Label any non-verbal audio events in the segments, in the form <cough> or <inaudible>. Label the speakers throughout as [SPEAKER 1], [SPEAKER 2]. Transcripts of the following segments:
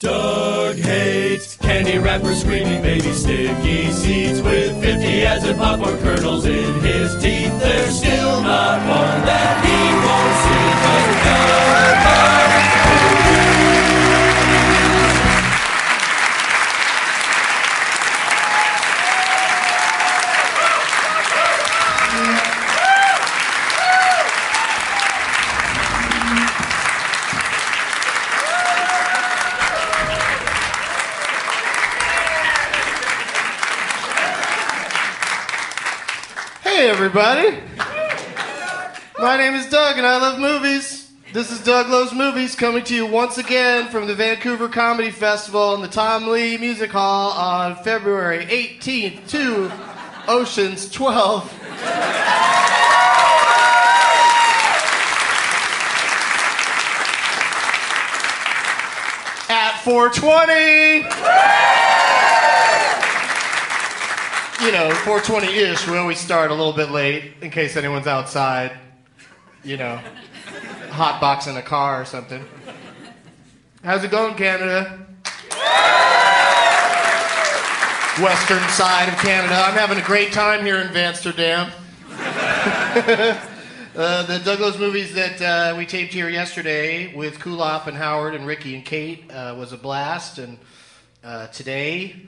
[SPEAKER 1] Doug hates candy wrappers, screaming baby sticky seeds with 50 as in popcorn kernels in his teeth. There's still not one that he won't see. But Doug
[SPEAKER 2] Hey, everybody. My name is Doug, and I love movies. This is Doug Loves Movies coming to you once again from the Vancouver Comedy Festival and the Tom Lee Music Hall on February 18th to Oceans 12. At 420! you know, 420-ish, we always start a little bit late in case anyone's outside, you know, hotboxing a car or something. How's it going, Canada? Western side of Canada. I'm having a great time here in Amsterdam. <laughs> uh, the Douglas movies that uh, we taped here yesterday with Kulop and Howard and Ricky and Kate uh, was a blast, and uh, today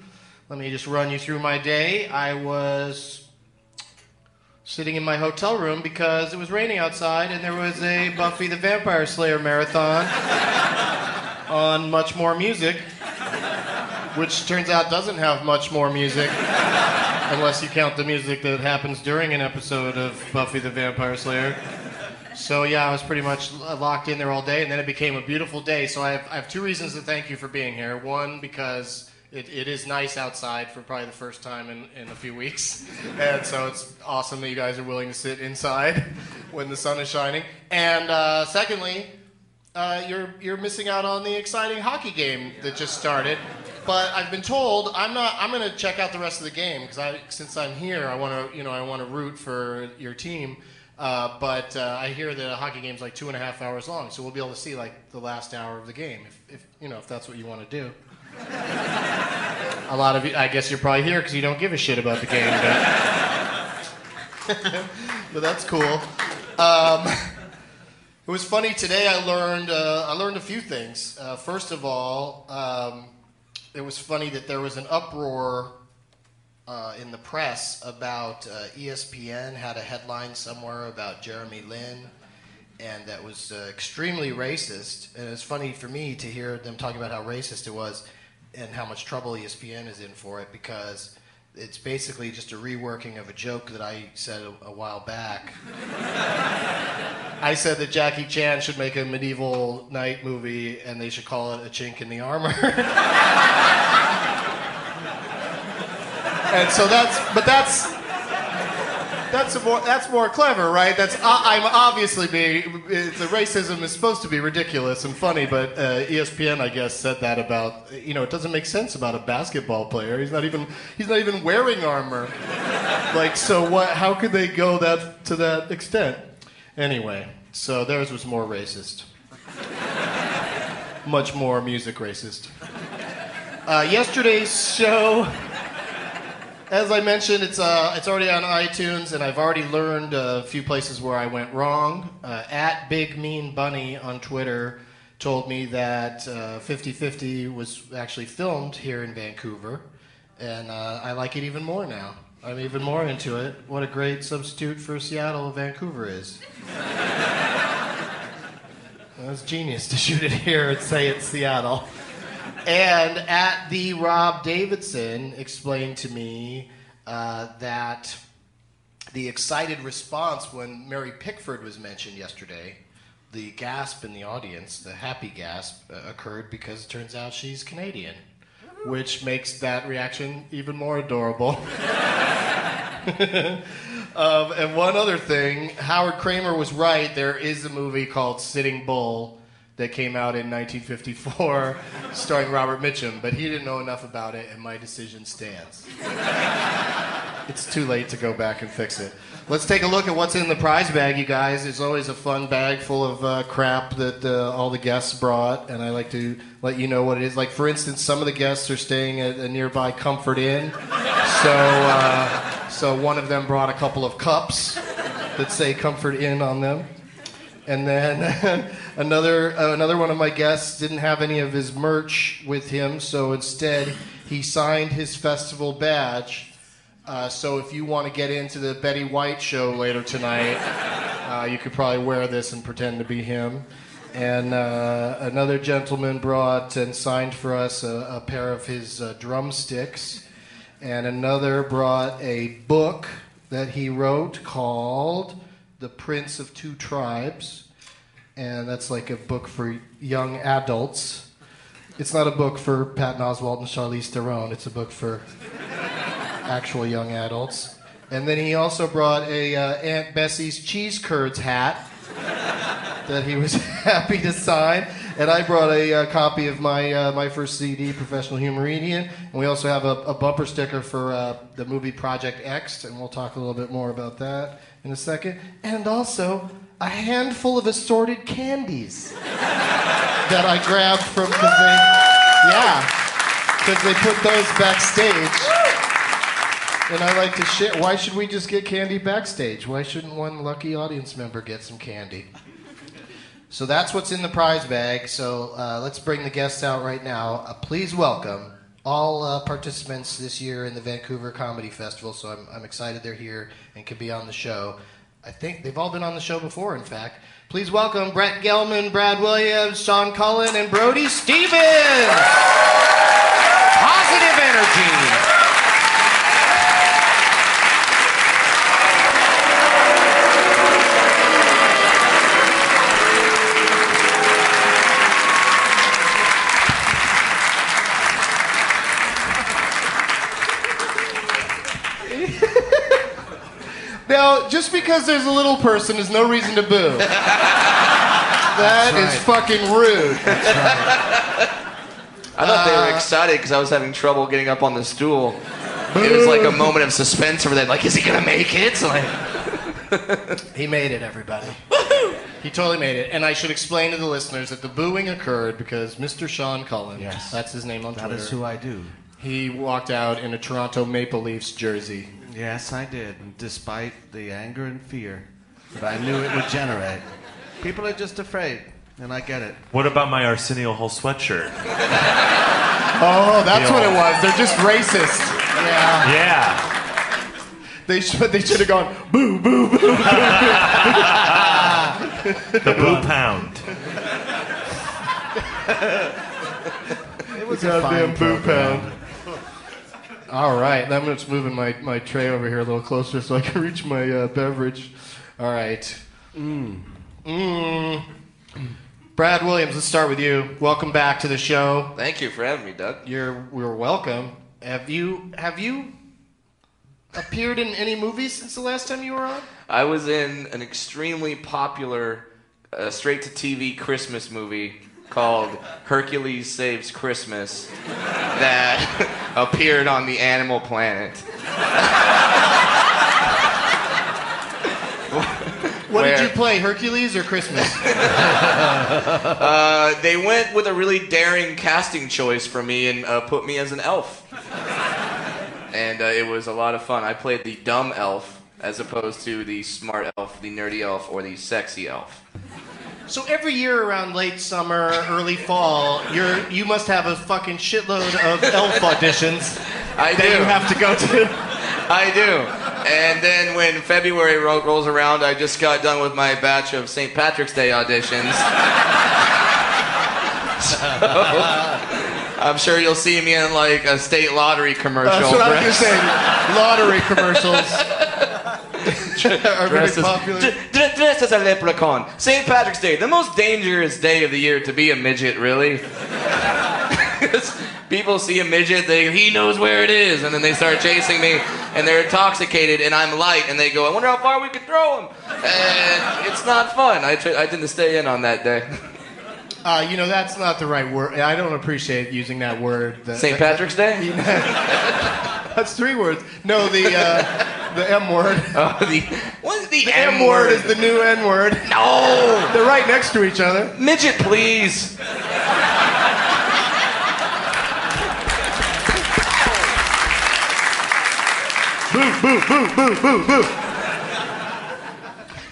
[SPEAKER 2] let me just run you through my day. I was sitting in my hotel room because it was raining outside and there was a Buffy the Vampire Slayer marathon on Much More Music, which turns out doesn't have much more music unless you count the music that happens during an episode of Buffy the Vampire Slayer. So yeah, I was pretty much lo- locked in there all day, and then it became a beautiful day. So I have, I have two reasons to thank you for being here. One, because it, it is nice outside for probably the first time in, in a few weeks, <laughs> and so it's awesome that you <laughs> guys are willing to sit inside when the sun is shining. And uh, secondly, uh, you're you're missing out on the exciting hockey game that just started. But I've been told I'm not. I'm going to check out the rest of the game because I, since I'm here, I want to you know I want to root for your team. Uh, but uh, I hear that a hockey game's like two and a half hours long, so we'll be able to see like the last hour of the game if, if you know if that's what you want to do. a lot of you, I guess you're probably here because you don't give a shit about the game, but, <laughs> but that's cool. It was funny today. I learned uh, I learned a few things. Uh, first of all, um, it was funny that there was an uproar uh, in the press about uh, ESPN had a headline somewhere about Jeremy Lin, and that was uh, extremely racist. And it's funny for me to hear them talking about how racist it was and how much trouble E ESPN is in for it because it's basically just a reworking of a joke that I said a, a while back. I said that Jackie Chan should make a medieval night movie and they should call it A Chink in the Armor. <laughs> and so that's, but that's, that's a more, that's more clever, right? That's I, I'm obviously being it's, the racism is supposed to be ridiculous and funny, but uh, ESPN I guess said that about you know it doesn't make sense about a basketball player. He's not even he's not even wearing armor. like so what? How could they go that to that extent? Anyway, so theirs was more racist, much more music racist. Uh, yesterday's show. As I mentioned, it's uh, it's already on iTunes, and I've already learned a few places where I went wrong. Uh, at Big Mean Bunny on Twitter told me that uh, 50/50 was actually filmed here in Vancouver, and uh, I like it even more now. I'm even more into it. What a great substitute for Seattle, Vancouver is. <laughs> That's genius to shoot it here and say it's Seattle. And at the Rob Davidson explained to me uh, that the excited response when Mary Pickford was mentioned yesterday, the gasp in the audience, the happy gasp, uh, occurred because it turns out she's Canadian, which makes that reaction even more adorable. <laughs> Um, and one other thing, Howard Kramer was right. There is a movie called Sitting Bull that came out in 1954, <laughs> starring Robert Mitchum, but he didn't know enough about it, and my decision stands. <laughs> it's too late to go back and fix it. Let's take a look at what's in the prize bag, you guys. It's always a fun bag full of uh, crap that uh, all the guests brought, and I like to let you know what it is. Like, for instance, some of the guests are staying at a nearby Comfort Inn, so uh, so one of them brought a couple of cups that say Comfort Inn on them. And then <laughs> another uh, another one of my guests didn't have any of his merch with him, so instead he signed his festival badge. Uh, so if you want to get into the Betty White show later tonight, uh, you could probably wear this and pretend to be him. And uh, another gentleman brought and signed for us a, a pair of his uh, drumsticks. And another brought a book that he wrote called The Prince of Two Tribes and that's like a book for young adults. It's not a book for Patton Oswald and Charlize Theron. It's a book for actual young adults. And then he also brought a uh, Aunt Bessie's cheese curds hat that he was <laughs> happy to sign. And I brought a uh, copy of my uh, my first CD, Professional Humoridian, and we also have a, a bumper sticker for uh, the movie Project X, and we'll talk a little bit more about that in a second. And also a handful of assorted candies <laughs> that I grabbed from the yeah, because they put those backstage. And I like to share. Why should we just get candy backstage? Why shouldn't one lucky audience member get some candy? So that's what's in the prize bag. So uh, let's bring the guests out right now. Uh, please welcome all uh, participants this year in the Vancouver Comedy Festival. So I'm, I'm excited they're here and can be on the show. I think they've all been on the show before, in fact. Please welcome Brett Gelman, Brad Williams, Sean Cullen, and Brody Stevens. Positive energy. <laughs> Now, just because there's a little person is no reason to boo. That is fucking rude.
[SPEAKER 3] I thought they were excited because I was having trouble getting up on the stool. It was like a moment of suspense for them. Like, is he gonna make it? Like,
[SPEAKER 2] He made it, everybody. He totally made it. And I should explain to the listeners that the booing occurred because Mr. Sean Cullen,
[SPEAKER 4] Yes.
[SPEAKER 2] that's his name on
[SPEAKER 4] That
[SPEAKER 2] Twitter,
[SPEAKER 4] is who I do.
[SPEAKER 2] he walked out in a Toronto Maple Leafs jersey.
[SPEAKER 4] Yes, I did, despite the anger and fear that I knew it would generate. People are just afraid, and I get it.
[SPEAKER 5] What about my Arsenio Hall sweatshirt?
[SPEAKER 2] Oh, that's
[SPEAKER 5] Yeah.
[SPEAKER 2] what it was. They're just racist. Yeah.
[SPEAKER 5] Yeah.
[SPEAKER 2] They should, they should have gone, boo, boo, boo.
[SPEAKER 5] The Blue Pound.
[SPEAKER 2] It was goddamn boo pound. All right, I'm just moving my, my tray over here a little closer so I can reach my uh, beverage. All right. Mm. Brad Williams, let's start with you. Welcome back to the show.
[SPEAKER 3] thank you for having me, Doug.
[SPEAKER 2] You're we're welcome. Have you have you appeared in any movies since the last time you were on?
[SPEAKER 3] I was in an extremely popular uh, straight-to-TV Christmas movie called Hercules Saves Christmas that <laughs> appeared on the Animal Planet.
[SPEAKER 2] What did
[SPEAKER 3] Where?
[SPEAKER 2] you play, Hercules or Christmas?
[SPEAKER 3] Uh, they went with a really daring casting choice for me and uh, put me as an elf. and uh, it was a lot of fun. I played the dumb elf as opposed to the smart elf, the nerdy elf, or the sexy elf.
[SPEAKER 2] <laughs> So every year around late summer, early fall, you're you must have a fucking shitload of elf auditions
[SPEAKER 3] I
[SPEAKER 2] that
[SPEAKER 3] do.
[SPEAKER 2] you have to go to.
[SPEAKER 3] I do. And then when February ro- rolls around, I just got done with my batch of St. Patrick's Day auditions. <laughs> So,
[SPEAKER 2] <laughs>
[SPEAKER 3] I'm sure you'll see me in like a state lottery commercial.
[SPEAKER 2] That's what I was gonna say. Lottery commercials <laughs> are very
[SPEAKER 3] dressed as,
[SPEAKER 2] popular.
[SPEAKER 3] d- d- dressed as a leprechaun. St. Patrick's Day, the most dangerous day of the year to be a midget, really. <laughs> 'Cause People see a midget, they he knows where it is, and then they start chasing me, and they're intoxicated, and I'm light, and they go, I wonder how far we could throw him. And it's not fun. I, tr- I didn't stay in on that day. <laughs>
[SPEAKER 2] Uh, you know that's not the right word. I don't appreciate using that word. The-
[SPEAKER 3] St. Patrick's Day?
[SPEAKER 2] <laughs> That's three words. No, the uh, the M word.
[SPEAKER 3] Oh, the, what's the,
[SPEAKER 2] The M word is the new N word. <laughs>
[SPEAKER 3] No!
[SPEAKER 2] They're right next to each other.
[SPEAKER 3] Midget, please.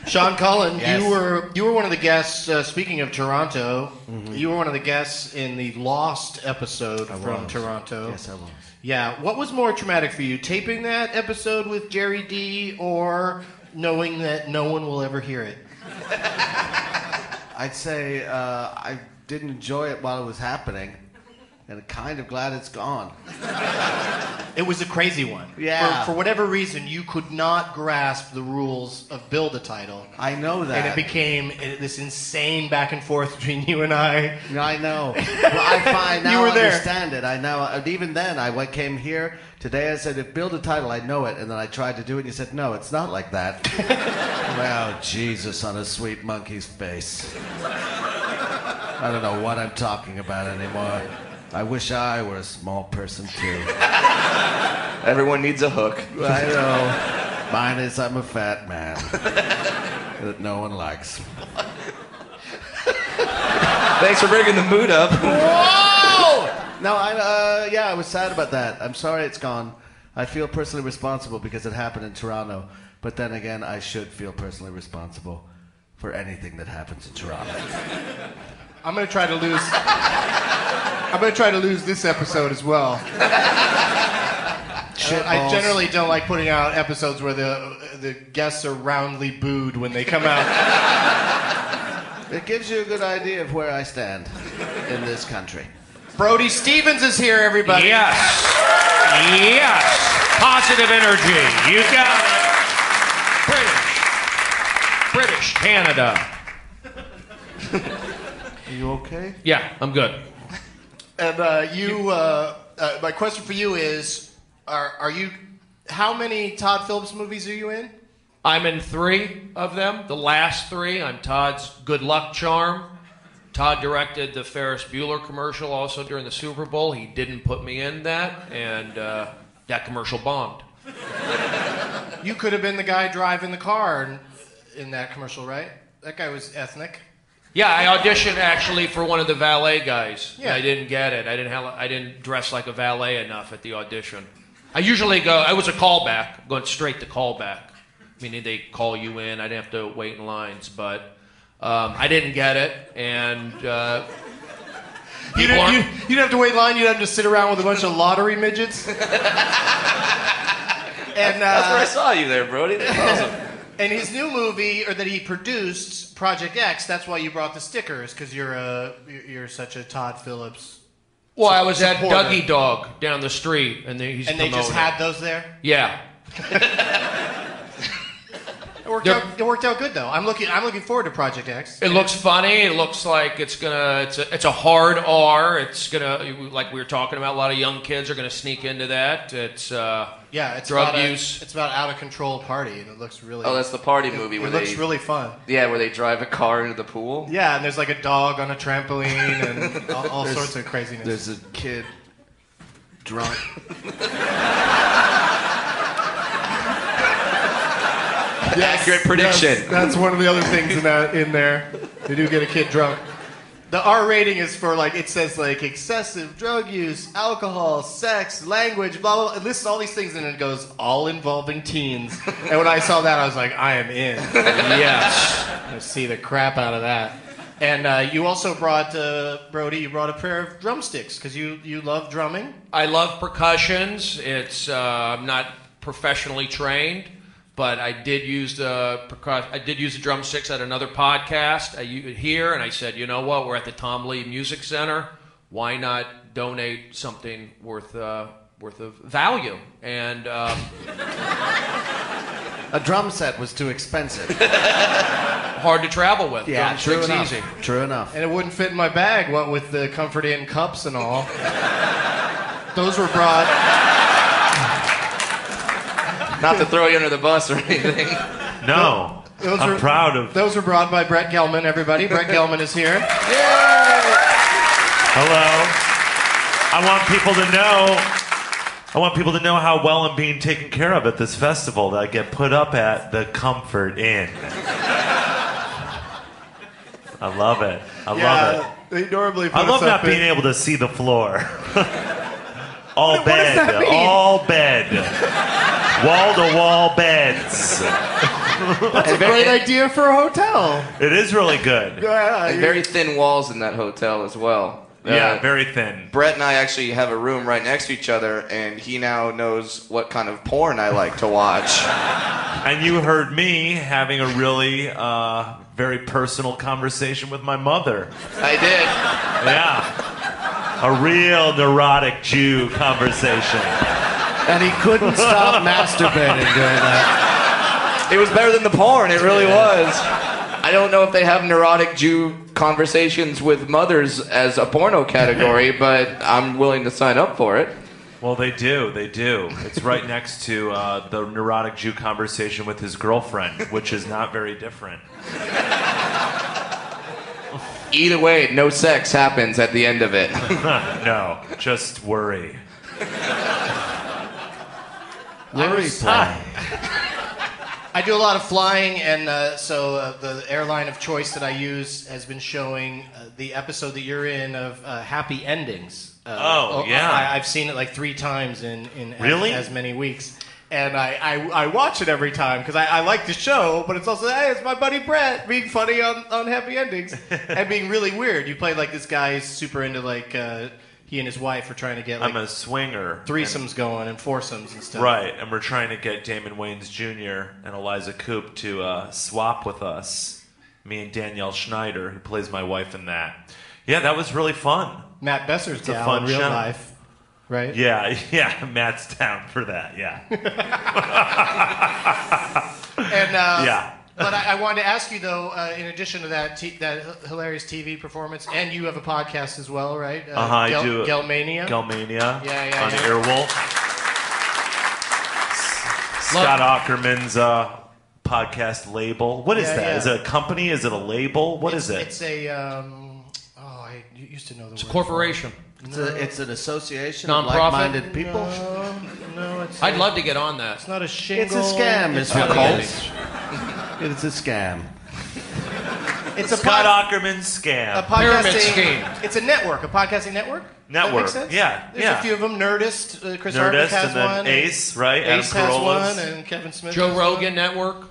[SPEAKER 2] Sean Cullen,
[SPEAKER 4] Yes.
[SPEAKER 2] you were you were one of the guests. Uh, speaking of Toronto, you were one of the guests in the Lost episode from
[SPEAKER 4] was.
[SPEAKER 2] Toronto.
[SPEAKER 4] Yes, I was.
[SPEAKER 2] Yeah, what was more traumatic for you, taping that episode with Jerry D, or knowing that no one will ever hear it?
[SPEAKER 4] <laughs> I'd say uh, I didn't enjoy it while it was happening, and I'm kind of glad it's gone.
[SPEAKER 2] It was a crazy one.
[SPEAKER 4] Yeah.
[SPEAKER 2] For, for whatever reason, you could not grasp the rules of build a title.
[SPEAKER 4] I know that.
[SPEAKER 2] And it became uh, this insane back and forth <laughs> between you and I.
[SPEAKER 4] Yeah, I
[SPEAKER 2] <laughs>
[SPEAKER 4] know. Well, I find
[SPEAKER 2] You
[SPEAKER 4] now
[SPEAKER 2] were
[SPEAKER 4] I
[SPEAKER 2] there.
[SPEAKER 4] understand it. I now, and even then, I went, came here today. I said, "If build a title, I know it." And then I tried to do it, and you said, "No, it's not like
[SPEAKER 2] <laughs>
[SPEAKER 4] that." wow, Jesus on a sweet monkey's face. I don't know what I'm talking about anymore. I wish I were a small person too.
[SPEAKER 2] <laughs>
[SPEAKER 3] Everyone needs a hook.
[SPEAKER 4] I know. Mine is I'm a fat
[SPEAKER 2] <laughs>
[SPEAKER 4] man that no one likes.
[SPEAKER 3] Thanks for bringing the mood up.
[SPEAKER 4] Whoa! No, I uh, yeah, I was sad about that. I'm sorry it's gone. I feel personally responsible because it happened in Toronto. But then again, I should feel personally responsible for anything that happens in Toronto.
[SPEAKER 2] <laughs> I'm gonna try to lose. I'm gonna try to lose this episode as well.
[SPEAKER 4] Shit
[SPEAKER 2] I
[SPEAKER 4] balls.
[SPEAKER 2] generally don't like putting out episodes where the the guests are roundly booed when they come
[SPEAKER 4] <laughs>
[SPEAKER 2] out.
[SPEAKER 4] it gives you a good idea of where I stand in this country.
[SPEAKER 2] Brody Stevens is here, everybody.
[SPEAKER 5] Yes. Yes. Positive energy. You got it. British. British Canada.
[SPEAKER 4] Are you okay?
[SPEAKER 5] Yeah, I'm good.
[SPEAKER 2] And uh, you, uh, uh, my question for you is: Are are you? How many Todd Phillips movies are you in?
[SPEAKER 6] I'm in three of them. The last three, I'm Todd's good luck charm. Todd directed the Ferris Bueller commercial also during the Super Bowl. He didn't put me in that, and uh, that commercial bombed.
[SPEAKER 2] You could have been the guy driving the car in, in that commercial, right? That guy was ethnic.
[SPEAKER 6] Yeah, I auditioned actually for one of the valet guys.
[SPEAKER 2] Yeah.
[SPEAKER 6] I didn't get it. I didn't have, I didn't dress like a valet enough at the audition. I usually go. I was a callback, going straight to callback, meaning they call you in. I didn't have to wait in lines, but um, I didn't get it, and uh,
[SPEAKER 2] You
[SPEAKER 6] people
[SPEAKER 2] didn't,
[SPEAKER 6] aren't-
[SPEAKER 2] you, you didn't have to wait in line. You'd have to sit around with a bunch of lottery midgets. and
[SPEAKER 3] That's where I
[SPEAKER 2] uh,
[SPEAKER 3] saw you there, Brody. That's awesome.
[SPEAKER 2] and his new movie, or that he produced, Project X. That's why you brought the stickers, because you're a you're- you're such a Todd Phillips.
[SPEAKER 6] Well, I was at
[SPEAKER 2] Supporter.
[SPEAKER 6] Dougie Dog down the street, and they, he's
[SPEAKER 2] And they just
[SPEAKER 6] promoting.
[SPEAKER 2] had those there.
[SPEAKER 6] yeah.
[SPEAKER 2] <laughs> It worked
[SPEAKER 6] They're-
[SPEAKER 2] out. It worked out good though. I'm looking. I'm looking forward to Project X.
[SPEAKER 6] It looks funny. It looks like it's gonna. It's a, it's a hard R. It's gonna like we were talking about. A lot of young kids are gonna sneak into that. It's uh,
[SPEAKER 2] Yeah, it's
[SPEAKER 6] drug
[SPEAKER 2] about a-
[SPEAKER 6] use.
[SPEAKER 2] it's about out of control party, and it looks really.
[SPEAKER 3] Oh, that's the party movie
[SPEAKER 2] It
[SPEAKER 3] where
[SPEAKER 2] looks
[SPEAKER 3] they
[SPEAKER 2] really fun.
[SPEAKER 3] yeah, where they drive a car into the pool.
[SPEAKER 2] Yeah, and there's like a dog on a trampoline <laughs> and all, all sorts of craziness.
[SPEAKER 4] There's a kid drunk.
[SPEAKER 3] Accurate prediction.
[SPEAKER 2] That's, that's one of the other things in that in there. They do get a kid drunk. The R rating is for like it says like excessive drug use, alcohol, sex, language, blah blah. blah. It lists all these things and it goes all involving teens. And when I saw that, I was like, I am in. yes, I see the crap out of that. And uh, you also brought uh, Brody. You brought a pair of drumsticks because you you love drumming.
[SPEAKER 6] I love percussions. It's uh, I'm not professionally trained, but I did use the percuss- I did use the drumsticks at another podcast I, u- here, and I said, you know what? We're at the Tom Lee Music Center. Why not donate something worth uh, worth of value? And um,
[SPEAKER 4] A drum set was too expensive.
[SPEAKER 6] hard to travel with.
[SPEAKER 4] true
[SPEAKER 6] drumsticks
[SPEAKER 4] enough.
[SPEAKER 6] easy.
[SPEAKER 4] True enough.
[SPEAKER 2] and it wouldn't fit in my bag. What with the comfort in cups and all. Those were brought.
[SPEAKER 3] Not to throw you under the bus or anything.
[SPEAKER 5] No.
[SPEAKER 2] Those
[SPEAKER 5] I'm
[SPEAKER 2] are-
[SPEAKER 5] proud of.
[SPEAKER 2] Those were brought by Brett Gelman. Everybody, Brett Gelman is here.
[SPEAKER 5] Hello. I want people to know. I want people to know how well I'm being taken care of at this festival that I get put up at the Comfort Inn. I love it. I love it.
[SPEAKER 2] they normally. Put
[SPEAKER 5] I love
[SPEAKER 2] us up
[SPEAKER 5] not being
[SPEAKER 2] in-
[SPEAKER 5] able to see
[SPEAKER 2] <laughs>
[SPEAKER 5] the floor. all
[SPEAKER 2] What- what does
[SPEAKER 5] bed.
[SPEAKER 2] that mean?
[SPEAKER 5] All bed. Wall to wall beds.
[SPEAKER 2] That's a great idea for a hotel.
[SPEAKER 5] It is really good.
[SPEAKER 2] Yeah,
[SPEAKER 3] And
[SPEAKER 2] you-
[SPEAKER 3] very thin walls in that hotel as well.
[SPEAKER 5] Yeah,
[SPEAKER 3] Uh,
[SPEAKER 5] very thin.
[SPEAKER 3] Brett and I actually have a room right next to each other, and he now knows what kind of porn I like to watch.
[SPEAKER 5] And you heard me having a really uh, very personal conversation with my mother.
[SPEAKER 3] I did.
[SPEAKER 5] Yeah. A real neurotic Jew conversation.
[SPEAKER 4] And he couldn't stop masturbating during that.
[SPEAKER 3] It was better than the porn. It really was. I don't know if they have neurotic Jew conversations with mothers as a porno
[SPEAKER 5] <laughs>
[SPEAKER 3] category, but I'm willing to sign up for it.
[SPEAKER 5] Well, they do. They do. It's right next to uh, the neurotic Jew conversation with his girlfriend, which is not very different.
[SPEAKER 3] Either way, no sex happens at the end of it.
[SPEAKER 5] No, just worry.
[SPEAKER 4] Worry play.
[SPEAKER 2] I do a lot of flying, and uh, so uh, the airline of choice that I use has been showing uh, the episode that you're in of uh, Happy Endings. Uh,
[SPEAKER 5] Oh, yeah.
[SPEAKER 2] I, I've seen it like three times in, in as-
[SPEAKER 5] Really?
[SPEAKER 2] as, many weeks. And I, I, I watch it every time because I, I like the show, but it's also, hey, it's my buddy Brett being funny on, on Happy
[SPEAKER 5] <laughs>
[SPEAKER 2] Endings and being really weird. You play like this guy who's super into like, uh, he and his wife are trying to get like
[SPEAKER 5] I'm a swinger.
[SPEAKER 2] threesomes going and foursomes and stuff.
[SPEAKER 5] Right, and we're trying to get Damon Wayans Jr. and Eliza Coop to uh, swap with us. Me and Danielle Schneider, who plays my wife in that. Yeah, that was really fun.
[SPEAKER 2] Matt Besser's
[SPEAKER 5] a
[SPEAKER 2] gal
[SPEAKER 5] fun
[SPEAKER 2] in real
[SPEAKER 5] show.
[SPEAKER 2] life, right?
[SPEAKER 5] Yeah, <laughs> yeah, Matt's down for that. Yeah,
[SPEAKER 2] And uh,
[SPEAKER 5] Yeah.
[SPEAKER 2] but I, I wanted to ask you though. Uh, in addition to that, t- that h- hilarious TV performance, and you have a podcast as well, right? Uh,
[SPEAKER 5] uh-huh,
[SPEAKER 2] Gel-
[SPEAKER 5] I do.
[SPEAKER 2] Gelmania.
[SPEAKER 5] Gelmania.
[SPEAKER 2] Yeah, yeah,
[SPEAKER 5] On
[SPEAKER 2] yeah.
[SPEAKER 5] Earwolf. S- Scott Ackerman's uh, podcast podcast label. What is
[SPEAKER 2] Yeah,
[SPEAKER 5] that?
[SPEAKER 2] yeah.
[SPEAKER 5] Is it a company? Is it a label? What is it?
[SPEAKER 2] It's a um, oh, I used to know the
[SPEAKER 6] It's a
[SPEAKER 2] word.
[SPEAKER 6] corporation.
[SPEAKER 4] It's, a, it's an association
[SPEAKER 6] Nonprofit?
[SPEAKER 4] of like-minded people.
[SPEAKER 2] No, no, it's
[SPEAKER 6] I'd
[SPEAKER 2] a-
[SPEAKER 6] love to get on that.
[SPEAKER 2] It's not a shingle.
[SPEAKER 4] It's a scam. It's,
[SPEAKER 2] It's,
[SPEAKER 4] what
[SPEAKER 2] not
[SPEAKER 4] it
[SPEAKER 6] cult.
[SPEAKER 4] is. It's a scam.
[SPEAKER 2] it's a
[SPEAKER 5] Scott
[SPEAKER 2] pod,
[SPEAKER 5] Ackerman scam.
[SPEAKER 2] a podcasting
[SPEAKER 6] Pyramid scheme.
[SPEAKER 2] It's a network, a podcasting network. That
[SPEAKER 5] Network,
[SPEAKER 2] makes sense?
[SPEAKER 5] yeah,
[SPEAKER 2] There's
[SPEAKER 5] yeah.
[SPEAKER 2] a few of them. Nerdist. Uh, Chris Hardwick
[SPEAKER 5] Nerdist
[SPEAKER 2] has
[SPEAKER 5] and then
[SPEAKER 2] one.
[SPEAKER 5] Ace, right? Adam
[SPEAKER 2] Ace has
[SPEAKER 5] Carolla's.
[SPEAKER 2] one, and Kevin Smith.
[SPEAKER 6] Joe
[SPEAKER 2] has
[SPEAKER 6] Rogan Network.
[SPEAKER 2] one.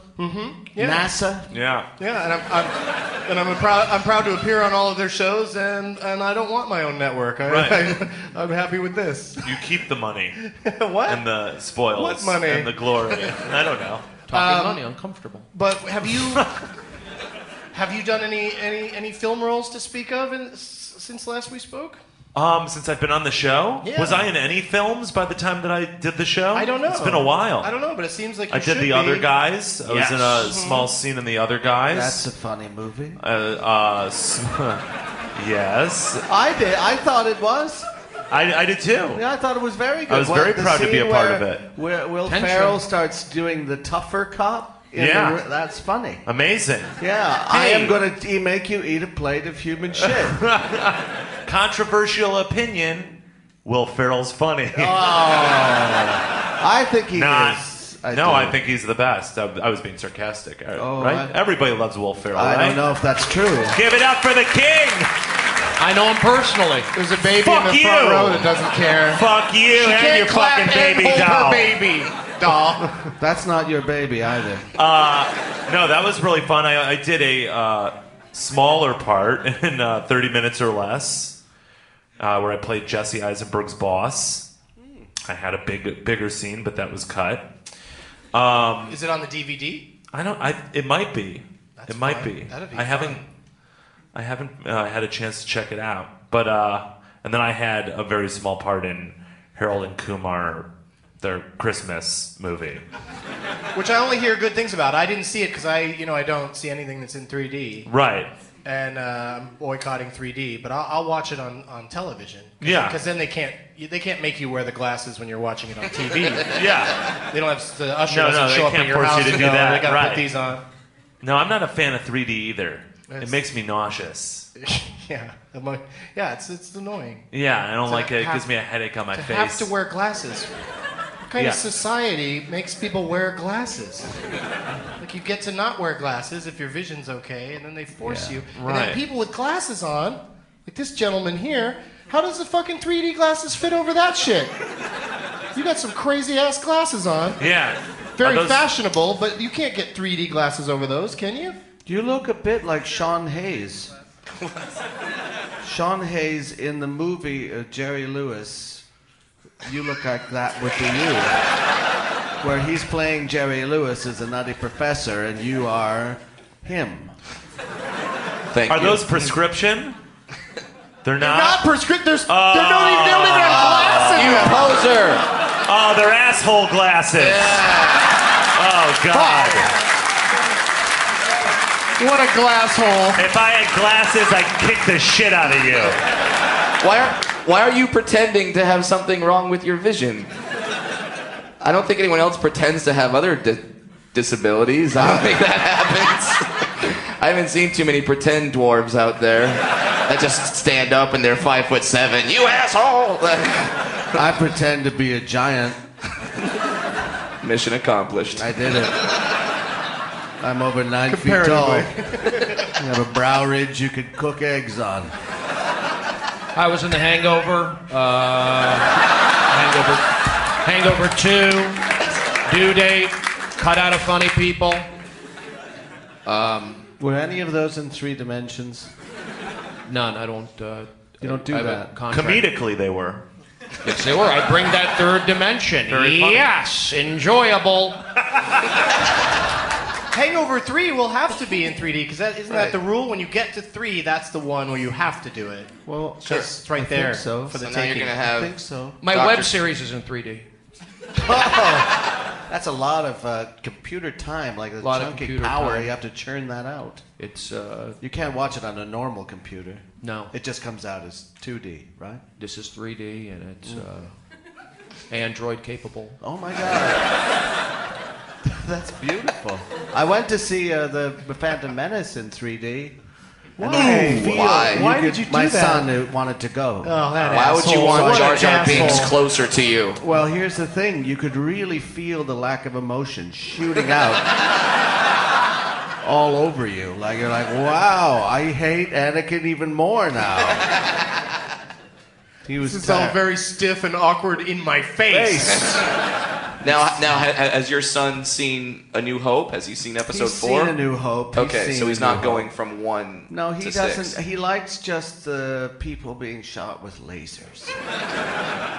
[SPEAKER 2] Yeah.
[SPEAKER 4] NASA.
[SPEAKER 5] Yeah.
[SPEAKER 2] Yeah, and I'm, I'm and I'm a proud I'm proud to appear on all of their shows, and and I don't want my own network. I,
[SPEAKER 5] Right.
[SPEAKER 2] <laughs> I, am happy with this. <laughs>
[SPEAKER 5] You keep the money
[SPEAKER 2] what?
[SPEAKER 5] and the spoils
[SPEAKER 2] What money?
[SPEAKER 5] and the glory. I don't know.
[SPEAKER 6] Talking money, uncomfortable.
[SPEAKER 2] but have
[SPEAKER 5] <laughs>
[SPEAKER 2] you have you done any any any film roles to speak of in, s- since last we spoke?
[SPEAKER 5] Um, since I've been on the show,
[SPEAKER 2] Yeah.
[SPEAKER 5] was I in any films by the time that I did the show?
[SPEAKER 2] I don't know.
[SPEAKER 5] It's been a while.
[SPEAKER 2] I don't know, but it seems like you
[SPEAKER 5] I did
[SPEAKER 2] should
[SPEAKER 5] the
[SPEAKER 2] be.
[SPEAKER 5] other guys. I was
[SPEAKER 6] Yes.
[SPEAKER 5] in a small scene in the other guys.
[SPEAKER 4] That's a funny movie.
[SPEAKER 5] uh, uh, s- <laughs> yes,
[SPEAKER 4] I did. I thought it was.
[SPEAKER 5] I, I did too.
[SPEAKER 4] Yeah, I thought it was very good.
[SPEAKER 5] I was
[SPEAKER 4] What-
[SPEAKER 5] very
[SPEAKER 4] the
[SPEAKER 5] proud to be a
[SPEAKER 4] scene
[SPEAKER 5] part of
[SPEAKER 4] where-
[SPEAKER 5] it.
[SPEAKER 4] Where Will
[SPEAKER 6] Tension.
[SPEAKER 4] Ferrell starts doing the tougher cop. in the
[SPEAKER 5] Yeah.
[SPEAKER 4] ri- that's funny.
[SPEAKER 5] Amazing. <laughs>
[SPEAKER 4] Yeah, I
[SPEAKER 5] Hey.
[SPEAKER 4] am going to make you eat a plate of human
[SPEAKER 5] <laughs>
[SPEAKER 4] shit.
[SPEAKER 5] Controversial opinion. Will Ferrell's funny. <laughs>
[SPEAKER 4] I think he
[SPEAKER 5] Not.
[SPEAKER 4] is.
[SPEAKER 5] no,
[SPEAKER 4] do.
[SPEAKER 5] I think he's the best. I, I was being sarcastic. uh,
[SPEAKER 4] Oh,
[SPEAKER 5] right?
[SPEAKER 4] I-
[SPEAKER 5] Everybody loves Will Ferrell.
[SPEAKER 4] I
[SPEAKER 5] right?
[SPEAKER 4] don't know if that's true.
[SPEAKER 5] Give it up for the king.
[SPEAKER 6] I know him personally.
[SPEAKER 2] There's a baby
[SPEAKER 5] Fuck
[SPEAKER 2] in the
[SPEAKER 5] you.
[SPEAKER 2] front row that doesn't care.
[SPEAKER 5] Fuck you
[SPEAKER 2] She
[SPEAKER 5] and
[SPEAKER 2] can't
[SPEAKER 5] your
[SPEAKER 2] clap
[SPEAKER 5] fucking
[SPEAKER 2] and
[SPEAKER 5] baby
[SPEAKER 2] hold
[SPEAKER 5] doll.
[SPEAKER 2] Her baby doll.
[SPEAKER 4] That's not your baby either.
[SPEAKER 5] No, that was really fun. I, I did a uh, smaller part <laughs> in uh, 30 minutes or less, uh, where I played Jesse Eisenberg's boss. I had a big, bigger scene, but that was cut. Um,
[SPEAKER 2] Is it on the DVD?
[SPEAKER 5] I don't. I, it might be.
[SPEAKER 2] That's
[SPEAKER 5] it might
[SPEAKER 2] fun.
[SPEAKER 5] be.
[SPEAKER 2] That'd be
[SPEAKER 5] I haven't.
[SPEAKER 2] fun.
[SPEAKER 5] I haven't uh, had a chance to check it out. But uh, and then I had a very small part in Harold and Kumar, their Christmas movie.
[SPEAKER 2] which I only hear good things about. I didn't see it because I, you know, I don't see anything that's in 3D,
[SPEAKER 5] Right.
[SPEAKER 2] and uh, I'm boycotting 3D. But I'll, I'll watch it on, on television.
[SPEAKER 5] Yeah.
[SPEAKER 2] Because then they can't you- they can't make you wear the glasses when you're watching it on
[SPEAKER 5] <laughs>
[SPEAKER 2] TV.
[SPEAKER 5] Yeah.
[SPEAKER 2] they don't have the usher
[SPEAKER 5] No,
[SPEAKER 2] doesn't
[SPEAKER 5] no, they
[SPEAKER 2] show up
[SPEAKER 5] can't
[SPEAKER 2] at your
[SPEAKER 5] force you
[SPEAKER 2] house.
[SPEAKER 5] to
[SPEAKER 2] and
[SPEAKER 5] do
[SPEAKER 2] go,
[SPEAKER 5] that,
[SPEAKER 2] They gotta
[SPEAKER 5] right.
[SPEAKER 2] put these on. <laughs>
[SPEAKER 5] No, I'm not a fan of 3D either.
[SPEAKER 2] It's-
[SPEAKER 5] It makes me nauseous.
[SPEAKER 2] yeah. I'm like, yeah. It's it's annoying.
[SPEAKER 5] Yeah, I don't
[SPEAKER 2] To
[SPEAKER 5] like it. It
[SPEAKER 2] have-
[SPEAKER 5] gives me a headache on my
[SPEAKER 2] To
[SPEAKER 5] face.
[SPEAKER 2] have to wear glasses. What kind of
[SPEAKER 5] Yeah.
[SPEAKER 2] society makes people wear glasses? like you get to not wear glasses if your vision's okay, and then they force
[SPEAKER 4] Yeah.
[SPEAKER 2] you. And then
[SPEAKER 5] Right.
[SPEAKER 2] people with glasses on, like this gentleman here, how does the fucking 3D glasses fit over that shit? You got some crazy ass glasses on.
[SPEAKER 5] Yeah.
[SPEAKER 2] Very
[SPEAKER 5] Are those-
[SPEAKER 2] fashionable, but you can't get 3D glasses over those, can you?
[SPEAKER 4] You look a bit like Sean Hayes. Sean Hayes in the movie uh, Jerry Lewis. You look like that with the you. Where he's playing Jerry Lewis as a nutty professor and you are him.
[SPEAKER 3] Thank
[SPEAKER 5] Are
[SPEAKER 3] you.
[SPEAKER 5] those prescription? They're not.
[SPEAKER 2] Not prescriptive. There's, they're not even, they don't even have glasses.
[SPEAKER 3] you
[SPEAKER 5] Uh,
[SPEAKER 3] poser?
[SPEAKER 5] Oh, they're asshole glasses. Oh God!
[SPEAKER 2] What a glass hole.
[SPEAKER 5] If I had glasses, I'd kick the shit out of you.
[SPEAKER 3] Why are Why are you pretending to have something wrong with your vision? I don't think anyone else pretends to have other di- disabilities. I don't think that happens. I haven't seen too many pretend dwarves out there that just stand up and they're five foot seven. You asshole!
[SPEAKER 4] I pretend to be a giant.
[SPEAKER 3] Mission accomplished.
[SPEAKER 4] I
[SPEAKER 2] <laughs>
[SPEAKER 4] did it. I'm over nine feet tall. I have a brow ridge you could cook eggs on.
[SPEAKER 6] I was in The Hangover, uh, Hangover, Hangover Two, Due Date, Cut Out of Funny People.
[SPEAKER 4] Were any of those in three dimensions?
[SPEAKER 6] None. I don't. Uh,
[SPEAKER 4] You don't do
[SPEAKER 6] I have a
[SPEAKER 4] that.
[SPEAKER 6] contract.
[SPEAKER 5] Comedically, they were.
[SPEAKER 6] Yes, they were. I bring that third dimension. yes, enjoyable.
[SPEAKER 2] Hangover Three will have to be in 3D because that isn't that the rule? When you get to three, that's the one where you have to do it.
[SPEAKER 4] Well,
[SPEAKER 2] Sure. It's right
[SPEAKER 4] I think
[SPEAKER 2] there
[SPEAKER 4] so.
[SPEAKER 2] for the
[SPEAKER 3] So now you're
[SPEAKER 2] taking.
[SPEAKER 3] gonna
[SPEAKER 4] I
[SPEAKER 3] have
[SPEAKER 4] think so.
[SPEAKER 6] My
[SPEAKER 3] Doctor-
[SPEAKER 6] web series is in 3D.
[SPEAKER 4] That's a lot of uh, computer time, like a
[SPEAKER 6] Lot of
[SPEAKER 4] chunky
[SPEAKER 6] computer
[SPEAKER 4] power.
[SPEAKER 6] time.
[SPEAKER 4] You have to churn that out.
[SPEAKER 6] It's uh,
[SPEAKER 4] You can't watch it on a normal computer.
[SPEAKER 6] no.
[SPEAKER 4] It just comes out as 2D, right?
[SPEAKER 6] this is 3D and it's uh, Android capable.
[SPEAKER 4] Oh my god. <laughs> That's beautiful. I went to see uh, the Phantom Menace in 3D. And I
[SPEAKER 3] Ooh,
[SPEAKER 4] feel
[SPEAKER 3] why?
[SPEAKER 2] Why did you do
[SPEAKER 4] my
[SPEAKER 2] that?
[SPEAKER 4] son uh, wanted to go.
[SPEAKER 2] Oh, that
[SPEAKER 3] Why would you
[SPEAKER 2] asshole.
[SPEAKER 3] want
[SPEAKER 2] What
[SPEAKER 3] Jar
[SPEAKER 2] an
[SPEAKER 3] Jar Binks
[SPEAKER 2] asshole.
[SPEAKER 3] closer to you?
[SPEAKER 4] Well, here's the thing: you could really feel the lack of emotion shooting out all over you. Like you're like, wow, I hate Anakin even more <laughs> now. He was
[SPEAKER 2] This is all
[SPEAKER 4] ter-
[SPEAKER 2] very stiff and awkward in my face.
[SPEAKER 4] Face.
[SPEAKER 3] Now, now, ha- ha- has your son seen A New Hope? Has he seen Episode
[SPEAKER 4] He's
[SPEAKER 3] Four?
[SPEAKER 4] seen A New Hope. He's
[SPEAKER 3] okay,
[SPEAKER 4] seen
[SPEAKER 3] so he's
[SPEAKER 4] A New
[SPEAKER 3] not
[SPEAKER 4] Hope.
[SPEAKER 3] going from one.
[SPEAKER 4] No, he
[SPEAKER 3] to
[SPEAKER 4] doesn't.
[SPEAKER 3] Six.
[SPEAKER 4] He likes just the people being shot with lasers.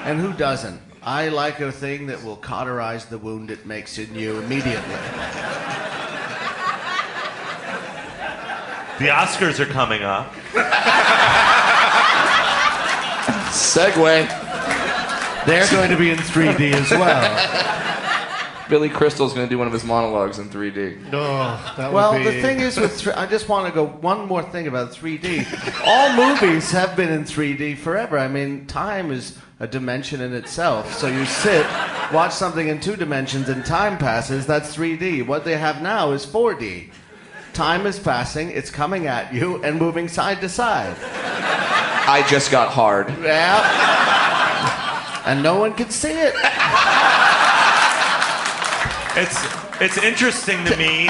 [SPEAKER 4] and who doesn't? I like a thing that will cauterize the wound it makes in you immediately.
[SPEAKER 5] The Oscars are coming up.
[SPEAKER 3] Segway.
[SPEAKER 4] They're going to be in 3D as well.
[SPEAKER 3] Billy Crystal's going to do one of his monologues in 3D.
[SPEAKER 2] No, that would
[SPEAKER 4] well,
[SPEAKER 2] be-
[SPEAKER 4] the thing is with thr I just want to go one more thing about
[SPEAKER 2] <laughs>
[SPEAKER 4] 3D. All movies have been in 3D forever. I mean, time is a dimension in itself. So you sit, watch something in two dimensions and time passes, that's 3D. What they have now is 4D. Time is passing, it's coming at you and moving side to side.
[SPEAKER 3] I just got hard.
[SPEAKER 4] Yeah. <laughs> And no one can see it.
[SPEAKER 5] It's it's interesting to me.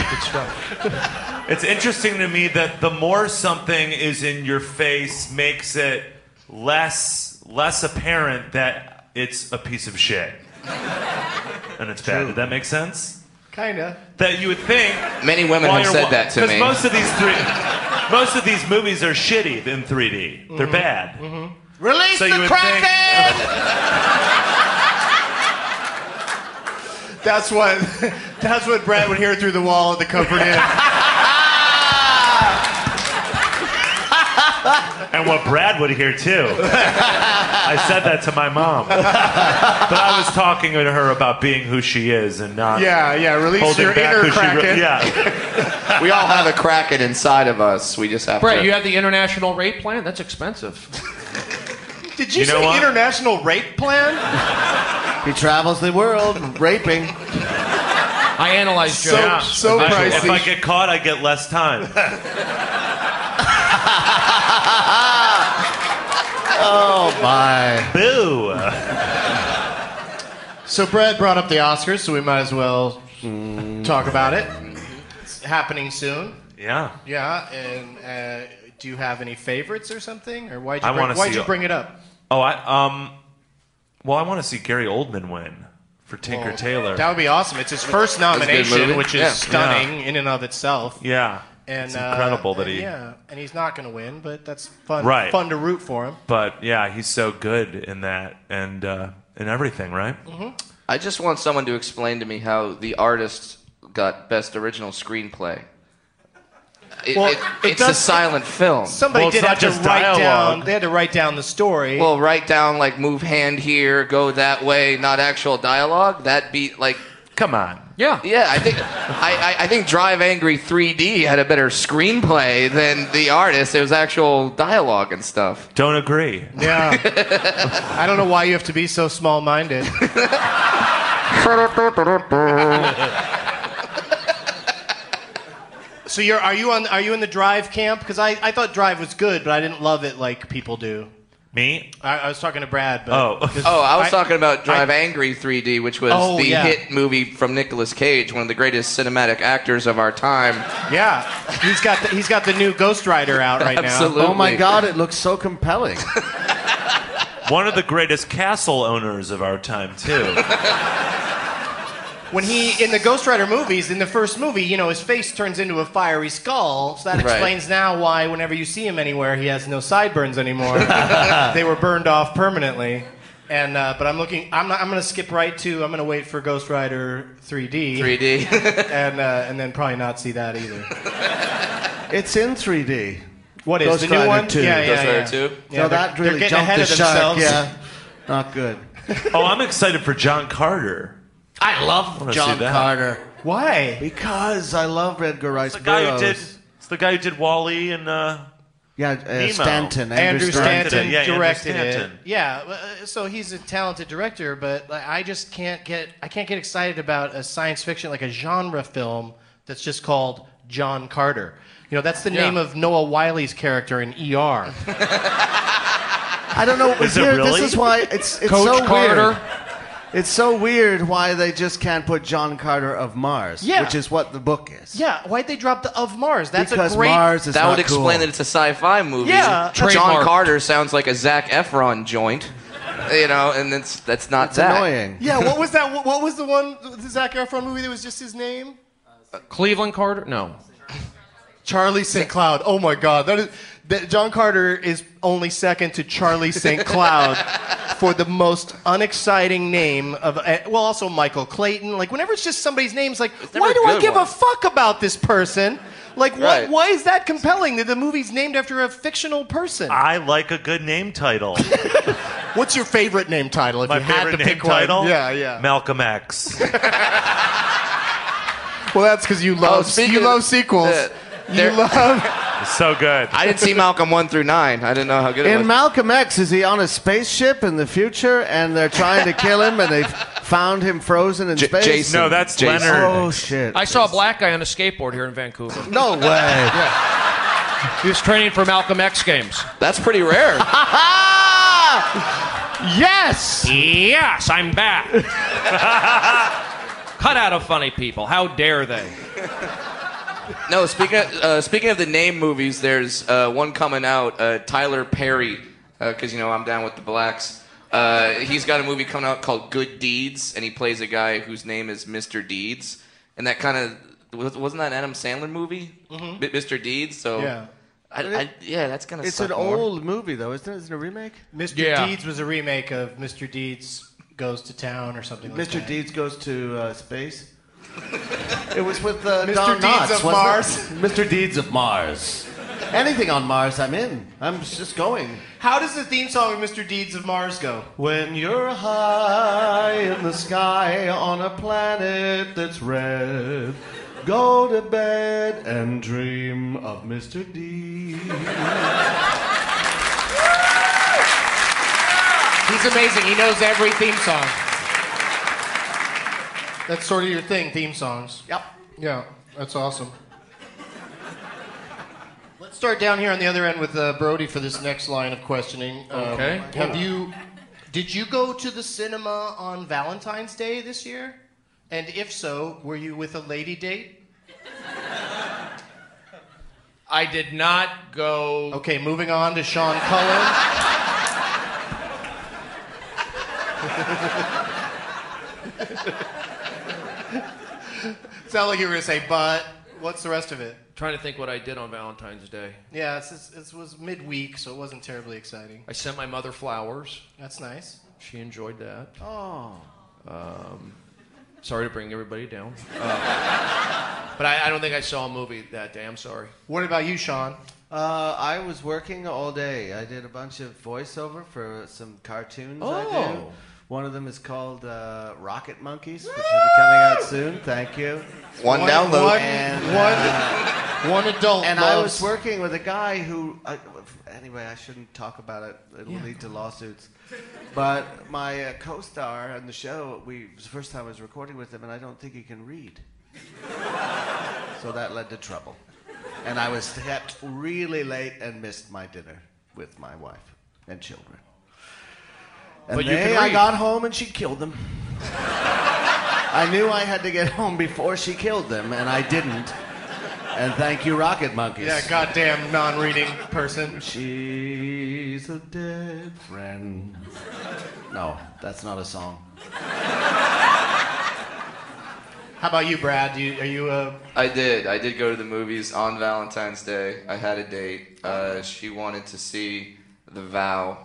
[SPEAKER 5] it's interesting to me that the more something is in your face makes it less less apparent that it's a piece of shit. and it's bad. Did that make sense?
[SPEAKER 2] kinda.
[SPEAKER 5] That you would think
[SPEAKER 3] Many women have said that to me.
[SPEAKER 5] Because most of these three, most of these movies are shitty in 3D. They're
[SPEAKER 3] Mm-hmm.
[SPEAKER 5] bad.
[SPEAKER 2] Release
[SPEAKER 5] So you would think
[SPEAKER 2] That's what. <laughs> That's what Brad would hear through the wall at the Comfort Inn.
[SPEAKER 5] And what Brad would hear too. I said that to my mom. But I was talking to her about being who she is and not
[SPEAKER 2] <laughs> Yeah, yeah. Release
[SPEAKER 5] holding
[SPEAKER 2] your
[SPEAKER 5] back
[SPEAKER 2] inner
[SPEAKER 5] who she
[SPEAKER 2] kraken.
[SPEAKER 5] re- Yeah.
[SPEAKER 3] <laughs> We all have a Kraken inside of us. We just have
[SPEAKER 6] Brett,
[SPEAKER 3] to.
[SPEAKER 6] you have the international rate plan? That's expensive.
[SPEAKER 2] <laughs> Did you,
[SPEAKER 5] You know
[SPEAKER 2] say
[SPEAKER 5] what?
[SPEAKER 2] international rape plan?
[SPEAKER 4] He travels the world raping.
[SPEAKER 6] I analyze
[SPEAKER 2] <laughs> So-
[SPEAKER 6] jokes.
[SPEAKER 2] so
[SPEAKER 5] If I-
[SPEAKER 2] pricey.
[SPEAKER 5] If I get caught, I get less time.
[SPEAKER 2] <laughs>
[SPEAKER 4] Oh my.
[SPEAKER 5] Boo.
[SPEAKER 2] So Brad brought up the Oscars, so we might as well talk about it. It's happening soon.
[SPEAKER 5] Yeah.
[SPEAKER 2] Yeah, and uh, do you have any favorites or something, or why'd you
[SPEAKER 5] I
[SPEAKER 2] bring,
[SPEAKER 5] wanna
[SPEAKER 2] why'd
[SPEAKER 5] see-
[SPEAKER 2] you bring it up?
[SPEAKER 5] Oh, I um. Well, I want to see Gary Oldman win for Tinker Tailor.
[SPEAKER 2] That would be awesome. It's his first
[SPEAKER 3] good
[SPEAKER 2] nomination,
[SPEAKER 3] movie.
[SPEAKER 2] which is
[SPEAKER 3] Yeah.
[SPEAKER 2] stunning in and of itself.
[SPEAKER 5] yeah.
[SPEAKER 2] And
[SPEAKER 5] it's
[SPEAKER 2] uh,
[SPEAKER 5] incredible that he.
[SPEAKER 2] Yeah, and he's not going to win, but that's fun.
[SPEAKER 5] Right.
[SPEAKER 2] Fun to root for him.
[SPEAKER 5] But yeah, he's so good in that and uh, in everything, right?
[SPEAKER 2] Mm-hmm.
[SPEAKER 3] I just want someone to explain to me how the artist got best original screenplay. It,
[SPEAKER 2] Well,
[SPEAKER 3] it-
[SPEAKER 2] it
[SPEAKER 3] it's a
[SPEAKER 2] does-
[SPEAKER 3] silent film.
[SPEAKER 2] Somebody
[SPEAKER 5] Well, it's
[SPEAKER 2] did
[SPEAKER 5] not
[SPEAKER 2] have to
[SPEAKER 5] just
[SPEAKER 2] write
[SPEAKER 5] dialogue.
[SPEAKER 2] down. They had to write down the story.
[SPEAKER 3] well, write down like move hand here, go that way, not actual dialogue. That be like
[SPEAKER 5] Come on.
[SPEAKER 6] yeah.
[SPEAKER 3] yeah. I think I, I, I think Drive Angry 3D had a better screenplay than the artist. It was actual dialogue and stuff.
[SPEAKER 5] Don't agree.
[SPEAKER 2] yeah.
[SPEAKER 5] <laughs>
[SPEAKER 2] I don't know why you have to be so small-minded. so you're are you on are you in the Drive camp? Because I, I thought Drive was good, but I didn't love it like people do.
[SPEAKER 5] Me?
[SPEAKER 2] I, I was talking to Brad, but <laughs>
[SPEAKER 5] Oh. <laughs>
[SPEAKER 3] Oh, I was
[SPEAKER 2] I-
[SPEAKER 3] talking about Drive
[SPEAKER 2] I-
[SPEAKER 3] Angry 3D, which was
[SPEAKER 2] Oh,
[SPEAKER 3] the
[SPEAKER 2] yeah.
[SPEAKER 3] hit movie from Nicolas Cage, one of the greatest cinematic actors of our time.
[SPEAKER 2] yeah, he's got the, he's got the new Ghost Rider out right
[SPEAKER 3] Absolutely.
[SPEAKER 4] Oh my God, it looks so compelling.
[SPEAKER 5] One of the greatest castle owners of our time, too.
[SPEAKER 2] now. When he in the Ghost Rider movies, in the first movie, you know, his face turns into a fiery skull, so that
[SPEAKER 3] Right.
[SPEAKER 2] explains now why whenever you see him anywhere, he has no sideburns
[SPEAKER 3] <laughs>
[SPEAKER 2] anymore. they were burned off permanently. And uh, but I'm looking. I'm not, I'm gonna skip right to. I'm gonna wait for Ghost Rider 3D,
[SPEAKER 3] <laughs>
[SPEAKER 2] <laughs>
[SPEAKER 3] 3D.
[SPEAKER 2] and uh, and then probably not see that either.
[SPEAKER 4] It's in 3D.
[SPEAKER 2] What is
[SPEAKER 4] Ghost
[SPEAKER 2] the new
[SPEAKER 4] Rider
[SPEAKER 2] one?
[SPEAKER 4] 2.
[SPEAKER 2] Yeah, yeah,
[SPEAKER 3] Ghost Rider
[SPEAKER 2] yeah.
[SPEAKER 3] 2?
[SPEAKER 2] Yeah,
[SPEAKER 4] no,
[SPEAKER 2] they're-
[SPEAKER 4] that
[SPEAKER 2] they're
[SPEAKER 4] really
[SPEAKER 2] getting
[SPEAKER 4] jumped
[SPEAKER 2] ahead
[SPEAKER 4] the
[SPEAKER 2] of
[SPEAKER 4] shark.
[SPEAKER 2] themselves.
[SPEAKER 4] Yeah, not good.
[SPEAKER 5] oh, I'm excited for John Carter.
[SPEAKER 4] I love
[SPEAKER 5] wanna
[SPEAKER 4] John
[SPEAKER 5] see that.
[SPEAKER 4] Carter
[SPEAKER 2] Why?
[SPEAKER 4] because I love Edgar Rice
[SPEAKER 5] It's the guy who
[SPEAKER 4] Burroughs.
[SPEAKER 5] did. It's the guy who did Wally and uh,
[SPEAKER 4] Yeah, uh, Stanton.
[SPEAKER 2] Andrew Stanton,
[SPEAKER 5] Stanton, yeah, Andrew
[SPEAKER 2] directed
[SPEAKER 5] Stanton.
[SPEAKER 2] it. Yeah, uh, so he's a talented director, but like, I just can't get I can't get excited about a science fiction like a genre film that's just called John Carter. You know, that's the
[SPEAKER 6] Yeah.
[SPEAKER 2] name of Noah Wiley's character in
[SPEAKER 4] <laughs>
[SPEAKER 2] ER.
[SPEAKER 4] I don't know.
[SPEAKER 5] Is it
[SPEAKER 4] here,
[SPEAKER 5] really?
[SPEAKER 4] This is why it's, it's
[SPEAKER 6] Coach
[SPEAKER 4] so
[SPEAKER 6] Carter.
[SPEAKER 4] weird. It's so weird why they just can't put John Carter of Mars,
[SPEAKER 2] Yeah.
[SPEAKER 4] which is what the book is.
[SPEAKER 2] yeah, why'd they drop the of Mars? That's
[SPEAKER 4] because
[SPEAKER 2] a great
[SPEAKER 4] Mars is
[SPEAKER 3] that
[SPEAKER 4] not
[SPEAKER 3] would
[SPEAKER 4] cool.
[SPEAKER 3] explain that it's a sci-fi movie.
[SPEAKER 2] Yeah,
[SPEAKER 3] John
[SPEAKER 6] trademark.
[SPEAKER 3] Carter sounds like a Zach Efron joint, you know, and that's that's not
[SPEAKER 4] It's
[SPEAKER 3] that.
[SPEAKER 4] annoying.
[SPEAKER 2] Yeah, what
[SPEAKER 4] <laughs>
[SPEAKER 2] was that? What, what was the one the Zac Efron movie that was just his name?
[SPEAKER 4] Uh,
[SPEAKER 3] Uh,
[SPEAKER 6] Cleveland Carter? No.
[SPEAKER 2] Charlie St. Cloud. Oh my God, that is that John Carter is only second to
[SPEAKER 4] <laughs>
[SPEAKER 2] Charlie St. Cloud for the most unexciting name of. uh, Well, also Michael Clayton. Like whenever it's just somebody's names, like
[SPEAKER 3] never
[SPEAKER 2] why
[SPEAKER 3] a
[SPEAKER 2] do I
[SPEAKER 3] good
[SPEAKER 2] give
[SPEAKER 3] one.
[SPEAKER 2] a fuck about this person? Like what?
[SPEAKER 3] Right.
[SPEAKER 2] Why is that compelling that the movie's named after a fictional person?
[SPEAKER 5] I like a good name title.
[SPEAKER 2] What's your favorite name title? If
[SPEAKER 5] My
[SPEAKER 2] you had
[SPEAKER 5] favorite
[SPEAKER 2] to
[SPEAKER 5] name
[SPEAKER 2] pick one?
[SPEAKER 5] title.
[SPEAKER 2] Yeah, yeah.
[SPEAKER 5] Malcolm X.
[SPEAKER 2] well, that's because you
[SPEAKER 3] Oh,
[SPEAKER 2] love
[SPEAKER 3] speaking
[SPEAKER 2] you
[SPEAKER 3] of-
[SPEAKER 2] love sequels.
[SPEAKER 3] Yeah,
[SPEAKER 2] you
[SPEAKER 3] there-
[SPEAKER 2] love.
[SPEAKER 4] <laughs>
[SPEAKER 5] so good.
[SPEAKER 3] I didn't see Malcolm one through nine. I didn't know how good it was.
[SPEAKER 4] In Malcolm X, is he on a spaceship in the future and they're trying to kill him and they've found him frozen in
[SPEAKER 3] J-
[SPEAKER 4] space?
[SPEAKER 3] Jason.
[SPEAKER 5] No, that's
[SPEAKER 3] Jason.
[SPEAKER 5] Leonard.
[SPEAKER 4] Oh, shit.
[SPEAKER 6] I saw a black guy on a skateboard here in Vancouver.
[SPEAKER 4] <laughs> No way.
[SPEAKER 2] <laughs>
[SPEAKER 6] He was training for Malcolm X games.
[SPEAKER 3] That's pretty
[SPEAKER 4] <laughs>
[SPEAKER 3] rare.
[SPEAKER 4] Ah! yes!
[SPEAKER 6] Yes, I'm back. <laughs> Cut out of funny people. How dare they?
[SPEAKER 3] no, speaking of, uh, speaking of the name movies, there's uh, one coming out. Uh, Tyler Perry, because you know I'm down with the blacks. Uh, he's got a movie coming out called Good Deeds, and he plays a guy whose name is Mr. Deeds, and that kind of wasn't that an Adam Sandler movie, Mi- Mr. Deeds. So
[SPEAKER 2] Yeah.
[SPEAKER 3] I, I, yeah, that's gonna.
[SPEAKER 4] It's
[SPEAKER 3] suck
[SPEAKER 4] an
[SPEAKER 3] more.
[SPEAKER 4] old movie, though, isn't it? Isn't it a remake?
[SPEAKER 2] Mr.
[SPEAKER 6] Yeah.
[SPEAKER 2] Deeds was a remake of Mr. Deeds Goes to Town or something like that.
[SPEAKER 4] Mr. Deeds goes to uh, space. it was with uh,
[SPEAKER 2] Mr.
[SPEAKER 4] Don
[SPEAKER 2] Deeds
[SPEAKER 4] Knotts,
[SPEAKER 2] of
[SPEAKER 4] wasn't it? Mr. Deeds of Mars. Anything on Mars, I'm in. I'm just going.
[SPEAKER 2] How does the theme song of Mr. Deeds of Mars go?
[SPEAKER 4] When you're high in the sky on a planet that's red, go to bed and dream of Mr. D.
[SPEAKER 2] He's amazing. He knows every theme song. That's sort of your thing, theme songs.
[SPEAKER 4] Yep.
[SPEAKER 2] Yeah, that's awesome. Let's start down here on the other end with uh, Brody for this next line of questioning. Um,
[SPEAKER 6] Okay.
[SPEAKER 2] Have you? Did you go to the cinema on Valentine's Day this year? And if so, were you with a lady date?
[SPEAKER 6] I did not go.
[SPEAKER 2] Okay, moving on to Sean Cullen. <laughs> Sound like you were gonna say, but what's the rest of it?
[SPEAKER 6] trying to think what I did on Valentine's Day.
[SPEAKER 2] Yeah, it's, it's, it was midweek, so it wasn't terribly exciting.
[SPEAKER 6] I sent my mother flowers.
[SPEAKER 2] That's nice.
[SPEAKER 6] She enjoyed that. Oh. Um, sorry to bring everybody down. Uh, but I, I don't think I saw a movie that day. I'm sorry.
[SPEAKER 2] What about you, Sean?
[SPEAKER 4] Uh, I was working all day. I did a bunch of voiceover for some cartoons I do.
[SPEAKER 6] Oh.
[SPEAKER 4] One of them is called uh, Rocket Monkeys, which will be coming out soon. Thank you.
[SPEAKER 3] One download.
[SPEAKER 2] One,
[SPEAKER 4] And, uh,
[SPEAKER 2] one, one adult.
[SPEAKER 4] And I was
[SPEAKER 2] loves,
[SPEAKER 4] working with a guy who, I, anyway, I shouldn't talk about it. It'll lead to lawsuits. But my uh, co-star on the show, we it was the first time I was recording with him, and I don't think he can read.
[SPEAKER 6] <laughs>
[SPEAKER 4] so that led to trouble, and I was kept really late and missed my dinner with my wife and children. And
[SPEAKER 6] But you can
[SPEAKER 4] they- I
[SPEAKER 6] read.
[SPEAKER 4] got home, and she killed them. I knew I had to get home before she killed them, and I didn't. And thank you, Rocket Monkeys.
[SPEAKER 2] Yeah, goddamn non-reading person.
[SPEAKER 4] She's a dead friend. No, that's not a song.
[SPEAKER 2] How about you, Brad? Do you, are you a
[SPEAKER 3] I did. I did go to the movies on Valentine's Day. I had a date. Uh, she wanted to see The Vow.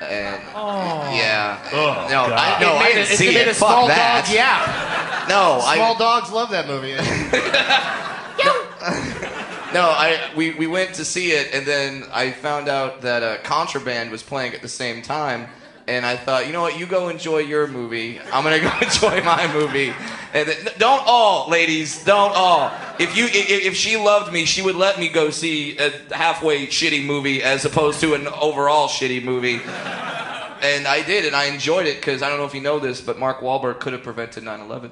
[SPEAKER 3] And yeah,
[SPEAKER 5] Oh,
[SPEAKER 3] no, I,
[SPEAKER 5] God.
[SPEAKER 3] it
[SPEAKER 2] No, I
[SPEAKER 3] made
[SPEAKER 2] didn't
[SPEAKER 3] it, see
[SPEAKER 2] see
[SPEAKER 3] it.
[SPEAKER 2] it.
[SPEAKER 3] Fuck
[SPEAKER 2] Small
[SPEAKER 3] that.
[SPEAKER 2] dog, yeah.
[SPEAKER 3] No,
[SPEAKER 2] Small
[SPEAKER 3] I
[SPEAKER 2] dogs love that movie. <laughs>
[SPEAKER 3] no, I we, we went to see it, and then I found out that uh, Contraband was playing at the same time, and I thought, you know what, you go enjoy your <laughs> movie. I'm gonna go enjoy my movie. And then, don't all ladies, don't all. If you if, if she loved me, she would let me go see a halfway shitty movie as opposed to an overall shitty movie. And I did, and I enjoyed it because I don't know if you know this, but Mark Wahlberg could have prevented 9/11.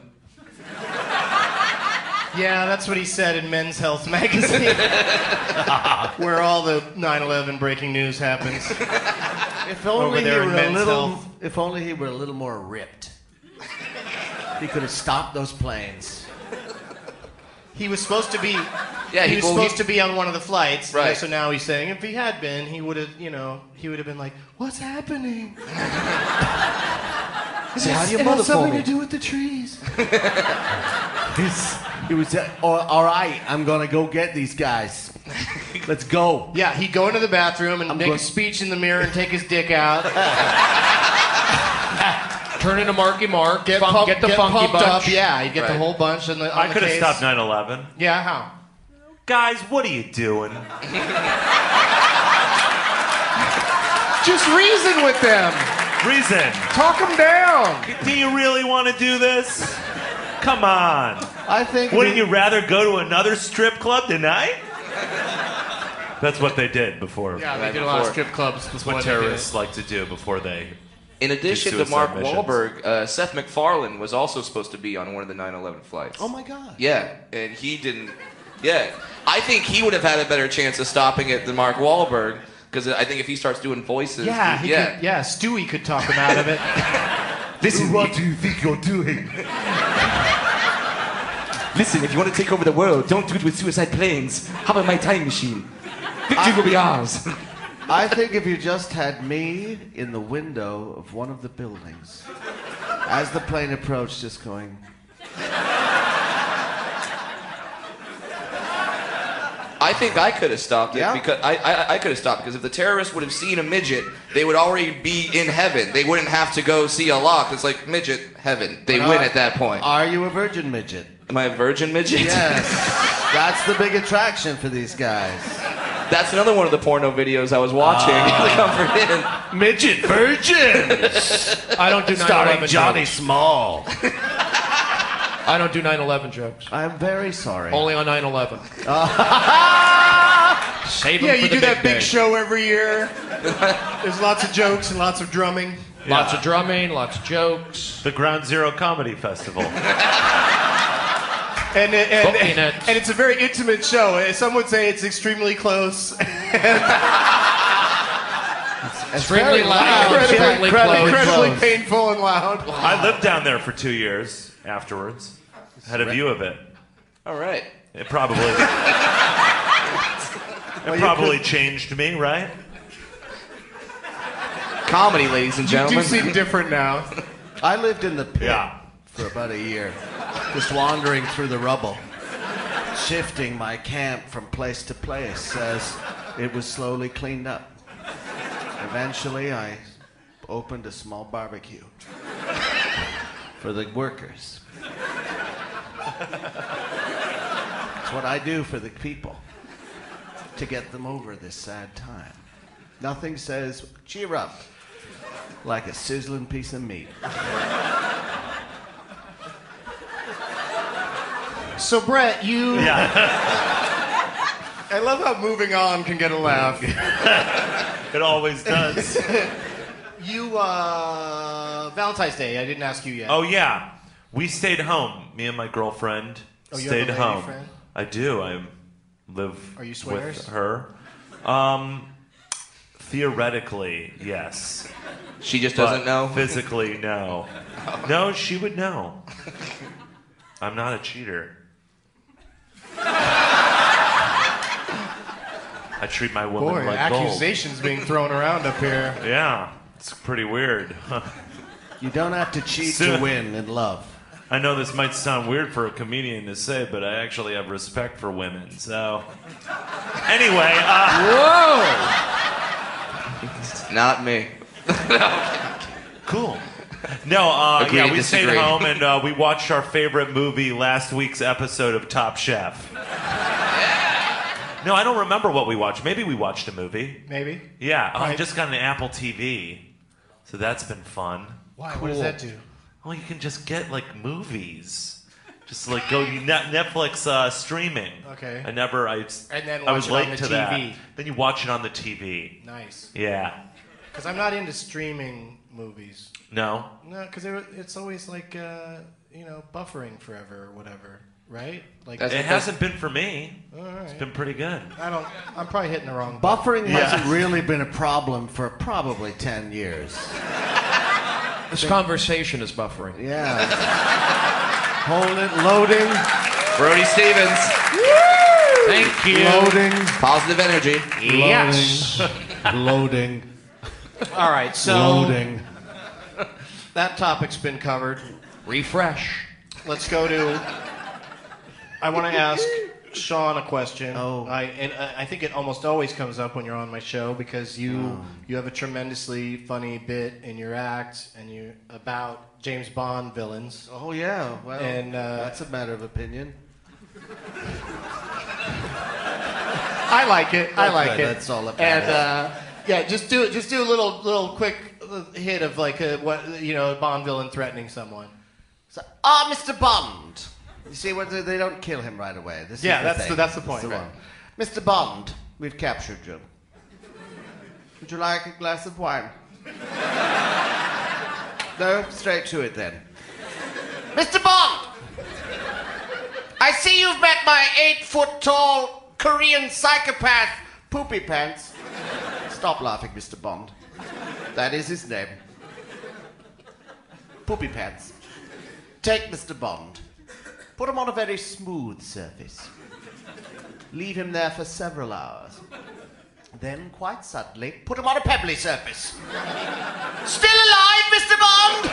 [SPEAKER 2] Yeah, that's what he said in Men's Health
[SPEAKER 3] <laughs>
[SPEAKER 2] magazine, where all the 9/11 breaking news happens.
[SPEAKER 4] If only he
[SPEAKER 2] there in
[SPEAKER 4] were a
[SPEAKER 2] men's
[SPEAKER 4] little.
[SPEAKER 2] health.
[SPEAKER 4] If only he were a little more ripped. he could have stopped those planes.
[SPEAKER 2] He was supposed to be.
[SPEAKER 3] Yeah,
[SPEAKER 2] he,
[SPEAKER 3] he-
[SPEAKER 2] was
[SPEAKER 3] well, he-
[SPEAKER 2] supposed to be on one of the flights. and
[SPEAKER 3] Right.
[SPEAKER 2] So now he's saying, if he had been, he would have, you know, he would have been like,
[SPEAKER 4] <laughs>
[SPEAKER 2] "What's happening?
[SPEAKER 4] See, how do you
[SPEAKER 2] it has something to
[SPEAKER 4] motherfucker?
[SPEAKER 2] do with the
[SPEAKER 4] <laughs>
[SPEAKER 2] trees."
[SPEAKER 4] He's- He was uh, all, all right. I'm gonna go get these guys. Let's go.
[SPEAKER 2] Yeah, he'd go into the bathroom and
[SPEAKER 4] I'm
[SPEAKER 2] make
[SPEAKER 4] go-
[SPEAKER 2] a speech in the mirror and take his
[SPEAKER 4] <laughs>
[SPEAKER 2] dick out,
[SPEAKER 6] Turn into Marky Mark.
[SPEAKER 2] get,
[SPEAKER 6] funk-
[SPEAKER 2] pump-
[SPEAKER 6] get the funky
[SPEAKER 2] pumped
[SPEAKER 6] bunch.
[SPEAKER 2] up. Yeah, he'd get the
[SPEAKER 3] Right.
[SPEAKER 2] whole bunch. And the, on
[SPEAKER 5] I
[SPEAKER 2] the
[SPEAKER 5] could have
[SPEAKER 2] case.
[SPEAKER 5] stopped 9 11.
[SPEAKER 2] Yeah, how?
[SPEAKER 5] Guys, what are you doing?
[SPEAKER 2] Just reason with them.
[SPEAKER 5] Reason.
[SPEAKER 2] Talk them down.
[SPEAKER 5] Do you really want to do this? Come on.
[SPEAKER 4] I think.
[SPEAKER 5] Wouldn't you rather go to another strip club tonight? That's what they did before.
[SPEAKER 2] Yeah, they
[SPEAKER 3] Right
[SPEAKER 2] did a lot of
[SPEAKER 3] before.
[SPEAKER 2] strip clubs. That's
[SPEAKER 5] That's what terrorists like to do before they.
[SPEAKER 3] In addition to
[SPEAKER 5] suicide
[SPEAKER 3] Mark
[SPEAKER 5] missions.
[SPEAKER 3] Wahlberg, uh, Seth MacFarlane was also supposed to be on one of the 9/11 flights.
[SPEAKER 4] Oh my God.
[SPEAKER 3] Yeah, and he didn't. Yeah, I think he would have had a better chance of stopping it than Mark Wahlberg because I think if he starts doing voices,
[SPEAKER 2] Yeah,
[SPEAKER 3] he-
[SPEAKER 2] he
[SPEAKER 3] yeah,
[SPEAKER 2] Could, yeah. Stewie could talk him out of
[SPEAKER 4] <laughs>
[SPEAKER 2] it.
[SPEAKER 3] Listen,
[SPEAKER 4] do you think you're doing?
[SPEAKER 3] listen. If you want to take over the world, don't do it with suicide planes. How about my time machine? Victory will be ours.
[SPEAKER 4] I think if you just had me in the window of one of the buildings, as the plane approached, just going.
[SPEAKER 3] I think I could have stopped it
[SPEAKER 4] Yeah?
[SPEAKER 3] because I, I, I could have stopped because if the terrorists would have seen a midget, they would already be in heaven. They wouldn't have to go see Allah. It's like midget heaven. They win
[SPEAKER 4] "Are-
[SPEAKER 3] at that point.
[SPEAKER 2] uh,
[SPEAKER 4] Are you a virgin midget?
[SPEAKER 3] Am I a virgin midget?
[SPEAKER 2] <laughs>
[SPEAKER 4] Yes. That's the big attraction for these guys.
[SPEAKER 3] <laughs> That's another one of the porno videos I was watching. <laughs> the comfort in.
[SPEAKER 4] Midget virgins.
[SPEAKER 6] I don't do 9/11 jokes.
[SPEAKER 4] Small.
[SPEAKER 6] I don't do 9/11 jokes.
[SPEAKER 4] I'm very sorry.
[SPEAKER 6] Only on 9/11. Save 'em
[SPEAKER 2] Yeah,
[SPEAKER 6] for the
[SPEAKER 2] you do that big
[SPEAKER 6] day.
[SPEAKER 2] show every year. There's lots of jokes and lots of drumming.
[SPEAKER 6] Lots of drumming, lots of jokes.
[SPEAKER 5] The Ground Zero Comedy Festival.
[SPEAKER 2] And it- and,
[SPEAKER 6] Booking
[SPEAKER 2] and,
[SPEAKER 6] it.
[SPEAKER 2] it's a very intimate show. Eh, Some would say it's extremely close.
[SPEAKER 6] Extremely loud, extremely
[SPEAKER 2] incredibly, incredibly,
[SPEAKER 6] close.
[SPEAKER 2] <laughs> incredibly painful and loud.
[SPEAKER 5] I lived down there for two years afterwards. Had a view of it.
[SPEAKER 3] All right.
[SPEAKER 5] It
[SPEAKER 2] <laughs>
[SPEAKER 5] probably. it probably changed me, right?
[SPEAKER 3] Comedy, ladies and
[SPEAKER 2] You do
[SPEAKER 3] gentlemen.
[SPEAKER 2] seem different now.
[SPEAKER 4] I lived in the pit
[SPEAKER 5] Yeah.
[SPEAKER 4] for about a year, just wandering through the rubble, shifting my camp from place to place as it was slowly cleaned up. Eventually, I opened a small barbecue for the workers. That's what I do for the people to get them over this sad time. Nothing says cheer up like a sizzling piece of meat.
[SPEAKER 2] So Brett, you.
[SPEAKER 5] Yeah.
[SPEAKER 2] I love how moving on can get a laugh.
[SPEAKER 5] It always does.
[SPEAKER 2] You uh, Valentine's Day. I didn't ask you yet.
[SPEAKER 5] Oh yeah, we stayed home. Me and my girlfriend
[SPEAKER 2] Oh, you have a
[SPEAKER 5] stayed
[SPEAKER 2] lady
[SPEAKER 5] home.
[SPEAKER 2] friend?
[SPEAKER 5] I do. I live
[SPEAKER 2] Are you
[SPEAKER 5] with
[SPEAKER 2] swingers?
[SPEAKER 5] her. Um, theoretically, yes.
[SPEAKER 3] She just
[SPEAKER 5] but
[SPEAKER 3] doesn't know. <laughs>
[SPEAKER 5] Physically, no. No, she would know. I'm not a
[SPEAKER 2] <laughs>
[SPEAKER 5] cheater. I treat my woman
[SPEAKER 2] Boy,
[SPEAKER 5] like gold.
[SPEAKER 2] accusations being thrown around up here.
[SPEAKER 5] Yeah, it's pretty weird. <laughs>
[SPEAKER 4] You don't have to cheat
[SPEAKER 2] <laughs>
[SPEAKER 5] So-
[SPEAKER 4] to win in love.
[SPEAKER 5] I know this might sound weird for a comedian to say, but I actually have respect for women. So, anyway, uh,
[SPEAKER 3] <laughs> Not me.
[SPEAKER 5] cool. No, uh,
[SPEAKER 3] Agree
[SPEAKER 5] yeah,
[SPEAKER 3] to
[SPEAKER 5] we stayed
[SPEAKER 3] disagree.
[SPEAKER 5] home and uh, we watched our favorite movie last week's episode of Top Chef. No, I don't remember what we watched. Maybe we watched a movie.
[SPEAKER 2] Maybe.
[SPEAKER 5] Yeah, oh, I
[SPEAKER 2] Right.
[SPEAKER 5] just got an Apple TV, so that's been fun.
[SPEAKER 2] Why? What does that do?
[SPEAKER 5] Well, you can just get like movies. Just like go ne- Netflix uh, streaming.
[SPEAKER 3] Okay.
[SPEAKER 5] I never. I.
[SPEAKER 3] And then
[SPEAKER 5] I
[SPEAKER 3] watch
[SPEAKER 5] was
[SPEAKER 3] it on
[SPEAKER 5] late
[SPEAKER 3] the
[SPEAKER 5] to that.
[SPEAKER 3] TV.
[SPEAKER 5] Then you watch it on the TV.
[SPEAKER 3] Nice.
[SPEAKER 5] Yeah.
[SPEAKER 3] Because I'm not into streaming movies.
[SPEAKER 5] No.
[SPEAKER 3] No, because it's always like, uh, you know, buffering forever or whatever, right? Like,
[SPEAKER 7] That's-
[SPEAKER 5] It hasn't been for me.
[SPEAKER 3] all
[SPEAKER 5] It's
[SPEAKER 3] right.
[SPEAKER 5] been pretty good.
[SPEAKER 3] I don't, I'm probably hitting the wrong button.
[SPEAKER 2] Buffering
[SPEAKER 5] Yeah.
[SPEAKER 2] hasn't really been a problem for probably 10 years.
[SPEAKER 6] This conversation is buffering.
[SPEAKER 3] <laughs>
[SPEAKER 2] Yeah. Hold it, loading,
[SPEAKER 7] Brody Stevens.
[SPEAKER 6] Thank you.
[SPEAKER 2] loading,
[SPEAKER 7] Positive energy.
[SPEAKER 6] Yes.
[SPEAKER 2] loading,
[SPEAKER 3] All right, <laughs> so
[SPEAKER 2] loading.
[SPEAKER 3] that topic's been covered.
[SPEAKER 6] Refresh.
[SPEAKER 3] Let's go to. I want to ask Sean a question.
[SPEAKER 2] Oh.
[SPEAKER 3] I, and uh, I I think it almost always comes up when you're on my show because you you have a tremendously funny bit in your act and you about James Bond villains.
[SPEAKER 2] Oh, yeah. Well,
[SPEAKER 3] And, uh,
[SPEAKER 2] that's a matter of opinion.
[SPEAKER 3] I like it. I
[SPEAKER 2] That's
[SPEAKER 3] like
[SPEAKER 2] right,
[SPEAKER 3] it.
[SPEAKER 2] that's all that
[SPEAKER 3] And
[SPEAKER 2] matters.
[SPEAKER 3] uh, yeah, just do just do a little little quick uh, hit of like a, what you know, Bond villain threatening someone.
[SPEAKER 2] So, ah, Mr. Bond. You see, what, they don't kill him right away. This
[SPEAKER 3] Yeah,
[SPEAKER 2] is
[SPEAKER 3] that's
[SPEAKER 2] the,
[SPEAKER 3] the-
[SPEAKER 2] thing.
[SPEAKER 3] that's the point, right.
[SPEAKER 2] one. Mr. Bond, we've captured you. Would you like a glass of wine? no, straight to it then. Mr. Bond, I see you've met my eight-foot-tall Korean psychopath, Poopy Pants. Stop laughing, Mr. Bond. That is his name. Poopy Pants. Take Mr. Bond. Put him on a very smooth surface. Leave him there for several hours. Then, quite suddenly, put him on a pebbly surface. Still alive, Mr. Bond?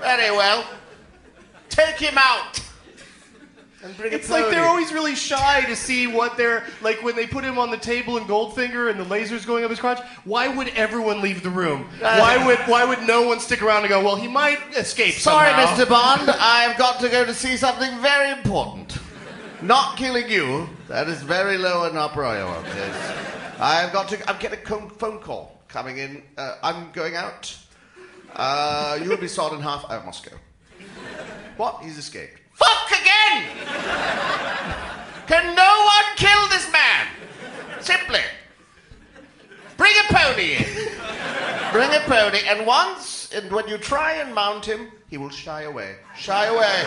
[SPEAKER 2] Very well. Take him out. And bring
[SPEAKER 3] It's
[SPEAKER 2] a
[SPEAKER 3] like they're
[SPEAKER 2] pony.
[SPEAKER 3] always really shy to see what they're like when they put him on the table in Goldfinger and the lasers going up his crotch. Why would everyone leave the room? Why would why would no one stick around and go? Well, he might escape.
[SPEAKER 2] Sorry,
[SPEAKER 3] somehow."
[SPEAKER 2] Mr. Bond, I've got to go to see something very important. Not killing you. That is very low on our priorities. I've got to. I'm getting a co- phone call coming in. Uh, I'm going out. Uh, you will be sold in half. I must go. What? He's escaped. Fuck again! Can no one kill this man? Simply. Bring a pony in. Bring a pony, and once, and when you try and mount him, he will shy away. Shy <laughs> away.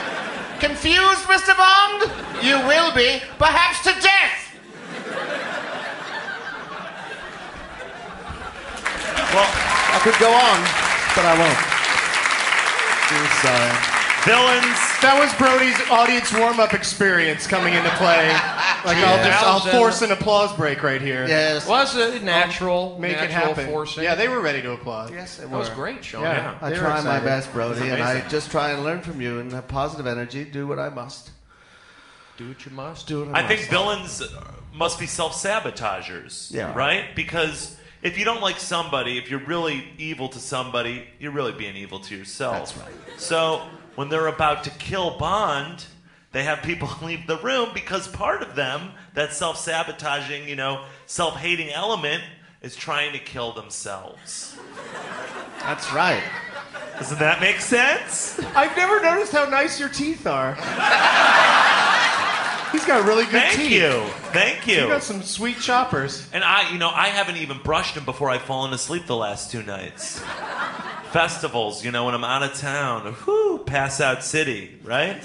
[SPEAKER 2] Confused, Mr. Bond? You will be, perhaps to death.
[SPEAKER 5] Well,
[SPEAKER 2] I could go on, but I won't. sorry.
[SPEAKER 5] villains.
[SPEAKER 3] That was Brody's audience warm-up experience coming into play.
[SPEAKER 6] Ah,
[SPEAKER 3] Like I'll just I'll force an applause break right here.
[SPEAKER 2] Yes.
[SPEAKER 6] Was it natural?
[SPEAKER 3] Make it
[SPEAKER 6] natural
[SPEAKER 3] happen.
[SPEAKER 6] Forcing.
[SPEAKER 3] Yeah, they were ready to applaud.
[SPEAKER 2] Yes, it
[SPEAKER 6] That was great, Sean.
[SPEAKER 3] Yeah.
[SPEAKER 2] I
[SPEAKER 3] They were
[SPEAKER 2] try my
[SPEAKER 3] excited.
[SPEAKER 2] best, Brody, and I
[SPEAKER 3] amazing.
[SPEAKER 2] just try and learn from you and have positive energy. Do what I must.
[SPEAKER 6] Do what you must.
[SPEAKER 2] Do what I,
[SPEAKER 5] I think
[SPEAKER 2] must.
[SPEAKER 5] villains must be self sabotagers.
[SPEAKER 2] Yeah.
[SPEAKER 5] Right? Because if you don't like somebody, if you're really evil to somebody, you're really being evil to yourself.
[SPEAKER 2] That's right.
[SPEAKER 5] So when they're about to kill Bond, they have people <laughs> leave the room because part of them, that self sabotaging, you know, self hating element, is trying to kill themselves.
[SPEAKER 2] That's right.
[SPEAKER 5] Doesn't that make sense?
[SPEAKER 3] I've never noticed how nice your teeth are. He's got really good
[SPEAKER 5] Thank
[SPEAKER 3] teeth.
[SPEAKER 5] you. Thank you.
[SPEAKER 3] You got some sweet choppers.
[SPEAKER 5] And I, you know, I haven't even brushed them before I've fallen asleep the last two nights. Festivals, you know, when I'm out of town, whoo, pass out city, right?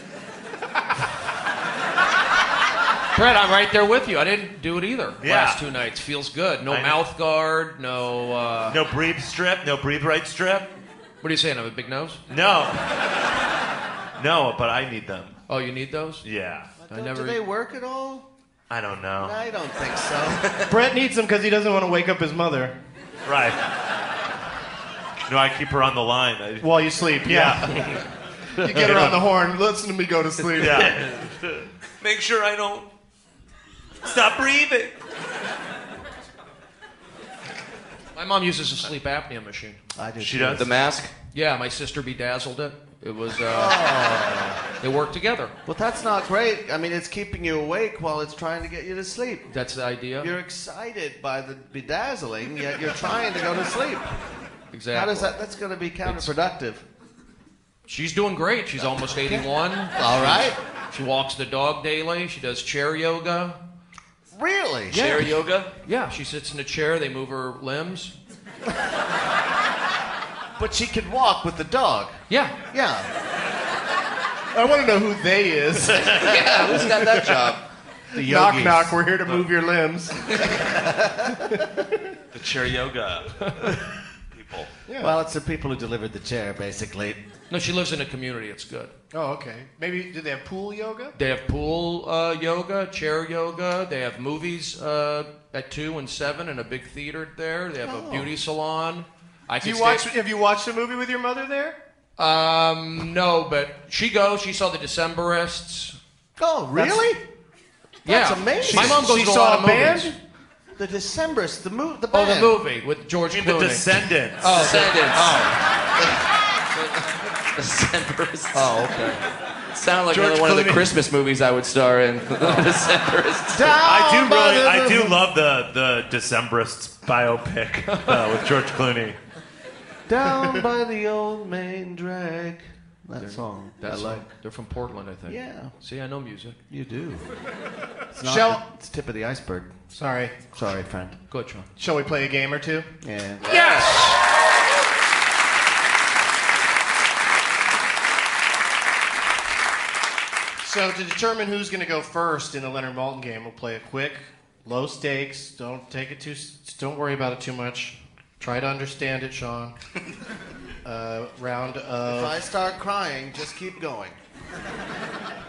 [SPEAKER 6] Brett, I'm right there with you. I didn't do it either.
[SPEAKER 5] Yeah.
[SPEAKER 6] Last two nights feels good. No
[SPEAKER 5] I know.
[SPEAKER 6] mouth guard. No. Uh,
[SPEAKER 5] No breathe strip, no breathe right strip.
[SPEAKER 6] What are you saying? I have a big nose.
[SPEAKER 5] No. No, but I need them.
[SPEAKER 6] Oh, you need those?
[SPEAKER 5] Yeah.
[SPEAKER 6] I never.
[SPEAKER 2] Do they work at all?
[SPEAKER 5] I don't know.
[SPEAKER 2] I don't think <laughs> so.
[SPEAKER 3] Brett needs them because he doesn't want to wake up his mother
[SPEAKER 5] Right. No, I keep her on the
[SPEAKER 6] <laughs>
[SPEAKER 5] line. I,
[SPEAKER 3] while you sleep.
[SPEAKER 5] yeah.
[SPEAKER 3] You get her on the horn. Listen to me go to sleep.
[SPEAKER 5] Yeah. Make sure I don't stop breathing.
[SPEAKER 6] My mom uses a sleep apnea machine.
[SPEAKER 2] I do.
[SPEAKER 5] She
[SPEAKER 2] too.
[SPEAKER 5] does.
[SPEAKER 7] The mask.
[SPEAKER 6] Yeah, my sister bedazzled it. It was. Uh,
[SPEAKER 2] Oh.
[SPEAKER 6] They work together.
[SPEAKER 2] Well, that's not great. I mean, it's keeping you awake while it's trying to get you to sleep.
[SPEAKER 6] That's the idea.
[SPEAKER 2] You're excited by the bedazzling, yet you're trying to go to sleep.
[SPEAKER 6] exactly.
[SPEAKER 2] How does that? That's going to be counterproductive.
[SPEAKER 6] She's doing great. She's almost 81.
[SPEAKER 4] All right.
[SPEAKER 6] She walks the dog daily. She does chair yoga.
[SPEAKER 4] Really?
[SPEAKER 3] Chair yoga.
[SPEAKER 6] Yeah, she sits in a chair. They move her limbs.
[SPEAKER 4] But she could walk with the dog.
[SPEAKER 6] Yeah.
[SPEAKER 4] Yeah.
[SPEAKER 2] I want to know who they is.
[SPEAKER 3] Yeah, who's got that job?
[SPEAKER 4] The
[SPEAKER 2] knock,
[SPEAKER 4] yogis.
[SPEAKER 2] knock. We're here to move your limbs.
[SPEAKER 5] The
[SPEAKER 2] <laughs>
[SPEAKER 5] chair yoga people.
[SPEAKER 4] Well, it's the people who delivered the chair, basically.
[SPEAKER 6] No, she lives in a community. It's good.
[SPEAKER 2] Oh, okay. Maybe do they have pool yoga?
[SPEAKER 6] They have pool uh, yoga, chair yoga. They have movies uh, at two and seven, and a big theater there. They have a beauty salon. I
[SPEAKER 2] Oh. Do
[SPEAKER 6] can
[SPEAKER 2] you
[SPEAKER 6] stay-
[SPEAKER 2] watch? Have you watched a movie with your mother there?
[SPEAKER 6] Um, no, but she goes. She saw the Decemberists.
[SPEAKER 4] Oh, really?
[SPEAKER 6] yeah,
[SPEAKER 4] That's amazing.
[SPEAKER 6] My mom goes
[SPEAKER 2] she
[SPEAKER 6] to a
[SPEAKER 2] saw
[SPEAKER 6] lot
[SPEAKER 2] a
[SPEAKER 6] of movies.
[SPEAKER 2] band?
[SPEAKER 4] The Decemberists, the mo- the
[SPEAKER 6] Oh,
[SPEAKER 4] band.
[SPEAKER 6] the movie with George
[SPEAKER 5] The
[SPEAKER 6] Clooney. Oh,
[SPEAKER 5] Descendants.
[SPEAKER 3] Descendants.
[SPEAKER 6] <laughs>
[SPEAKER 3] Oh. <laughs> Decemberists. Oh, okay. Sound like
[SPEAKER 5] George
[SPEAKER 3] another one of the
[SPEAKER 5] Clooney.
[SPEAKER 3] Christmas movies I would star
[SPEAKER 6] <laughs>
[SPEAKER 3] in. The Decemberists.
[SPEAKER 4] Down
[SPEAKER 5] I do
[SPEAKER 4] by
[SPEAKER 5] really,
[SPEAKER 4] the
[SPEAKER 5] I do
[SPEAKER 4] moon.
[SPEAKER 5] love the the Decemberists biopic uh, with George Clooney.
[SPEAKER 4] Down by the old main drag. That song.
[SPEAKER 6] That's
[SPEAKER 4] I like.
[SPEAKER 6] They're from Portland, I think.
[SPEAKER 4] Yeah,
[SPEAKER 6] See, I know music.
[SPEAKER 4] you do. It's not
[SPEAKER 2] Shall-
[SPEAKER 4] the- it's tip of the iceberg.
[SPEAKER 2] Sorry.
[SPEAKER 4] Sorry, friend.
[SPEAKER 6] Good, Sean.
[SPEAKER 2] Shall we play a game or two?
[SPEAKER 4] Yeah.
[SPEAKER 6] Yes.
[SPEAKER 2] So to determine who's going to go first in the Leonard Malton game, we'll play it quick, low stakes. Don't take it too. s- Don't worry about it too much. Try to understand it, Sean. uh, round
[SPEAKER 4] If
[SPEAKER 2] of.
[SPEAKER 4] I start crying, just keep going.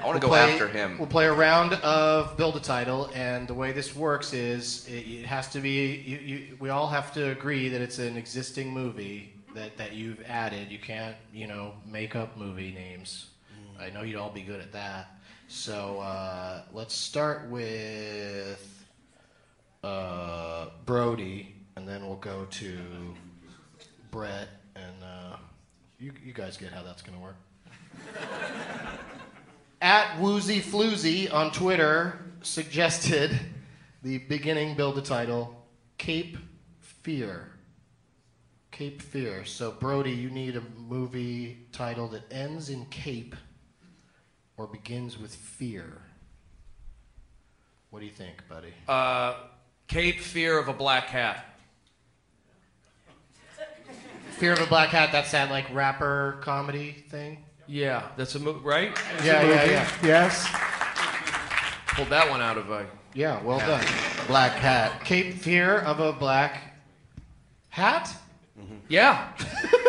[SPEAKER 3] I want to go
[SPEAKER 2] play-
[SPEAKER 3] after him.
[SPEAKER 2] We'll play a round of build a title, and the way this works is it, it has to be. You, you, we all have to agree that it's an existing movie that that you've added. You can't, you know, make up movie names.
[SPEAKER 4] Mm.
[SPEAKER 2] I know you'd all be good at that. So uh, let's start with uh, Brody, and then we'll go to Brett, and uh, you, you guys get how that's going to work at Woozy Floozy on Twitter suggested the beginning build a title Cape Fear. Cape Fear. So Brody, you need a movie title that ends in Cape or begins with fear. What do you think, buddy?
[SPEAKER 6] Uh, Cape Fear of a Black Hat.
[SPEAKER 2] fear of a black hat. That's that like rapper comedy thing.
[SPEAKER 6] Yeah, that's a movie, right?
[SPEAKER 2] Yeah, yeah, yeah.
[SPEAKER 4] Yes.
[SPEAKER 6] Pulled that one out of a.
[SPEAKER 2] Yeah. Well done.
[SPEAKER 4] Black Hat.
[SPEAKER 2] Cape Fear of a black hat. <laughs>
[SPEAKER 6] Yeah.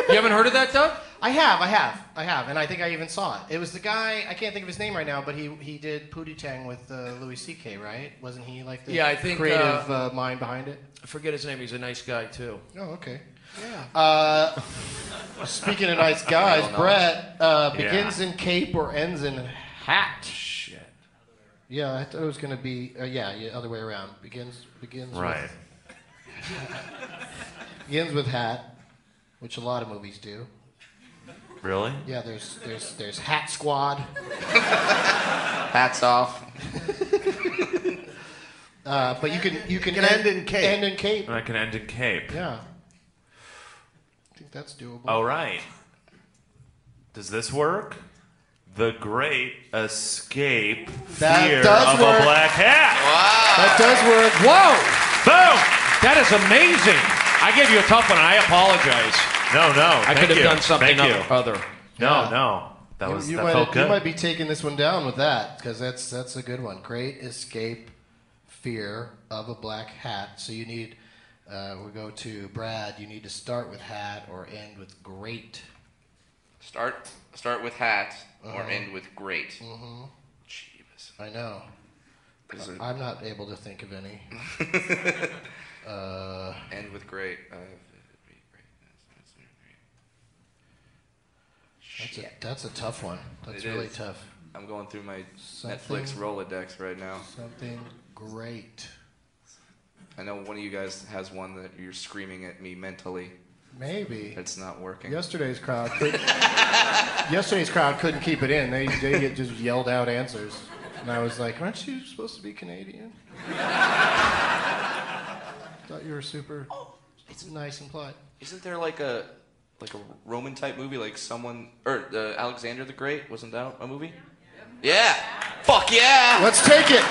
[SPEAKER 6] you haven't heard of that, Doug?
[SPEAKER 2] I have, I have, I have, and I think I even saw it. It was the guy I can't think of his name right now, but he he did Pootie Tang with uh, Louis C.K. Right? Wasn't he like the
[SPEAKER 6] Yeah, I think,
[SPEAKER 2] creative uh, mind behind it?
[SPEAKER 6] I forget his name. He's a nice guy too.
[SPEAKER 2] Oh, okay. Yeah. Uh, speaking of <laughs> nice guys, Brett uh, begins in cape or ends in hat. Shit. Yeah, I thought it was gonna be uh, yeah, yeah, other way around. Begins begins
[SPEAKER 5] Right.
[SPEAKER 2] with, begins with hat, which a lot of movies do.
[SPEAKER 5] Really?
[SPEAKER 2] Yeah, there's there's there's Hat Squad.
[SPEAKER 3] Hats off.
[SPEAKER 2] Uh, but you can you can,
[SPEAKER 4] can end in cape.
[SPEAKER 2] End in cape.
[SPEAKER 5] And I can end in cape.
[SPEAKER 2] Yeah. I think that's doable.
[SPEAKER 5] All right. Does this work? The Great Escape
[SPEAKER 2] That
[SPEAKER 5] Fear
[SPEAKER 2] does
[SPEAKER 5] of
[SPEAKER 2] work.
[SPEAKER 5] a Black Hat.
[SPEAKER 2] That does work.
[SPEAKER 6] Whoa!
[SPEAKER 5] Boom!
[SPEAKER 6] That is amazing. I gave you a tough one. I apologize.
[SPEAKER 5] No, no.
[SPEAKER 6] I
[SPEAKER 5] thank
[SPEAKER 6] could have
[SPEAKER 5] you.
[SPEAKER 6] done something
[SPEAKER 5] Thank
[SPEAKER 6] oth-
[SPEAKER 5] you.
[SPEAKER 6] other.
[SPEAKER 5] No, no. That was
[SPEAKER 2] you,
[SPEAKER 5] that
[SPEAKER 2] might,
[SPEAKER 5] felt
[SPEAKER 2] you
[SPEAKER 5] good.
[SPEAKER 2] might be taking this one down with that because that's that's a good one. Great escape, fear of a black hat. So you need uh, we go to Brad. You need to start with hat or end with great.
[SPEAKER 3] Start start with hat or
[SPEAKER 6] Uh-huh.
[SPEAKER 3] end with great. Jeebus.
[SPEAKER 2] I know.
[SPEAKER 3] Is it
[SPEAKER 2] I'm not able to think of any.
[SPEAKER 3] end with great? Uh,
[SPEAKER 2] That's a, that's a tough one. That's
[SPEAKER 3] It
[SPEAKER 2] really
[SPEAKER 3] is.
[SPEAKER 2] tough.
[SPEAKER 3] I'm going through my
[SPEAKER 2] Something-
[SPEAKER 3] Netflix Rolodex right now.
[SPEAKER 2] Something great.
[SPEAKER 3] I know one of you guys has one that you're screaming at me mentally.
[SPEAKER 2] Maybe.
[SPEAKER 3] It's not working.
[SPEAKER 2] Yesterday's crowd, could, <laughs> yesterday's crowd couldn't keep it in. They, they just yelled out answers, and I was like, "Aren't you supposed to be Canadian?" <laughs> Thought you were super. It's nice and polite.
[SPEAKER 3] Isn't there like a like a Roman type movie, like someone or uh, Alexander the Great? Wasn't that a movie? Yeah. Fuck yeah.
[SPEAKER 2] Let's take it.